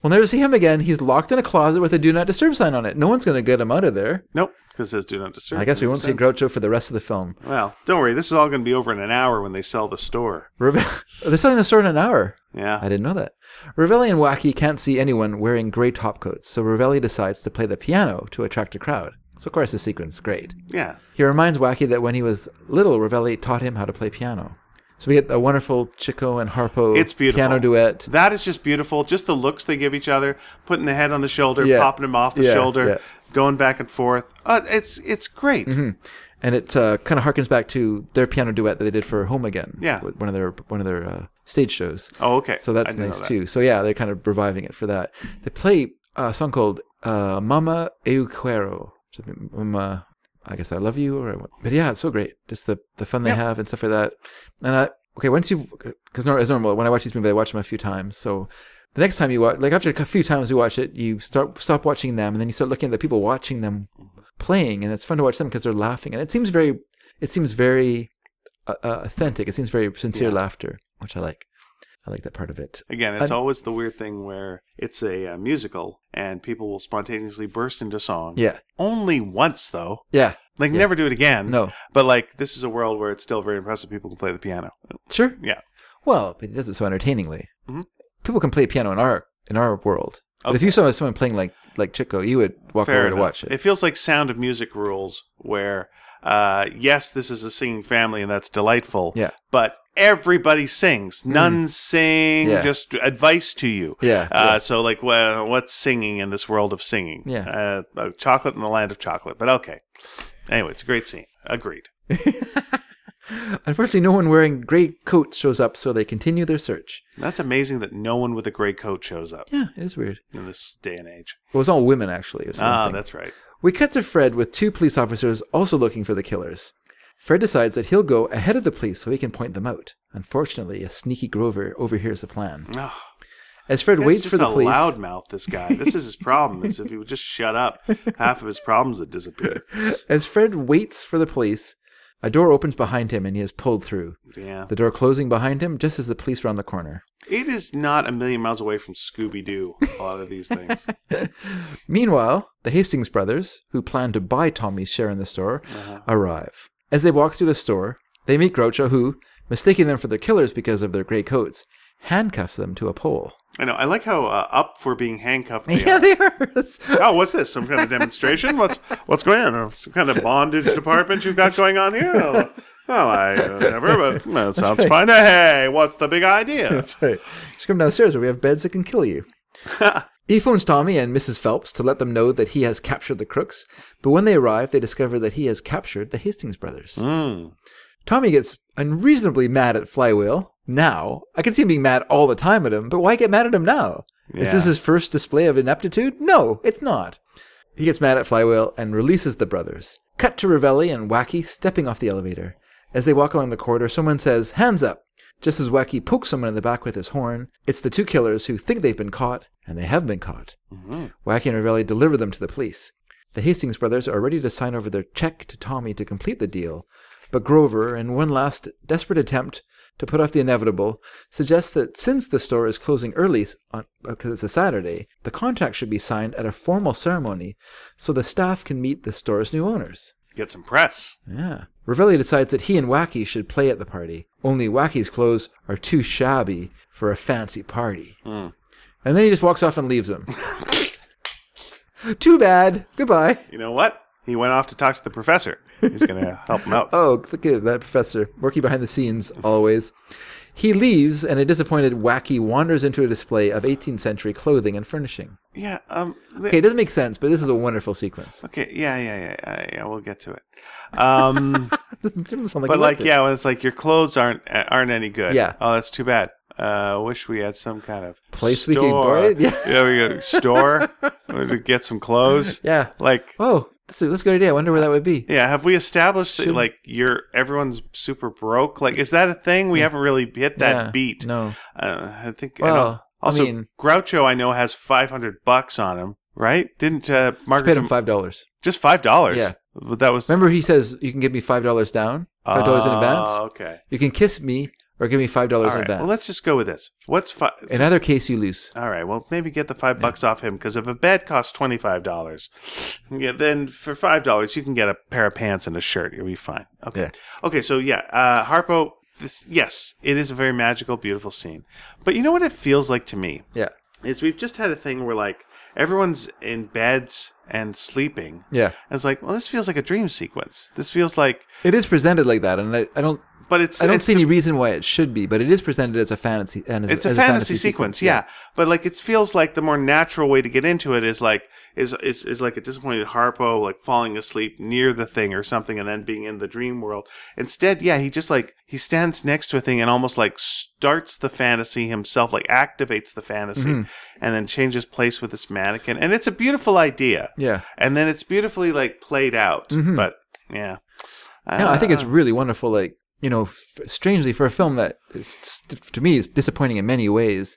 Speaker 2: We'll never see him again. He's locked in a closet with a do not disturb sign on it. No one's going to get him out of there.
Speaker 1: Nope, because says do not disturb.
Speaker 2: I guess we
Speaker 1: Makes
Speaker 2: won't see
Speaker 1: sense.
Speaker 2: Groucho for the rest of the film.
Speaker 1: Well, don't worry. This is all going to be over in an hour when they sell the store.
Speaker 2: Reve- They're selling the store in an hour.
Speaker 1: Yeah.
Speaker 2: I didn't know that. Ravelli and Wacky can't see anyone wearing gray topcoats, so Ravelli decides to play the piano to attract a crowd. So, of course, the sequence is great.
Speaker 1: yeah.
Speaker 2: He reminds Wacky that when he was little, Ravelli taught him how to play piano. So we get a wonderful Chico and Harpo
Speaker 1: It's beautiful.
Speaker 2: Oh, piano duet.
Speaker 1: That is just beautiful. Just the looks they give each other, putting the head on the shoulder,
Speaker 2: Yeah.
Speaker 1: popping him off the
Speaker 2: Yeah,
Speaker 1: shoulder,
Speaker 2: yeah. Mm-hmm.
Speaker 1: going back and forth. Uh, it's it's great.
Speaker 2: and it uh, kind of harkens back to their piano duet that they did for Home Again.
Speaker 1: Yeah.
Speaker 2: with one of their one of their uh, stage shows.
Speaker 1: Oh, okay.
Speaker 2: So that's
Speaker 1: I didn't
Speaker 2: nice
Speaker 1: know that.
Speaker 2: too. So yeah, they're kind of reviving it for that. They play a song called uh, "Mama Eu Quero," which is, Mama. I guess I love you, or I want. But yeah, it's so great. Just the the fun they
Speaker 1: Yeah.
Speaker 2: have and stuff like that. And I, okay, once you because as normal, when I watch these movies, I watch them a few times. So. The next time you watch, like after a few times you watch it, you start stop watching them, and then you start looking at the people watching them
Speaker 1: Mm-hmm.
Speaker 2: playing, and it's fun to watch them because they're laughing, and it seems very, it seems very uh, uh, authentic. It seems very sincere laughter, which I like. I like that part of it.
Speaker 1: Again, it's
Speaker 2: I-
Speaker 1: always the weird thing where it's a uh, musical and people will spontaneously burst into song.
Speaker 2: Yeah,
Speaker 1: Only once though.
Speaker 2: yeah,
Speaker 1: Like never do it again.
Speaker 2: no,
Speaker 1: But like this is a world where it's still very impressive people can play the piano.
Speaker 2: sure,
Speaker 1: Yeah.
Speaker 2: Well, but he does it so entertainingly.
Speaker 1: Mhm.
Speaker 2: People can play piano in our in our world, but if you saw someone playing like like Chico, you would walk
Speaker 1: Fair
Speaker 2: over to
Speaker 1: enough.
Speaker 2: watch it.
Speaker 1: It feels like Sound of Music rules where uh yes, this is a singing family and that's delightful.
Speaker 2: Yeah. Mm.
Speaker 1: But everybody sings. None sing
Speaker 2: Yeah.
Speaker 1: just advice to you.
Speaker 2: yeah,
Speaker 1: Uh, So, like, wha- what's singing in this world of singing?
Speaker 2: Yeah.
Speaker 1: Uh, uh, chocolate in the land of chocolate. But okay. Anyway, it's a great scene. Agreed.
Speaker 2: yeah. Unfortunately, no one wearing gray coats shows up, so they continue their search.
Speaker 1: That's amazing that no one with a gray coat shows up
Speaker 2: Yeah, it is weird.
Speaker 1: in this day and age.
Speaker 2: It was all women actually. Or something.
Speaker 1: Ah, that's right.
Speaker 2: We cut to Fred with two police officers also looking for the killers. Fred decides that he'll go ahead of the police so he can point them out. Unfortunately, a sneaky Grover overhears the plan.
Speaker 1: Oh,
Speaker 2: As Fred waits
Speaker 1: just
Speaker 2: for the
Speaker 1: a
Speaker 2: police,
Speaker 1: loudmouth. This guy. This is his problem. Is if he would just shut up, half of his problems would disappear.
Speaker 2: as Fred waits for the police, a door opens behind him and he is pulled through.
Speaker 1: Yeah,
Speaker 2: The door closing behind him just as the police round the corner.
Speaker 1: it is not a million miles away from Scooby Doo. A lot of these things.
Speaker 2: Meanwhile, the Hastings brothers, who plan to buy Tommy's share in the store,
Speaker 1: Uh-huh.
Speaker 2: arrive. As they walk through the store, they meet Groucho, who, mistaking them for the killers because of their gray coats, handcuffs them to a pole.
Speaker 1: I know. I like how uh, up for being handcuffed. They
Speaker 2: Yeah,
Speaker 1: are.
Speaker 2: they are. That's-
Speaker 1: Oh, what's this? Some kind of demonstration? What's what's going on? Uh, Some kind of bondage department you've got going on here? Oh, well, I uh, never, but that sounds fine. Hey, what's the big idea?
Speaker 2: That's right. Just come downstairs where we have beds that can kill you. he phones Tommy and Mrs. Phelps to let them know that he has captured the crooks, but when they arrive, they discover that he has captured the Hastings brothers. Tommy gets unreasonably mad at Flywheel now. I can see him being mad all the time at him, but why get mad at him now? Is this
Speaker 1: Yeah.
Speaker 2: his first display of ineptitude? No, it's not. He gets mad at Flywheel and releases the brothers. Cut to Ravelli and Wacky stepping off the elevator. As they walk along the corridor, someone says, Hands up! Just as Wacky pokes someone in the back with his horn, it's the two killers who think they've been caught, and they have been caught. Wacky and Ravelli deliver them to the police. The Hastings brothers are ready to sign over their check to Tommy to complete the deal, But Grover, in one last desperate attempt to put off the inevitable, suggests that since the store is closing early s- on, because it's a Saturday, the contract should be signed at a formal ceremony so the staff can meet the store's new owners.
Speaker 1: Get some press.
Speaker 2: Yeah. Ravelli decides that he and Wacky should play at the party, only Wacky's clothes are too shabby for a fancy party. And then he just walks off and leaves him. too bad. Goodbye.
Speaker 1: You know what? He went off to talk to the professor. He's going to help him out.
Speaker 2: Oh, look at that professor working behind the scenes always. He leaves, and a disappointed Wacky wanders into a display of 18th century clothing and furnishing.
Speaker 1: Yeah. Um, the-
Speaker 2: Okay, it doesn't make sense, but this is a wonderful sequence.
Speaker 1: okay. Yeah, yeah, yeah, yeah. Yeah. We'll get to it. Um,
Speaker 2: doesn't sound like
Speaker 1: but like,
Speaker 2: he liked it.
Speaker 1: yeah, it's like your clothes aren't aren't any good.
Speaker 2: Yeah.
Speaker 1: Oh, that's too bad. Uh, wish we had some kind of
Speaker 2: Place we
Speaker 1: store.
Speaker 2: could buy it? Yeah.
Speaker 1: yeah, we go store to get some clothes.
Speaker 2: Yeah.
Speaker 1: Like,
Speaker 2: Oh, that's a, that's a good idea. I wonder where that would be.
Speaker 1: yeah, have we established that
Speaker 2: Should-
Speaker 1: like you're everyone's super broke? Like, is that a thing? We haven't really hit that
Speaker 2: Yeah,
Speaker 1: beat.
Speaker 2: No.
Speaker 1: Uh, I think. I don't-
Speaker 2: Well,
Speaker 1: also,
Speaker 2: I mean,
Speaker 1: Groucho, I know has five hundred bucks on him. Right? Didn't uh,
Speaker 2: I
Speaker 1: Margaret
Speaker 2: paid him five dollars.
Speaker 1: just five dollars?
Speaker 2: Yeah.
Speaker 1: but that was
Speaker 2: Remember, he says you can give me five dollars down, five dollars in
Speaker 1: Ah,
Speaker 2: advance.
Speaker 1: Okay.
Speaker 2: You can kiss me or give me five dollars
Speaker 1: All
Speaker 2: in
Speaker 1: right.
Speaker 2: advance.
Speaker 1: Well, let's just Uh, go with this. What's five?
Speaker 2: in either case, you lose.
Speaker 1: All right. Well, maybe get the five bucks off him because if a bed costs twenty five dollars, yeah, then for five dollars you can get a pair of pants and a shirt. You'll be fine. Okay.
Speaker 2: Yeah.
Speaker 1: Okay. So yeah, uh, Harpo. This, yes, it is a very magical, beautiful scene. But you know what it feels like to me
Speaker 2: Yeah.
Speaker 1: is we've just had a thing where like everyone's in beds and sleeping.
Speaker 2: Yeah.
Speaker 1: And it's like, well, this feels like a dream sequence. This feels like,
Speaker 2: It is presented like that, and I, I don't.
Speaker 1: but it's
Speaker 2: I don't
Speaker 1: it's
Speaker 2: see any reason why it should be, but it is presented as a fantasy. And as,
Speaker 1: it's a
Speaker 2: as
Speaker 1: fantasy, sequence, yeah. But like, it feels like the more natural way to get into it is like is is, is like a disappointed Harpo like falling asleep near the thing or something, and then being in the dream world. Instead, yeah, he just like he stands next to a thing and almost like starts the fantasy himself, like activates the fantasy, and then changes place with this mannequin. And it's a beautiful idea,
Speaker 2: Yeah.
Speaker 1: and then it's beautifully like played out. But yeah,
Speaker 2: No, I think
Speaker 1: Uh,
Speaker 2: it's really wonderful. Like you know, f- strangely for a film that is, to me is disappointing in many ways,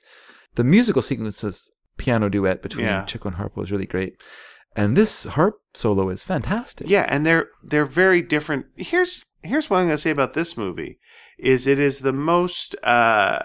Speaker 2: the musical sequences, piano duet between
Speaker 1: Yeah.
Speaker 2: Chico and Harpo is really great, and this harp solo is fantastic.
Speaker 1: Yeah, and they're they're very different. Here's here's what I'm going to say about this movie is it is the most uh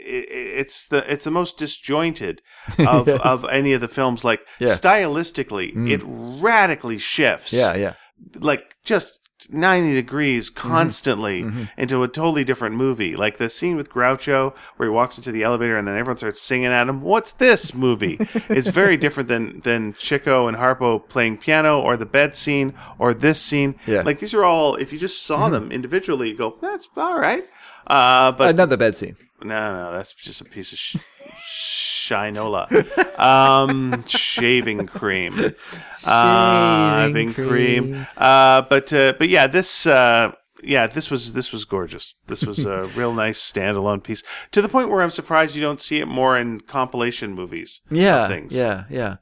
Speaker 1: it, it's the it's the most disjointed of
Speaker 2: Yes.
Speaker 1: of any of the films like
Speaker 2: Yeah.
Speaker 1: stylistically
Speaker 2: Mm.
Speaker 1: it radically shifts
Speaker 2: yeah, yeah.
Speaker 1: like just 90 degrees constantly
Speaker 2: mhm.
Speaker 1: into a totally different movie like the scene with groucho where he walks into the elevator and then everyone starts singing at him what's this movie it's very different than than chico and harpo playing piano or the bed scene or this scene
Speaker 2: Yeah.
Speaker 1: like these are all if you just saw them individually you go that's all right uh, but
Speaker 2: Uh, not the bed scene.
Speaker 1: no, no, that's just a piece of sh- shinola. Um, shaving cream. Shaving Uh, Ah, cream.
Speaker 2: cream.
Speaker 1: Uh, but uh, but yeah, this uh, yeah, this was this was gorgeous. This was a real nice standalone piece. To the point where I'm surprised you don't see it more in compilation movies. of
Speaker 2: Yeah,
Speaker 1: things.
Speaker 2: yeah, yeah.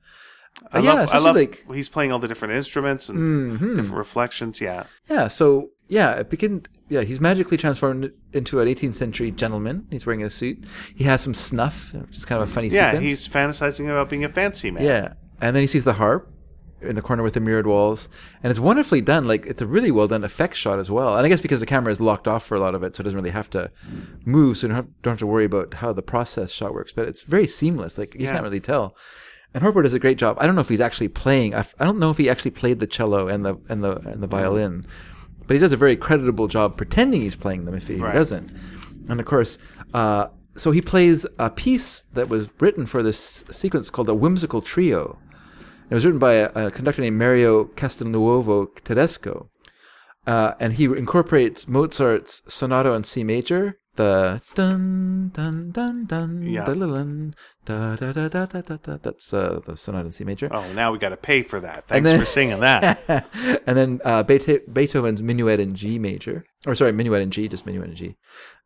Speaker 1: I
Speaker 2: Uh, yeah,
Speaker 1: love. I
Speaker 2: especially
Speaker 1: love.
Speaker 2: like- Mm-hmm.
Speaker 1: he's playing all the different instruments and different reflections. Yeah.
Speaker 2: Yeah, so yeah, it begin yeah, he's magically transformed into an 18th century gentleman. He's wearing a suit. He has some snuff, which is kind of a funny
Speaker 1: Yeah,
Speaker 2: sequence.
Speaker 1: he's fantasizing about being a fancy man.
Speaker 2: yeah, and then he sees the harp in the corner with the mirrored walls, and it's wonderfully done. Like it's a really well done effects shot as well. And I guess because the camera is locked off for a lot of it, so it doesn't really have to move, so you don't have, don't have to worry about how the process shot works. But it's very seamless. Like you
Speaker 1: Yeah.
Speaker 2: can't really tell. And Harper does a great job. I don't know if he's actually playing. I, f- I don't know if he actually played the cello and the and the and the violin, but he does a very creditable job pretending he's playing them if he
Speaker 1: Right.
Speaker 2: doesn't. And of course, uh, so he plays a piece that was written for this sequence called a whimsical trio. It was written by a, a conductor named Mario Castelnuovo Tedesco, uh, and he incorporates Mozart's Sonata in C major, the dun dun dun dun
Speaker 1: Yeah.
Speaker 2: da-la-lun, da da da da da da da. That's uh, the Sonata in C major,
Speaker 1: Oh, now we got to pay for that. Thanks
Speaker 2: then-
Speaker 1: for singing that.
Speaker 2: and then uh, Beethe- Beethoven's Minuet in G major, or sorry, Minuet in G, just Minuet in G.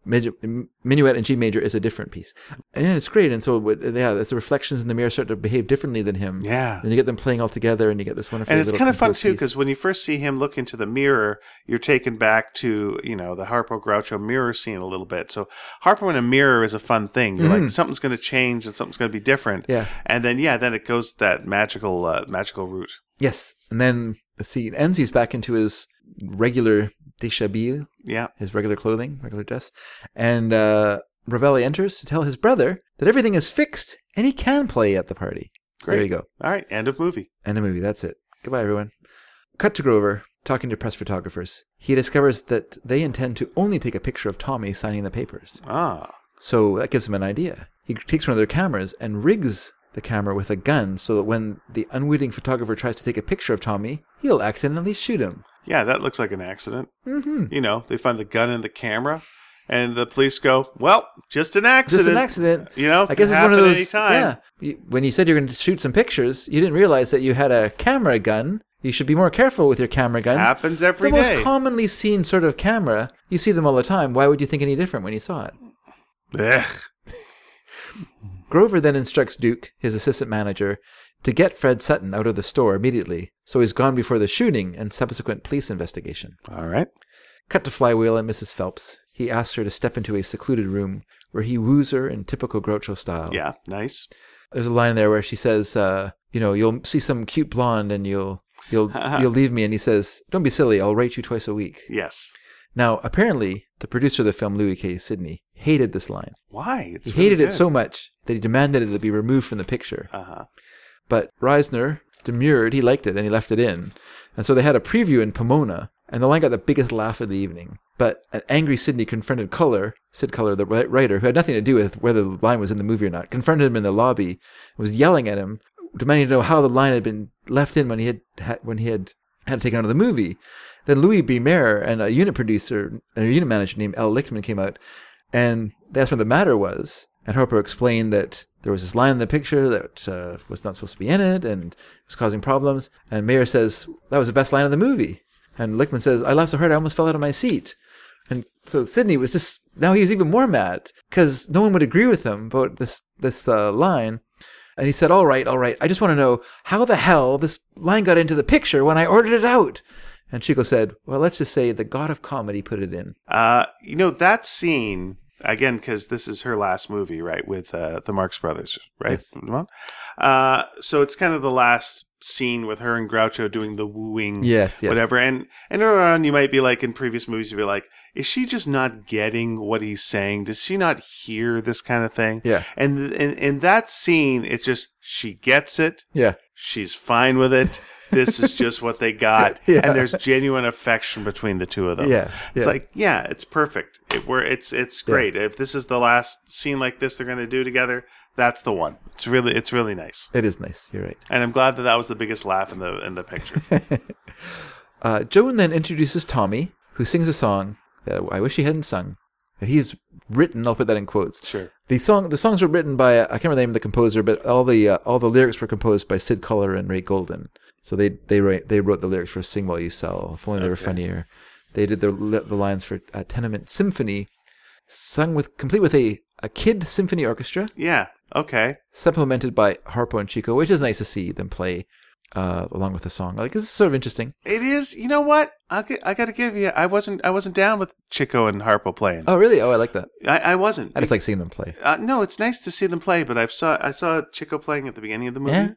Speaker 2: Mid- m- Minuet in G major is a different piece, and it's great. And so, with- yeah, it's the reflections in the mirror start to behave differently than him.
Speaker 1: Yeah.
Speaker 2: and you get them playing all together, and you get this wonderful.
Speaker 1: and it's
Speaker 2: little
Speaker 1: kind of fun
Speaker 2: composed
Speaker 1: too
Speaker 2: piece.
Speaker 1: because when you first see him look into the mirror you're taken back to you know the harpo groucho mirror scene a little bit so harpo in a mirror is a fun thing you're like something's going to change and something's going to be different
Speaker 2: Mm-hmm. Yeah.
Speaker 1: and then yeah then it goes that magical uh, magical route
Speaker 2: Yes, and then the scene ends. He's back into his regular deshabille,
Speaker 1: Yeah.
Speaker 2: his regular clothing, regular dress. And uh, Ravelli enters to tell his brother that everything is fixed and he can play at the party. There you
Speaker 1: Great.
Speaker 2: go.
Speaker 1: All right. End of movie.
Speaker 2: And the movie. That's it. Goodbye, everyone. Cut to Grover talking to press photographers. He discovers that they intend to only take a picture of Tommy signing the papers.
Speaker 1: Ah.
Speaker 2: So that gives him an idea. He takes one of their cameras and rigs the camera with a gun so that when the unwitting photographer tries to take a picture of Tommy, he'll accidentally shoot him.
Speaker 1: Yeah, that looks like an accident. Mm-hmm. You know, they find the gun in the camera, and the police go, "Well, just an
Speaker 2: Just
Speaker 1: accident."
Speaker 2: an accident.
Speaker 1: You know,
Speaker 2: I guess
Speaker 1: can
Speaker 2: it's one of
Speaker 1: happen
Speaker 2: those.
Speaker 1: anytime.
Speaker 2: Yeah. You- When you said you were going to shoot some pictures, you didn't realize that you had a camera gun. You should be more careful with your camera guns.
Speaker 1: Happens every
Speaker 2: the
Speaker 1: day.
Speaker 2: most commonly seen sort of camera. You see them all the time. Why would you think any different when you saw it?
Speaker 1: Ugh.
Speaker 2: Grover then instructs Duke, his assistant manager, to get Fred Sutton out of the store immediately, so he's gone before the shooting and subsequent police investigation.
Speaker 1: All right.
Speaker 2: Cut to Flywheel and Mrs. Phelps. He asks her to step into a secluded room where he woos her in typical Groucho style.
Speaker 1: Yeah. Nice.
Speaker 2: There's a line there where she says, uh, you know, you'll see some cute blonde and you'll you'll you'll leave me and he says, Don't be silly, I'll rate you twice a week.
Speaker 1: Yes.
Speaker 2: Now, apparently, the producer of the film, Louis K. Sidney, hated this line.
Speaker 1: Why? It's
Speaker 2: He hated it so much that he demanded it be removed from the picture.
Speaker 1: Uh huh.
Speaker 2: But Reisner demurred, he liked it, and he left it in. And so they had a preview in Pomona, and the line got the biggest laugh of the evening. But an angry Sidney confronted Culler, Sid Culler, the wri- writer, who had nothing to do with whether the line was in the movie or not, confronted him in the lobby, was yelling at him, demanding to know how the line had been left in when he had, had when he had had it taken out of the movie. Then Louis B. Mayer and a unit producer, a unit manager named Al Lichtman came out and they asked what the matter was. And Harper explained that there was this line in the picture that uh, was not supposed to be in it and was causing problems. And Mayer says, that was the best line of the movie. And Lichtman says, I laughed so hard I almost fell out of my seat. And so Sidney was just, now he was even more mad because no one would agree with him about this, this uh, line. And he said, All right, all right, I just want to know how the hell this line got into the picture when I ordered it out. And Chico said, Well, let's just say the god of comedy put it in.
Speaker 1: Uh, you know that scene again because this is her last movie, right? With uh, the Marx Brothers, right?
Speaker 2: Yes.
Speaker 1: Uh, so it's kind of the last scene with her and Groucho doing the wooing.
Speaker 2: Yes, yes.
Speaker 1: whatever. And and earlier on, you might be like in previous movies, you'd be like, is she just not getting what he's saying? Does she not hear this kind of thing?
Speaker 2: Yeah.
Speaker 1: And in, in that scene, it's just she gets it.
Speaker 2: Yeah.
Speaker 1: She's fine with it. This is just what they got,
Speaker 2: Yeah.
Speaker 1: and there's genuine affection between the two of them.
Speaker 2: Yeah,
Speaker 1: it's
Speaker 2: yeah.
Speaker 1: like yeah, it's perfect. It, we're, it's it's great. If this is the last scene like this they're going to do together, that's the one. It's really it's really nice,
Speaker 2: It is nice. You're right.
Speaker 1: and I'm glad that that was the biggest laugh in the in the picture.
Speaker 2: Uh, Joan then introduces Tommy, who sings a song that I wish he hadn't sung. That He's written. I'll put that in quotes.
Speaker 1: Sure.
Speaker 2: The song, the songs were written by uh, I can't remember the name of the composer, but all the uh, all the lyrics were composed by Sid Collar and Ray Golden. So they they write, they wrote the lyrics for "Sing While You Sell." If only they were funnier. They did the the lines for uh, "Tenement Symphony," sung with complete with a a kid symphony orchestra,
Speaker 1: yeah. Okay.
Speaker 2: supplemented by Harpo and Chico, which is nice to see them play uh, along with the song. Like this is sort of interesting.
Speaker 1: It is. You know what? I'll gi- I got to give you. I wasn't. I wasn't down with Chico and Harpo playing.
Speaker 2: Oh really? Oh, I like that.
Speaker 1: I, I wasn't.
Speaker 2: I just like seeing them play.
Speaker 1: uh, no, it's nice to see them play, but I saw I saw Chico playing at the beginning of the movie,
Speaker 2: Yeah.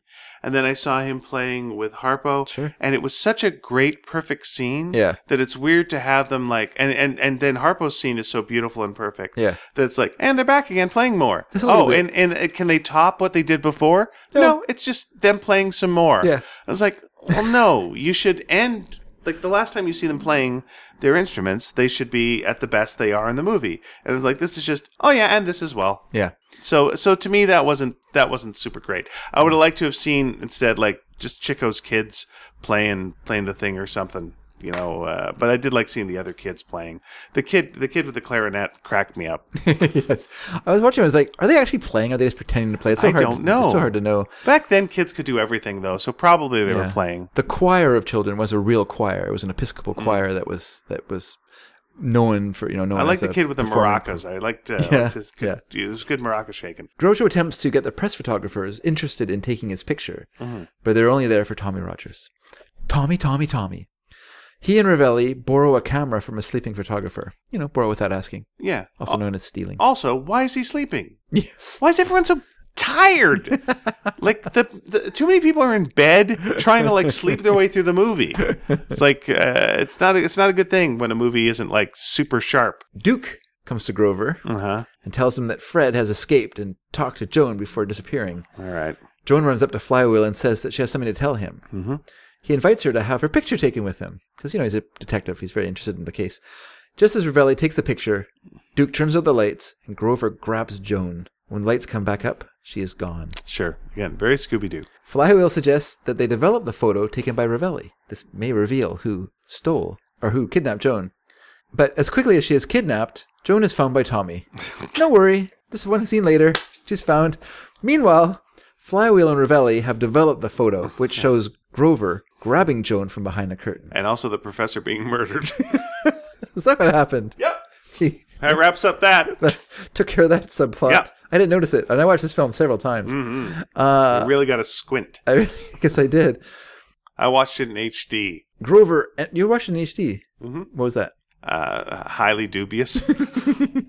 Speaker 1: and then I saw him playing with Harpo,
Speaker 2: Sure.
Speaker 1: and it was such a great, perfect scene,
Speaker 2: Yeah.
Speaker 1: that it's weird to have them like, and and and then Harpo's scene is so beautiful and perfect,
Speaker 2: Yeah.
Speaker 1: that it's like, and they're back again playing more.
Speaker 2: Just a little
Speaker 1: Oh,
Speaker 2: bit.
Speaker 1: and and uh, can they top what they did before? No. it's just them playing some more.
Speaker 2: Yeah.
Speaker 1: I was like, well, no, you should end. Like the last time you see them playing their instruments, they should be at the best they are in the movie. And it's like this is just, oh yeah, and this as well.
Speaker 2: Yeah.
Speaker 1: So so to me that wasn't that wasn't super great. I would have liked to have seen instead like just Chico's kids playing playing the thing or something, you know. Uh, but I did like seeing the other kids playing. The kid the kid with the clarinet cracked me up.
Speaker 2: yes. I was watching. I was like, are they actually playing? Or are they just pretending to play? It's so
Speaker 1: I
Speaker 2: hard.
Speaker 1: don't know.
Speaker 2: It's so hard to know.
Speaker 1: Back then, kids could do everything though, so probably they were
Speaker 2: Yeah.
Speaker 1: playing.
Speaker 2: The choir of children was a real choir. It was an Episcopal choir that was that was known for you know. Known
Speaker 1: I like
Speaker 2: as
Speaker 1: the
Speaker 2: a
Speaker 1: kid with the
Speaker 2: performing-
Speaker 1: maracas. I liked, uh, I
Speaker 2: Yeah,
Speaker 1: liked his good, it was good maraca shaking.
Speaker 2: Groucho attempts to get the press photographers interested in taking his picture, but they're only there for Tommy Rogers. Tommy, Tommy, Tommy. He and Ravelli borrow a camera from a sleeping photographer. You know, borrow without asking,
Speaker 1: Yeah.
Speaker 2: Oh. also known as stealing.
Speaker 1: Also, why is he sleeping?
Speaker 2: yes.
Speaker 1: Why is everyone so tired. like the, the too many people are in bed trying to like sleep their way through the movie. It's like uh, it's not it's not a good thing when a movie isn't like super sharp.
Speaker 2: Duke comes to Grover
Speaker 1: Uh huh.
Speaker 2: and tells him that Fred has escaped and talked to Joan before disappearing.
Speaker 1: All right.
Speaker 2: Joan runs up to Flywheel and says that she has something to tell him.
Speaker 1: Mhm.
Speaker 2: He invites her to have her picture taken with him because, you know, he's a detective. He's very interested in the case. Just as Ravelli takes the picture, Duke turns out the lights and Grover grabs Joan. When lights come back up, she is gone.
Speaker 1: Sure. Again, very Scooby Doo.
Speaker 2: Flywheel suggests that they develop the photo taken by Ravelli. This may reveal who stole or who kidnapped Joan. But as quickly as she is kidnapped, Joan is found by Tommy. no worry, this is one scene later. She's found. Meanwhile, Flywheel and Ravelli have developed the photo, which shows Grover grabbing Joan from behind a curtain.
Speaker 1: And also the professor being murdered.
Speaker 2: Is that what happened?
Speaker 1: yep.
Speaker 2: He
Speaker 1: That wraps up that.
Speaker 2: took care of that subplot.
Speaker 1: Yeah.
Speaker 2: I didn't notice it, and I watched this film several times. Uh,
Speaker 1: really got a squint.
Speaker 2: I guess I did.
Speaker 1: I watched it in HD.
Speaker 2: Grover, and you're watching HD.
Speaker 1: Mhm.
Speaker 2: What was that?
Speaker 1: Uh, highly dubious that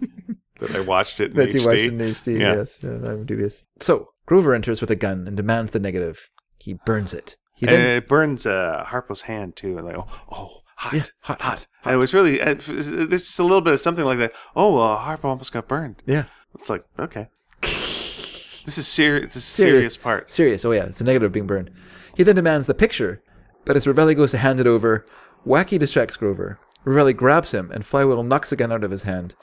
Speaker 1: I watched it in
Speaker 2: that
Speaker 1: HD.
Speaker 2: you watched in HD.
Speaker 1: Yeah.
Speaker 2: Yes, yeah, I'm dubious. So Grover enters with a gun and demands the negative. He burns it. He
Speaker 1: and
Speaker 2: then
Speaker 1: it burns uh, Harpo's hand too, and like, oh, oh hot,
Speaker 2: Yeah, hot, hot,
Speaker 1: And it was really, uh, there's just a little bit of something like that. Oh, uh, Harpo almost got burned.
Speaker 2: yeah
Speaker 1: It's like, okay, this is serious. It's a
Speaker 2: Serious.
Speaker 1: serious, part.
Speaker 2: serious. Oh yeah, it's a negative being burned. He then demands the picture, but as Ravelli goes to hand it over, Wacky distracts Grover. Ravelli grabs him and Flywheel knocks the gun out of his hand.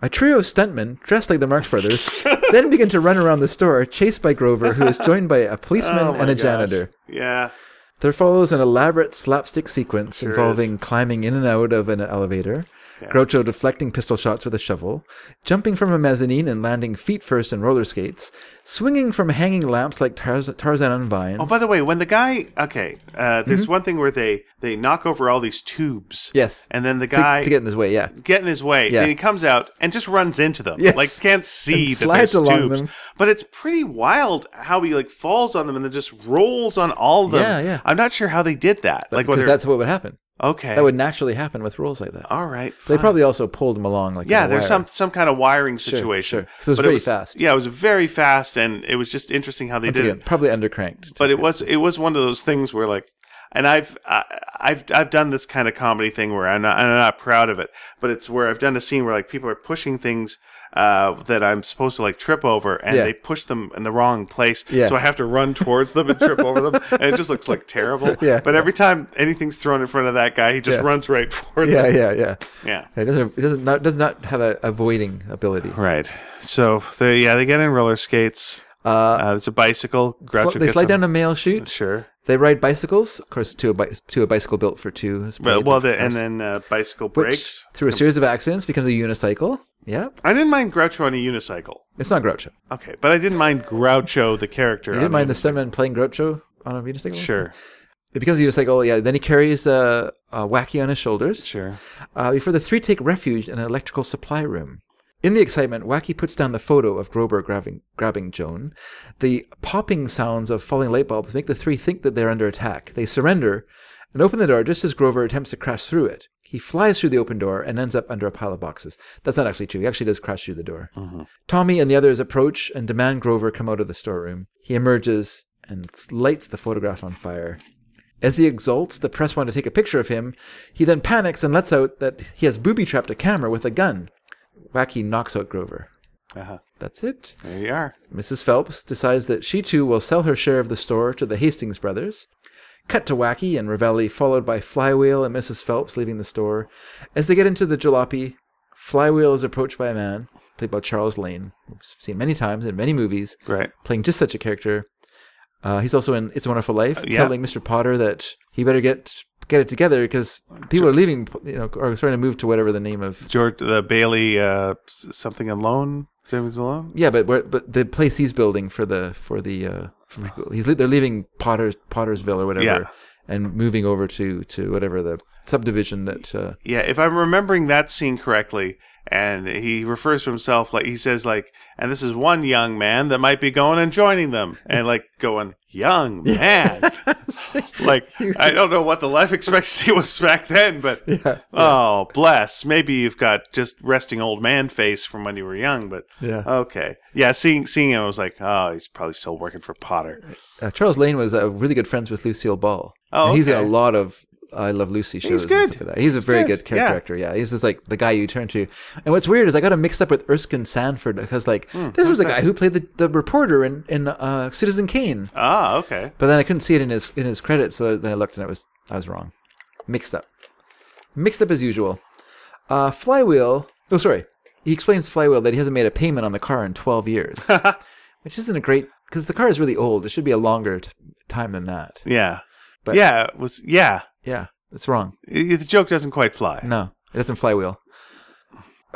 Speaker 2: A trio of stuntmen dressed like the Marx Brothers then begin to run around the store, chased by Grover, who is joined by a policeman
Speaker 1: Oh my
Speaker 2: and a
Speaker 1: gosh.
Speaker 2: janitor.
Speaker 1: Yeah,
Speaker 2: There follows an elaborate slapstick sequence
Speaker 1: Sure
Speaker 2: involving climbing in and out of an elevator, Groucho deflecting pistol shots with a shovel, jumping from a mezzanine and landing feet first in roller skates, swinging from hanging lamps like Tarz- Tarzan on vines.
Speaker 1: Oh, by the way, when the guy okay, uh, there's one thing where they they knock over all these tubes.
Speaker 2: Mm-hmm. Yes.
Speaker 1: and then the
Speaker 2: to,
Speaker 1: guy
Speaker 2: to get in his way, yeah.
Speaker 1: get in his way.
Speaker 2: Yeah.
Speaker 1: And he comes out and just runs into them.
Speaker 2: Yes.
Speaker 1: Like can't see
Speaker 2: And
Speaker 1: that
Speaker 2: slides
Speaker 1: there's
Speaker 2: along
Speaker 1: tubes.
Speaker 2: them.
Speaker 1: But it's pretty wild how he like falls on them and then just rolls on all of them.
Speaker 2: Yeah, yeah.
Speaker 1: I'm not sure how they did that. Like
Speaker 2: Because
Speaker 1: whether
Speaker 2: that's what would happen.
Speaker 1: okay.
Speaker 2: That would naturally happen with rules like that.
Speaker 1: all right.
Speaker 2: They
Speaker 1: Oh, fine.
Speaker 2: probably also pulled him along like
Speaker 1: yeah,
Speaker 2: a
Speaker 1: there's
Speaker 2: wire.
Speaker 1: some some kind of wiring situation.
Speaker 2: sure. 'Cause it was
Speaker 1: But
Speaker 2: very fast.
Speaker 1: Yeah, it was very fast, and it was just interesting how they
Speaker 2: Once
Speaker 1: did
Speaker 2: again,
Speaker 1: it.
Speaker 2: probably undercranked.
Speaker 1: But it was it was one of those things where like, and I've I, I've I've done this kind of comedy thing where I'm not I'm not proud of it, but it's where I've done a scene where like people are pushing things uh, that I'm supposed to like trip over, and
Speaker 2: Yeah.
Speaker 1: they push them in the wrong place,
Speaker 2: Yeah.
Speaker 1: so I have to run towards them and trip over them, and it just looks like terrible.
Speaker 2: Yeah.
Speaker 1: But every time anything's thrown in front of that guy, he just
Speaker 2: Yeah.
Speaker 1: runs right for
Speaker 2: yeah,
Speaker 1: them.
Speaker 2: yeah, yeah.
Speaker 1: Yeah.
Speaker 2: It doesn't, it doesn't not, does not have a avoiding ability.
Speaker 1: Right. So they yeah they get in roller skates. Uh, it's a bicycle. Groucho
Speaker 2: Sli- they
Speaker 1: gets
Speaker 2: slide
Speaker 1: on-
Speaker 2: down a mail chute.
Speaker 1: Sure.
Speaker 2: They ride bicycles, of course, to a, bi- to a bicycle built for two. is
Speaker 1: Well,
Speaker 2: probably
Speaker 1: well
Speaker 2: the-
Speaker 1: the, and then uh, bicycle
Speaker 2: which,
Speaker 1: breaks.
Speaker 2: through a series of accidents, becomes a unicycle. Yep,
Speaker 1: I didn't mind Groucho on a unicycle.
Speaker 2: it's not Groucho.
Speaker 1: Okay, but I didn't mind Groucho the character.
Speaker 2: You
Speaker 1: on
Speaker 2: didn't mind
Speaker 1: a-
Speaker 2: the stuntman playing Groucho on a unicycle.
Speaker 1: Sure,
Speaker 2: it becomes a unicycle. Yeah, then he carries uh, uh, Wacky on his shoulders
Speaker 1: sure.
Speaker 2: uh, before the three take refuge in an electrical supply room. In the excitement, Wacky puts down the photo of Grober grabbing grabbing Joan. The popping sounds of falling light bulbs make the three think that they're under attack. They surrender and open the door just as Grover attempts to crash through it. He flies through the open door and ends up under a pile of boxes. That's not actually true. He actually does crash through the door. Tommy and the others approach and demand Grover come out of the storeroom. He emerges and lights the photograph on fire. As he exults, the press want to take a picture of him. He then panics and lets out that he has booby trapped a camera with a gun. Wacky knocks out Grover.
Speaker 1: Uh-huh.
Speaker 2: That's it.
Speaker 1: There you are.
Speaker 2: Mrs. Phelps decides that she too will sell her share of the store to the Hastings brothers. Cut to Wacky and Ravelli, followed by Flywheel and Mrs. Phelps leaving the store. As they get into the jalopy, Flywheel is approached by a man, played by Charles Lane, who's seen many times in many movies,
Speaker 1: Right.
Speaker 2: playing just such a character. Uh, he's also in It's a Wonderful Life,
Speaker 1: yeah.
Speaker 2: telling Mr. Potter that he better get get it together because people are leaving, you know, or trying to move to whatever the name of.
Speaker 1: George the Bailey uh, s- something alone. Something's alone.
Speaker 2: Yeah, but where, but the place he's building for the for the uh, for, he's le- they're leaving Potter's Pottersville or whatever,
Speaker 1: Yeah.
Speaker 2: and moving over to to whatever the subdivision that. Uh,
Speaker 1: Yeah, if I'm remembering that scene correctly, and he refers to himself like he says like, and this is one young man that might be going and joining them, and like going, young man. like I don't know what the life expectancy was back then, but oh bless. Maybe you've got just resting old man face from when you were young, but
Speaker 2: Yeah.
Speaker 1: okay. Yeah, seeing seeing him I was like, oh, he's probably still working for Potter.
Speaker 2: Uh, Charles Lane was uh, really good friends with Lucille Ball.
Speaker 1: Oh,
Speaker 2: and he's in a
Speaker 1: okay.
Speaker 2: lot of I Love Lucy shows. and
Speaker 1: good.
Speaker 2: stuff like that. He's a very
Speaker 1: good,
Speaker 2: good,
Speaker 1: yeah.
Speaker 2: character actor. Yeah, he's just like the guy you turn to. And what's weird is I got him mixed up with Erskine Sanford because like
Speaker 1: Hmm,
Speaker 2: this is the guy who played the, the reporter in in uh, Citizen Kane.
Speaker 1: Ah, okay.
Speaker 2: But then I couldn't see it in his in his credits, so then I looked and it was I was wrong, mixed up, mixed up as usual. Uh, Flywheel. Oh, sorry. He explains to Flywheel that he hasn't made a payment on the car in twelve years, which isn't a great because the car is really old. It should be a longer t- time than that.
Speaker 1: Yeah.
Speaker 2: But-
Speaker 1: yeah, it was yeah.
Speaker 2: Yeah, it's wrong.
Speaker 1: I- the joke doesn't quite fly.
Speaker 2: No, it doesn't flywheel.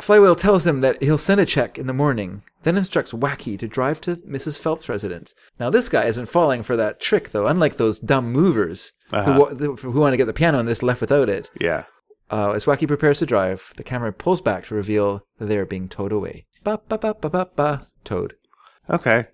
Speaker 2: Flywheel tells him that he'll send a check in the morning, then instructs Wacky to drive to Mrs. Phelps' residence. Now, this guy isn't falling for that trick, though, unlike those dumb movers
Speaker 1: Uh-huh.
Speaker 2: who, wa- th- who want to get the piano and this left without it.
Speaker 1: Yeah.
Speaker 2: Uh, as Wacky prepares to drive, the camera pulls back to reveal that they are being towed away. Ba ba ba ba ba ba. Towed.
Speaker 1: Okay.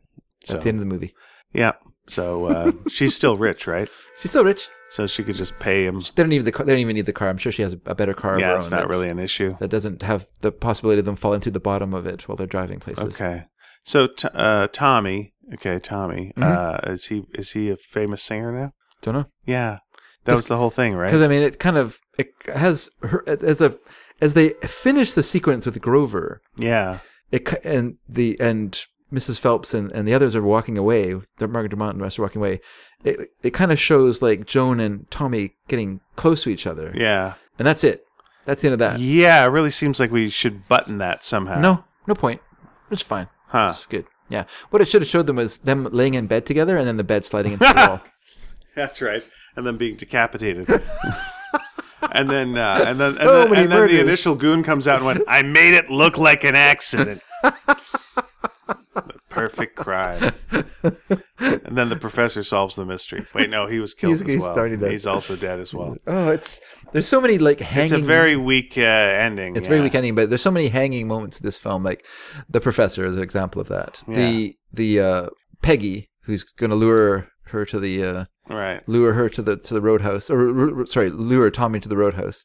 Speaker 2: That's the end of the movie.
Speaker 1: Yeah. So uh, she's still rich, right?
Speaker 2: She's so rich.
Speaker 1: So she could just pay him.
Speaker 2: They don't need the car. They don't even need the car. I'm sure she has a, a better car. of her
Speaker 1: Yeah, it's
Speaker 2: own
Speaker 1: not
Speaker 2: that's-
Speaker 1: really an issue.
Speaker 2: That doesn't have the possibility of them falling through the bottom of it while they're driving places.
Speaker 1: Okay. So t- uh, Tommy, okay, Tommy, uh, is he is he a famous singer now?
Speaker 2: Don't know.
Speaker 1: Yeah, that was the whole thing,
Speaker 2: Because
Speaker 1: right?
Speaker 2: I mean, it kind of it has her as a as they finish the sequence with Grover,
Speaker 1: Yeah,
Speaker 2: it cu- and the and Mrs. Phelps and, and the others are walking away. The Margaret Dumont and the rest are walking away. It it kind of shows like Joan and Tommy getting close to each other,
Speaker 1: yeah,
Speaker 2: and that's it. That's the end of that.
Speaker 1: yeah. It really seems like we should button that somehow.
Speaker 2: No, no point. It's fine.
Speaker 1: Huh.
Speaker 2: It's good. Yeah. What it should have showed them was them laying in bed together, and then the bed sliding into the wall.
Speaker 1: that's right. And then being decapitated. And then, uh, and then,
Speaker 2: So
Speaker 1: and then,
Speaker 2: many
Speaker 1: and then the
Speaker 2: murders.
Speaker 1: initial goon comes out and went, "I made it look like an accident." the perfect crime. And then the professor solves the mystery. Wait, no, he was killed
Speaker 2: He's-
Speaker 1: as
Speaker 2: he's
Speaker 1: well.
Speaker 2: already dead.
Speaker 1: He's also dead as well.
Speaker 2: Oh, it's there's so many like
Speaker 1: It's
Speaker 2: hanging.
Speaker 1: a very weak uh, ending.
Speaker 2: It's very
Speaker 1: yeah.
Speaker 2: weak ending, but there's so many hanging moments in this film. Like the professor is an example of that. The the uh, Peggy who's going to lure her to the uh,
Speaker 1: Right.
Speaker 2: lure her to the to the roadhouse, or r- r- sorry, lure Tommy to the roadhouse,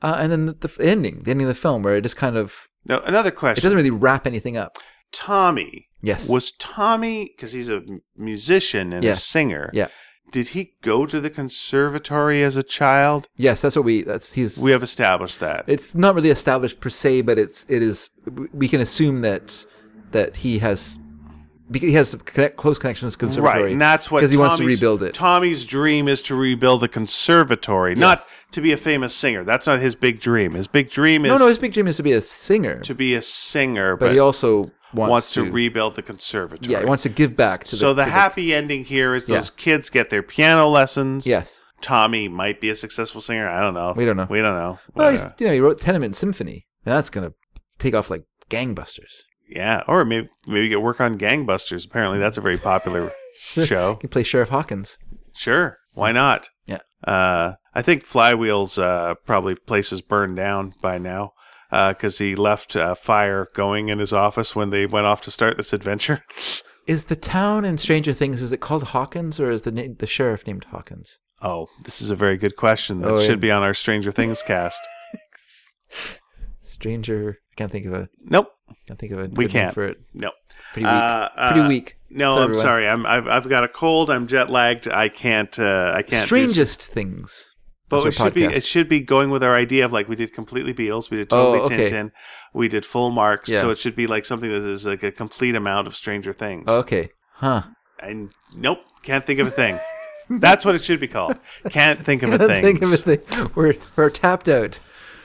Speaker 2: uh, and then the, the ending, the ending of the film, where it just kind of
Speaker 1: No, another
Speaker 2: it
Speaker 1: question.
Speaker 2: doesn't really wrap anything up.
Speaker 1: Tommy.
Speaker 2: Yes.
Speaker 1: Was Tommy because he's a m- musician and
Speaker 2: Yeah.
Speaker 1: a singer?
Speaker 2: Yeah.
Speaker 1: Did he go to the conservatory as a child?
Speaker 2: Yes, that's what we. That's he's.
Speaker 1: We have established that.
Speaker 2: It's not really established per se, but it's it is. We can assume that that he has. Because he has connect, close connections to the conservatory,
Speaker 1: Right, and that's what
Speaker 2: because he wants to
Speaker 1: Tommy's-
Speaker 2: rebuild it.
Speaker 1: Tommy's dream is to rebuild the conservatory, not to be a famous singer. That's not his big dream. His big dream is
Speaker 2: No, no, his big dream is to be a singer,
Speaker 1: to be a singer, but,
Speaker 2: but he also wants,
Speaker 1: wants to, rebuild the conservatory.
Speaker 2: yeah, he wants to give back to the.
Speaker 1: so the
Speaker 2: to
Speaker 1: happy ending here is
Speaker 2: Yeah.
Speaker 1: those kids get their piano lessons.
Speaker 2: yes.
Speaker 1: Tommy might be a successful singer. I don't know.
Speaker 2: We don't know.
Speaker 1: We don't know.
Speaker 2: Well,
Speaker 1: Uh,
Speaker 2: he's, you know, he wrote Tenement Symphony, and that's gonna take off like gangbusters.
Speaker 1: yeah, or maybe maybe get work on Gangbusters. Apparently, that's a very popular
Speaker 2: He
Speaker 1: show.
Speaker 2: can play Sheriff Hawkins.
Speaker 1: Sure, why not?
Speaker 2: Yeah.
Speaker 1: Uh, I think Flywheel's uh, probably place is burned down by now because he left uh, fire going in his office when they went off to start this adventure.
Speaker 2: Is the town in Stranger Things is it called Hawkins or is the na- the sheriff named Hawkins?
Speaker 1: Oh, this is a very good question that
Speaker 2: Oh, yeah.
Speaker 1: should be on our Stranger Things cast.
Speaker 2: Stranger, I can't think of a
Speaker 1: Nope,
Speaker 2: can't think of a
Speaker 1: we
Speaker 2: good name
Speaker 1: can't.
Speaker 2: for it.
Speaker 1: Nope.
Speaker 2: Pretty weak.
Speaker 1: Uh, uh,
Speaker 2: Pretty weak.
Speaker 1: No, I'm
Speaker 2: everyone.
Speaker 1: sorry. I'm I've, I've got a cold. I'm jet lagged. I can't. Uh, I can't. do
Speaker 2: Strangest things.
Speaker 1: But it
Speaker 2: That's
Speaker 1: should
Speaker 2: our
Speaker 1: be
Speaker 2: podcast.
Speaker 1: it should be going with our idea of like we did completely Beatles, we did totally
Speaker 2: Oh, okay.
Speaker 1: Tintin, we did full marks.
Speaker 2: Yeah.
Speaker 1: So it should be like something that is like a complete amount of Stranger Things.
Speaker 2: Oh, Okay. Huh.
Speaker 1: And nope, can't think of a thing. That's what it should be called. Can't think of a thing.
Speaker 2: Think of a thing. We're we're tapped out.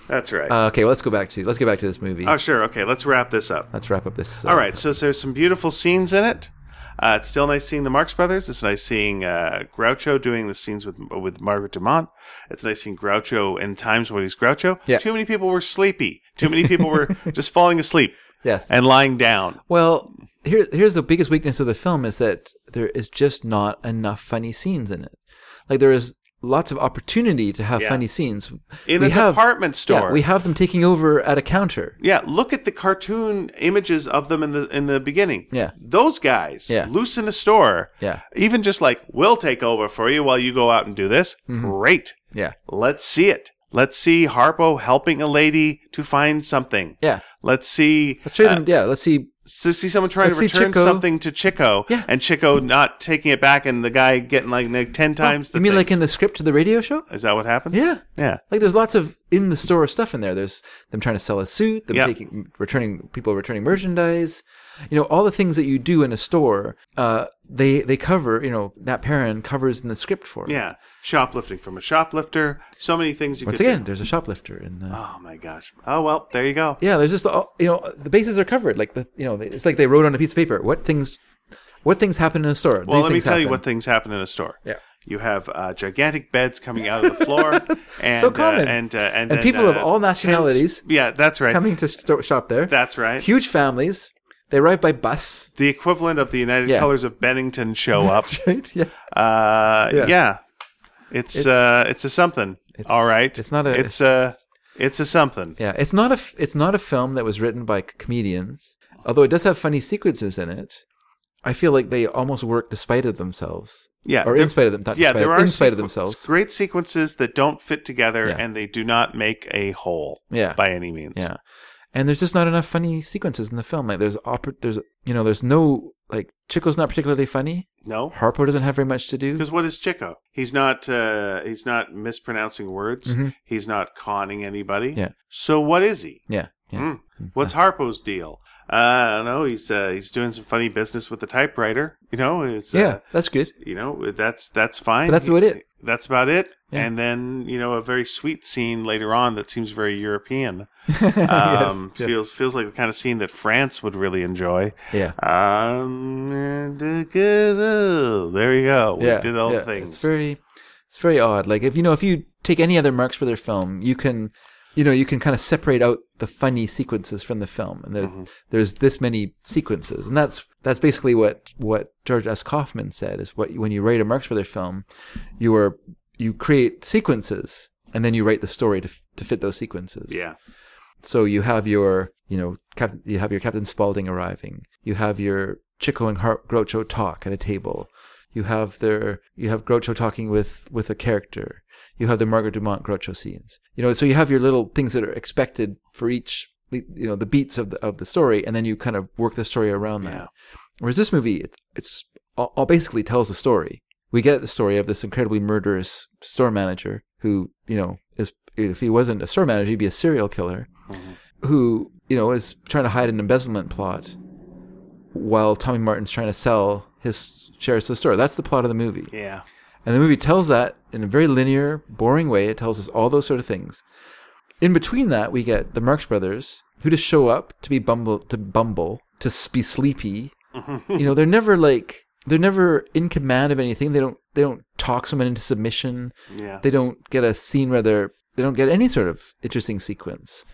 Speaker 1: That's right.
Speaker 2: Uh, okay, well, let's go back to let's go back to this movie.
Speaker 1: oh sure. Okay, let's wrap this up.
Speaker 2: Let's wrap up this. Uh,
Speaker 1: All right. So, so there's some beautiful scenes in it. Uh, it's still nice seeing the Marx Brothers. It's nice seeing uh, Groucho doing the scenes with with Margaret Dumont. It's nice seeing Groucho in times when he's Groucho.
Speaker 2: Yeah.
Speaker 1: Too many people were sleepy. Too many people were just falling asleep
Speaker 2: Yes.
Speaker 1: and lying down.
Speaker 2: Well, here here's the biggest weakness of the film is that there is just not enough funny scenes in it. Like there is lots of opportunity to have
Speaker 1: Yeah.
Speaker 2: funny scenes.
Speaker 1: In a department store.
Speaker 2: Yeah, we have them taking over at a counter.
Speaker 1: Yeah, look at the cartoon images of them in the in the beginning.
Speaker 2: Yeah.
Speaker 1: Those guys
Speaker 2: Yeah.
Speaker 1: loose in the store.
Speaker 2: Yeah.
Speaker 1: Even just like, we'll take over for you while you go out and do this.
Speaker 2: Mm-hmm.
Speaker 1: Great.
Speaker 2: Yeah.
Speaker 1: Let's see it. Let's see Harpo helping a lady to find something.
Speaker 2: Yeah.
Speaker 1: Let's see
Speaker 2: Let's show them. Yeah, let's see.
Speaker 1: to see someone trying
Speaker 2: Let's
Speaker 1: to
Speaker 2: see
Speaker 1: return
Speaker 2: Chico.
Speaker 1: something to Chico
Speaker 2: Yeah.
Speaker 1: and Chico not taking it back and the guy getting like, like 10 times the
Speaker 2: Oh, You mean
Speaker 1: thing.
Speaker 2: like in the script of the radio show?
Speaker 1: Is that what happened?
Speaker 2: Yeah.
Speaker 1: Yeah.
Speaker 2: Like there's lots of in the store stuff in there. There's them trying to sell a suit, them
Speaker 1: Yeah.
Speaker 2: taking returning people returning merchandise. You know, all the things that you do in a store, uh, they they cover, you know, Nat Perrin covers in the script for. it.
Speaker 1: Yeah. Shoplifting from a shoplifter. So many things you
Speaker 2: Once
Speaker 1: could
Speaker 2: again, there's a shoplifter in the
Speaker 1: do. Oh my gosh. Oh well, there you go.
Speaker 2: Yeah, there's just the all- you know, the bases are covered. Like the you know, it's like they wrote on a piece of paper what things what things happen in a store.
Speaker 1: Well,
Speaker 2: These
Speaker 1: let me
Speaker 2: things
Speaker 1: tell you
Speaker 2: happen.
Speaker 1: what things happen in a store.
Speaker 2: Yeah.
Speaker 1: You have uh, gigantic beds coming out of the floor, and
Speaker 2: So common.
Speaker 1: uh, and, uh, and
Speaker 2: And
Speaker 1: then,
Speaker 2: people of
Speaker 1: uh,
Speaker 2: all nationalities
Speaker 1: tents- yeah, that's right.
Speaker 2: coming to sto- shop there.
Speaker 1: That's right.
Speaker 2: Huge families. They arrive by bus.
Speaker 1: the equivalent of the United
Speaker 2: Yeah.
Speaker 1: Colors of Bennington show up.
Speaker 2: Right? Yeah.
Speaker 1: Uh, yeah.
Speaker 2: Yeah.
Speaker 1: It's,
Speaker 2: It's-
Speaker 1: uh, it's a something. all right.
Speaker 2: it's not a-
Speaker 1: It's a. It's a something.
Speaker 2: Yeah, it's not a f- it's not a film that was written by c- comedians, although it does have funny sequences in it. I feel like they almost work despite of themselves,
Speaker 1: Yeah.
Speaker 2: or in spite of them. Not
Speaker 1: yeah,
Speaker 2: despite,
Speaker 1: there are
Speaker 2: in spite of
Speaker 1: sequ-
Speaker 2: themselves.
Speaker 1: Great sequences that don't fit together
Speaker 2: Yeah.
Speaker 1: and they do not make a whole.
Speaker 2: Yeah.
Speaker 1: By any means.
Speaker 2: Yeah, and there's just not enough funny sequences in the film. Like there's oper- there's you know there's no like Chico's not particularly funny.
Speaker 1: No.
Speaker 2: Harpo doesn't have very much to do.
Speaker 1: Because what is Chico? He's not uh, he's not mispronouncing words. He's not conning anybody.
Speaker 2: Mm-hmm. Yeah.
Speaker 1: So what is he?
Speaker 2: Yeah, yeah, Mm-hmm.
Speaker 1: Hmm. What's Harpo's deal? Uh, I don't know. He's uh, he's doing some funny business with the typewriter. You know, it's uh,
Speaker 2: yeah. That's good.
Speaker 1: You know, that's that's fine.
Speaker 2: But that's
Speaker 1: He-
Speaker 2: about it.
Speaker 1: That's about it.
Speaker 2: Yeah.
Speaker 1: And then you know a very sweet scene later on that seems very European.
Speaker 2: Yes,
Speaker 1: Um,
Speaker 2: yes.
Speaker 1: Feels feels like the kind of scene that France would really enjoy.
Speaker 2: Yeah.
Speaker 1: Um, and together- there you go. We
Speaker 2: yeah,
Speaker 1: did all
Speaker 2: yeah.
Speaker 1: the things.
Speaker 2: It's very, it's very odd. Like if you know, if you take any other Marx Brothers film, you can, you know, you can kind of separate out the funny sequences from the film, and
Speaker 1: Mm-hmm.
Speaker 2: there's there's this many sequences, and that's that's basically what what George S. Kaufman said is what when you write a Marx Brothers film, you are you create sequences, and then you write the story to f- to fit those sequences.
Speaker 1: yeah.
Speaker 2: So you have your, you know, Cap- you have your Captain Spaulding arriving. You have your Chico and Har- Groucho talk at a table. You have their, you have Groucho talking with with a character. You have the Margaret Dumont Groucho scenes. You know, so you have your little things that are expected for each, you know, the beats of the of the story, and then you kind of work the story around that.
Speaker 1: Yeah.
Speaker 2: Whereas this movie, it, it's all, all basically tells the story. We get the story of this incredibly murderous store manager who, you know, is if he wasn't a store manager, he'd be a serial killer. Who, you know, is trying to hide an embezzlement plot, while Tommy Martin's trying to sell his shares to the store. That's the plot of the movie.
Speaker 1: Yeah.
Speaker 2: And the movie tells that in a very linear, boring way. It tells us all those sort of things. In between that, we get the Marx Brothers, who just show up to be bumble, to bumble, to s- be sleepy. you know, they're never like they're never in command of anything. They don't they don't talk someone into submission.
Speaker 1: Yeah.
Speaker 2: They don't get a scene where they're they don't get any sort of interesting sequence.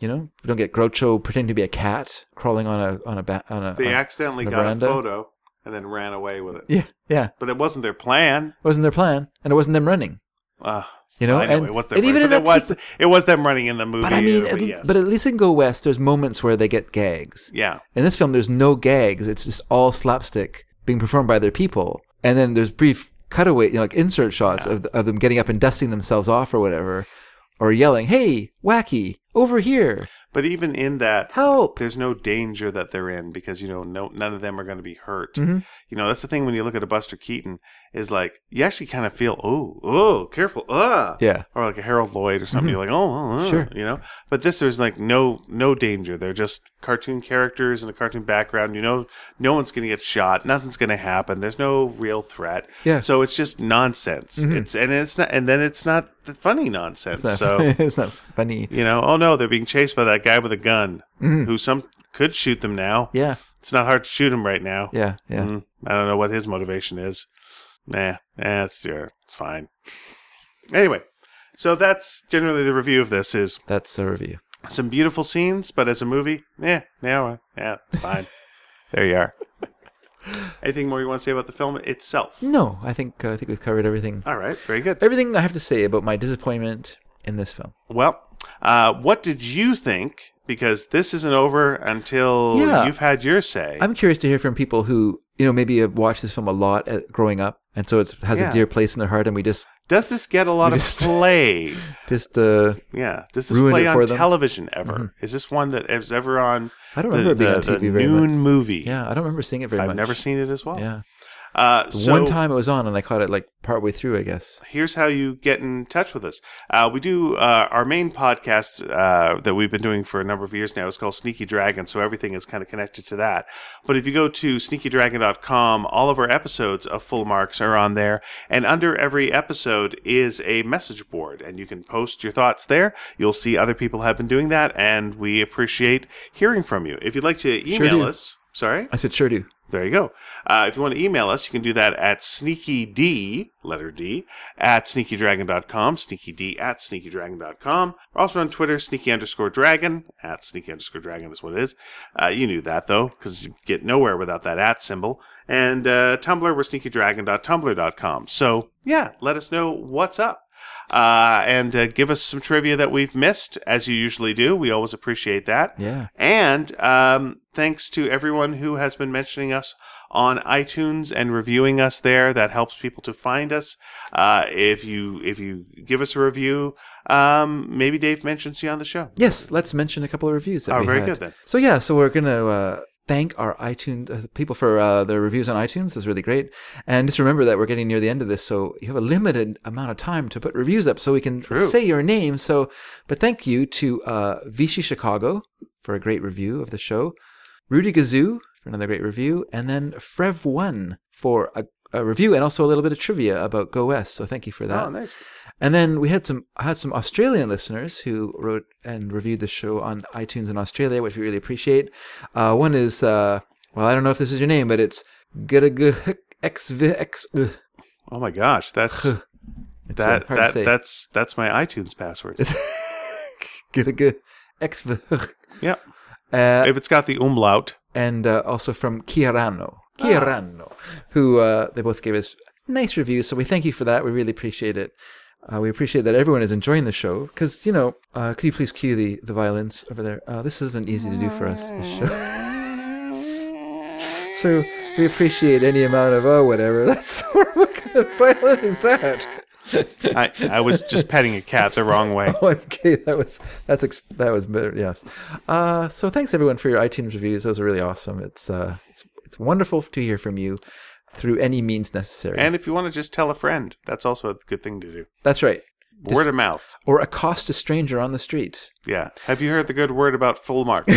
Speaker 2: You know, we don't get Groucho pretending to be a cat crawling on a on a ba- on a.
Speaker 1: They
Speaker 2: on-
Speaker 1: accidentally
Speaker 2: on a
Speaker 1: got
Speaker 2: veranda?
Speaker 1: a photo and then ran away with it.
Speaker 2: yeah, yeah.
Speaker 1: But it wasn't their plan.
Speaker 2: Wasn't their plan, and it wasn't them running.
Speaker 1: Uh,
Speaker 2: You know,
Speaker 1: I know
Speaker 2: Oh, and,
Speaker 1: it was their
Speaker 2: and
Speaker 1: plan,
Speaker 2: even in
Speaker 1: but
Speaker 2: that
Speaker 1: it was,
Speaker 2: sequ-
Speaker 1: it was them running in the movie.
Speaker 2: But I mean, at-
Speaker 1: yes.
Speaker 2: but at least in Go West, there's moments where they get gags.
Speaker 1: yeah.
Speaker 2: In this film, there's no gags. It's just all slapstick being performed by their people, and then there's brief cutaway, you know, like insert shots of of them getting up and dusting themselves off or whatever, or yelling, "Hey, wacky, over here,
Speaker 1: But even in that,
Speaker 2: help!"
Speaker 1: there's no danger that they're in because you know no none of them are going to be hurt.
Speaker 2: Mm-hmm.
Speaker 1: You know that's the thing when you look at a Buster Keaton is like you actually kind of feel oh oh careful ah
Speaker 2: Yeah.
Speaker 1: or like a Harold Lloyd or something you're like oh, oh, oh,"
Speaker 2: Mm-hmm. Sure.
Speaker 1: you know but this there's like no no danger they're just cartoon characters and a cartoon background you know no one's going to get shot nothing's going to happen there's no real threat
Speaker 2: Yeah. Mm-hmm.
Speaker 1: so it's just nonsense it's and it's not and then it's not the funny nonsense
Speaker 2: It's not,
Speaker 1: so
Speaker 2: it's not funny.
Speaker 1: you know, oh no, they're being chased by that guy with a gun who some could shoot them now.
Speaker 2: Mm-hmm. Yeah,
Speaker 1: It's not hard to shoot him right now.
Speaker 2: yeah, yeah.
Speaker 1: Mm, I don't know what his motivation is. Nah, nah, it's, yeah, it's fine. Anyway, so that's generally the review of this is
Speaker 2: That's the review.
Speaker 1: some beautiful eh, scenes, but as a movie, yeah, now, yeah, it's fine. there you are. Anything more you want to say about the film itself?
Speaker 2: No, I think uh, I think we've covered everything.
Speaker 1: All right, very good.
Speaker 2: Everything I have to say about my disappointment in this film.
Speaker 1: Well, uh, what did you think? Because this isn't over until
Speaker 2: Yeah.
Speaker 1: you've had your say.
Speaker 2: I'm curious to hear from people who you know maybe have watched this film a lot at, growing up, and so it has
Speaker 1: Yeah.
Speaker 2: a dear place in their heart, and we just
Speaker 1: Does this get a lot of
Speaker 2: just-
Speaker 1: play?
Speaker 2: just uh,
Speaker 1: Yeah. Does this
Speaker 2: Ruined
Speaker 1: play
Speaker 2: it
Speaker 1: on
Speaker 2: for them. Mm-hmm.
Speaker 1: television ever? Is this one that is ever on?
Speaker 2: I don't remember it being on
Speaker 1: the
Speaker 2: TV very
Speaker 1: noon
Speaker 2: much.
Speaker 1: movie.
Speaker 2: Yeah, I don't remember seeing it very
Speaker 1: I've
Speaker 2: much.
Speaker 1: never seen it as well.
Speaker 2: Yeah,
Speaker 1: Uh, so
Speaker 2: one time it was on, and I caught it like partway through, I guess.
Speaker 1: here's how you get in touch with us. Uh, we do uh, our main podcast uh, that we've been doing for a number of years now is called Sneaky Dragon, so everything is kind of connected to that. But if you go to sneakydragon.com, all of our episodes of Full Marks are on there, and under every episode is a message board, and you can post your thoughts there. You'll see other people have been doing that, and we appreciate hearing from you. If you'd like to email
Speaker 2: do.
Speaker 1: us, sorry.
Speaker 2: I said, sure do.
Speaker 1: There you go. Uh, if you want to email us, you can do that at sneakyd, letter D, at sneakydragon.com, sneakyd at sneakydragon.com. We're also on Twitter, sneaky underscore dragon, at sneaky underscore dragon is what it is. Uh, you knew that, though, because you get nowhere without that at symbol. And uh, Tumblr, we're sneakydragon.tumblr.com. So, yeah, let us know what's up uh, and uh, give us some trivia that we've missed, as you usually do. We always appreciate that.
Speaker 2: Yeah.
Speaker 1: And um, thanks to everyone who has been mentioning us on iTunes and reviewing us there. That helps people to find us. Uh, if you if you give us a review, um, maybe Dave mentions you on the show.
Speaker 2: Yes, let's mention a couple of reviews. That
Speaker 1: Oh,
Speaker 2: we
Speaker 1: very
Speaker 2: had.
Speaker 1: good then.
Speaker 2: So yeah, so we're gonna uh, thank our iTunes uh, people for uh, their reviews on iTunes. It's really great. And just remember that we're getting near the end of this, so you have a limited amount of time to put reviews up, so we can say your name. So, but thank you to uh, Vichy Chicago for a great review of the show, Rudy Gazoo for another great review, and then Frev One for a, a review and also a little bit of trivia about Go West. So thank you for that.
Speaker 1: Oh, nice.
Speaker 2: And then we had some had some Australian listeners who wrote and reviewed the show on iTunes in Australia, which we really appreciate. Uh, one is uh, well, I don't know if this is your name, but it's XVX.
Speaker 1: Oh my gosh, that's
Speaker 2: It's uh,
Speaker 1: that,
Speaker 2: hard to
Speaker 1: that
Speaker 2: say.
Speaker 1: that's that's my iTunes password.
Speaker 2: Gdgxv.
Speaker 1: yeah,
Speaker 2: Uh,
Speaker 1: if it's got the umlaut.
Speaker 2: and uh, also from Chiarano, Chiarano, who uh, they both gave us nice reviews. So we thank you for that. We really appreciate it. Uh, we appreciate that everyone is enjoying the show because you know. Uh, could you please cue the the violins over there? Uh, this isn't easy to do for us. This show. so we appreciate any amount of oh whatever. That's what kind of violin is that?
Speaker 1: I, I was just petting a cat the wrong way.
Speaker 2: Oh, okay, that was that's ex- that was better. Yes. Uh, so thanks everyone for your iTunes reviews. Those are really awesome. It's uh, it's it's wonderful to hear from you through any means necessary.
Speaker 1: And if you want to just tell a friend, that's also a good thing to do.
Speaker 2: that's right.
Speaker 1: Word of mouth.
Speaker 2: Or accost a stranger on the street.
Speaker 1: Yeah. Have you heard the good word about full marks?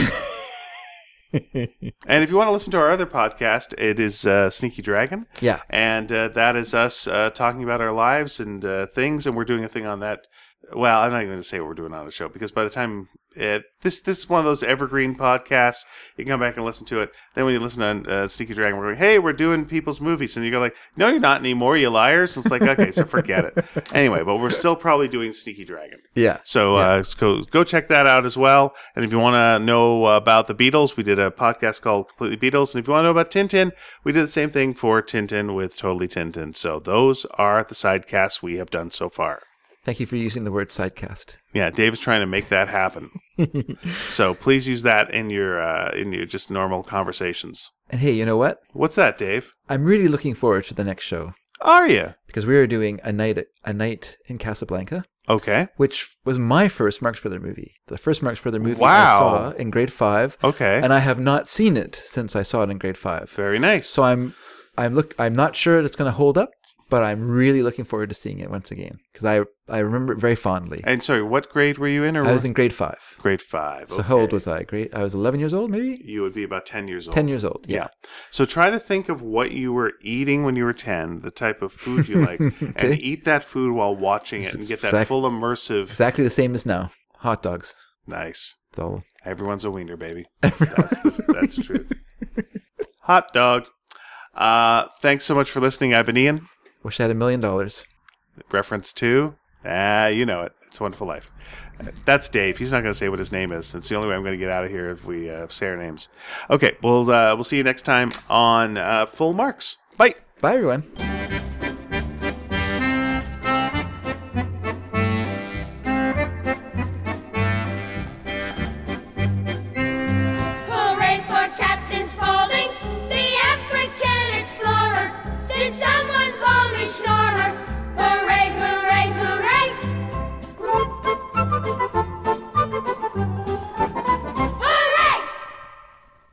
Speaker 1: and if you want to listen to our other podcast, it is uh, Sneaky Dragon.
Speaker 2: Yeah.
Speaker 1: And uh, that is us uh, talking about our lives and uh, things. And we're doing a thing on that. Well, I'm not even going to say what we're doing on the show because by the time uh this this is one of those evergreen podcasts, you can come back and listen to it. Then when you listen on uh, Sneaky Dragon, we're going, hey, we're doing people's movies, and you go like, no, you're not anymore, you liars. And it's like, okay, so forget it. Anyway, but we're still probably doing Sneaky Dragon.
Speaker 2: Yeah.
Speaker 1: So uh, go go check that out as well. And if you want to know uh, about the Beatles, we did a podcast called Completely Beatles. And if you want to know about Tintin, we did the same thing for Tintin with Totally Tintin. So those are the sidecasts we have done so far.
Speaker 2: Thank you for using the word sidecast.
Speaker 1: Yeah, Dave's trying to make that happen. so please use that in your uh, in your just normal conversations.
Speaker 2: And hey, you know what?
Speaker 1: What's that, Dave?
Speaker 2: I'm really looking forward to the next show
Speaker 1: Are you
Speaker 2: because we are doing a night a night in Casablanca.
Speaker 1: okay?
Speaker 2: Which was my first Marx Brother movie. The first Marx Brother movie
Speaker 1: Wow.
Speaker 2: I saw in grade five.
Speaker 1: Okay.
Speaker 2: And I have not seen it since I saw it in grade five.
Speaker 1: Very nice.
Speaker 2: So I'm I'm look I'm not sure it's going to hold up, but I'm really looking forward to seeing it once again because I I remember it very fondly.
Speaker 1: and sorry, what grade were you in? Or
Speaker 2: I was in grade five.
Speaker 1: grade five.
Speaker 2: So how old was I? Grade I was 11 years old, maybe
Speaker 1: you? Would be about ten years old.
Speaker 2: 10 years old.
Speaker 1: Yeah. So try to think of what you were eating when you were 10, the type of food you liked, and eat that food while watching it and get that
Speaker 2: Exact-
Speaker 1: full immersive.
Speaker 2: exactly the same as now. Hot dogs.
Speaker 1: Nice.
Speaker 2: It's all
Speaker 1: Everyone's a wiener, baby. That's the, that's the truth. Hot dog. Uh, thanks so much for listening. I've been Ian.
Speaker 2: wish I had a million dollars.
Speaker 1: Reference to, ah, you know it. It's a Wonderful Life. Uh, That's Dave. He's not going to say what his name is. It's the only way I'm going to get out of here if we uh, say our names. Okay, we'll uh, we'll see you next time on uh, Full Marks. Bye.
Speaker 2: Bye, everyone.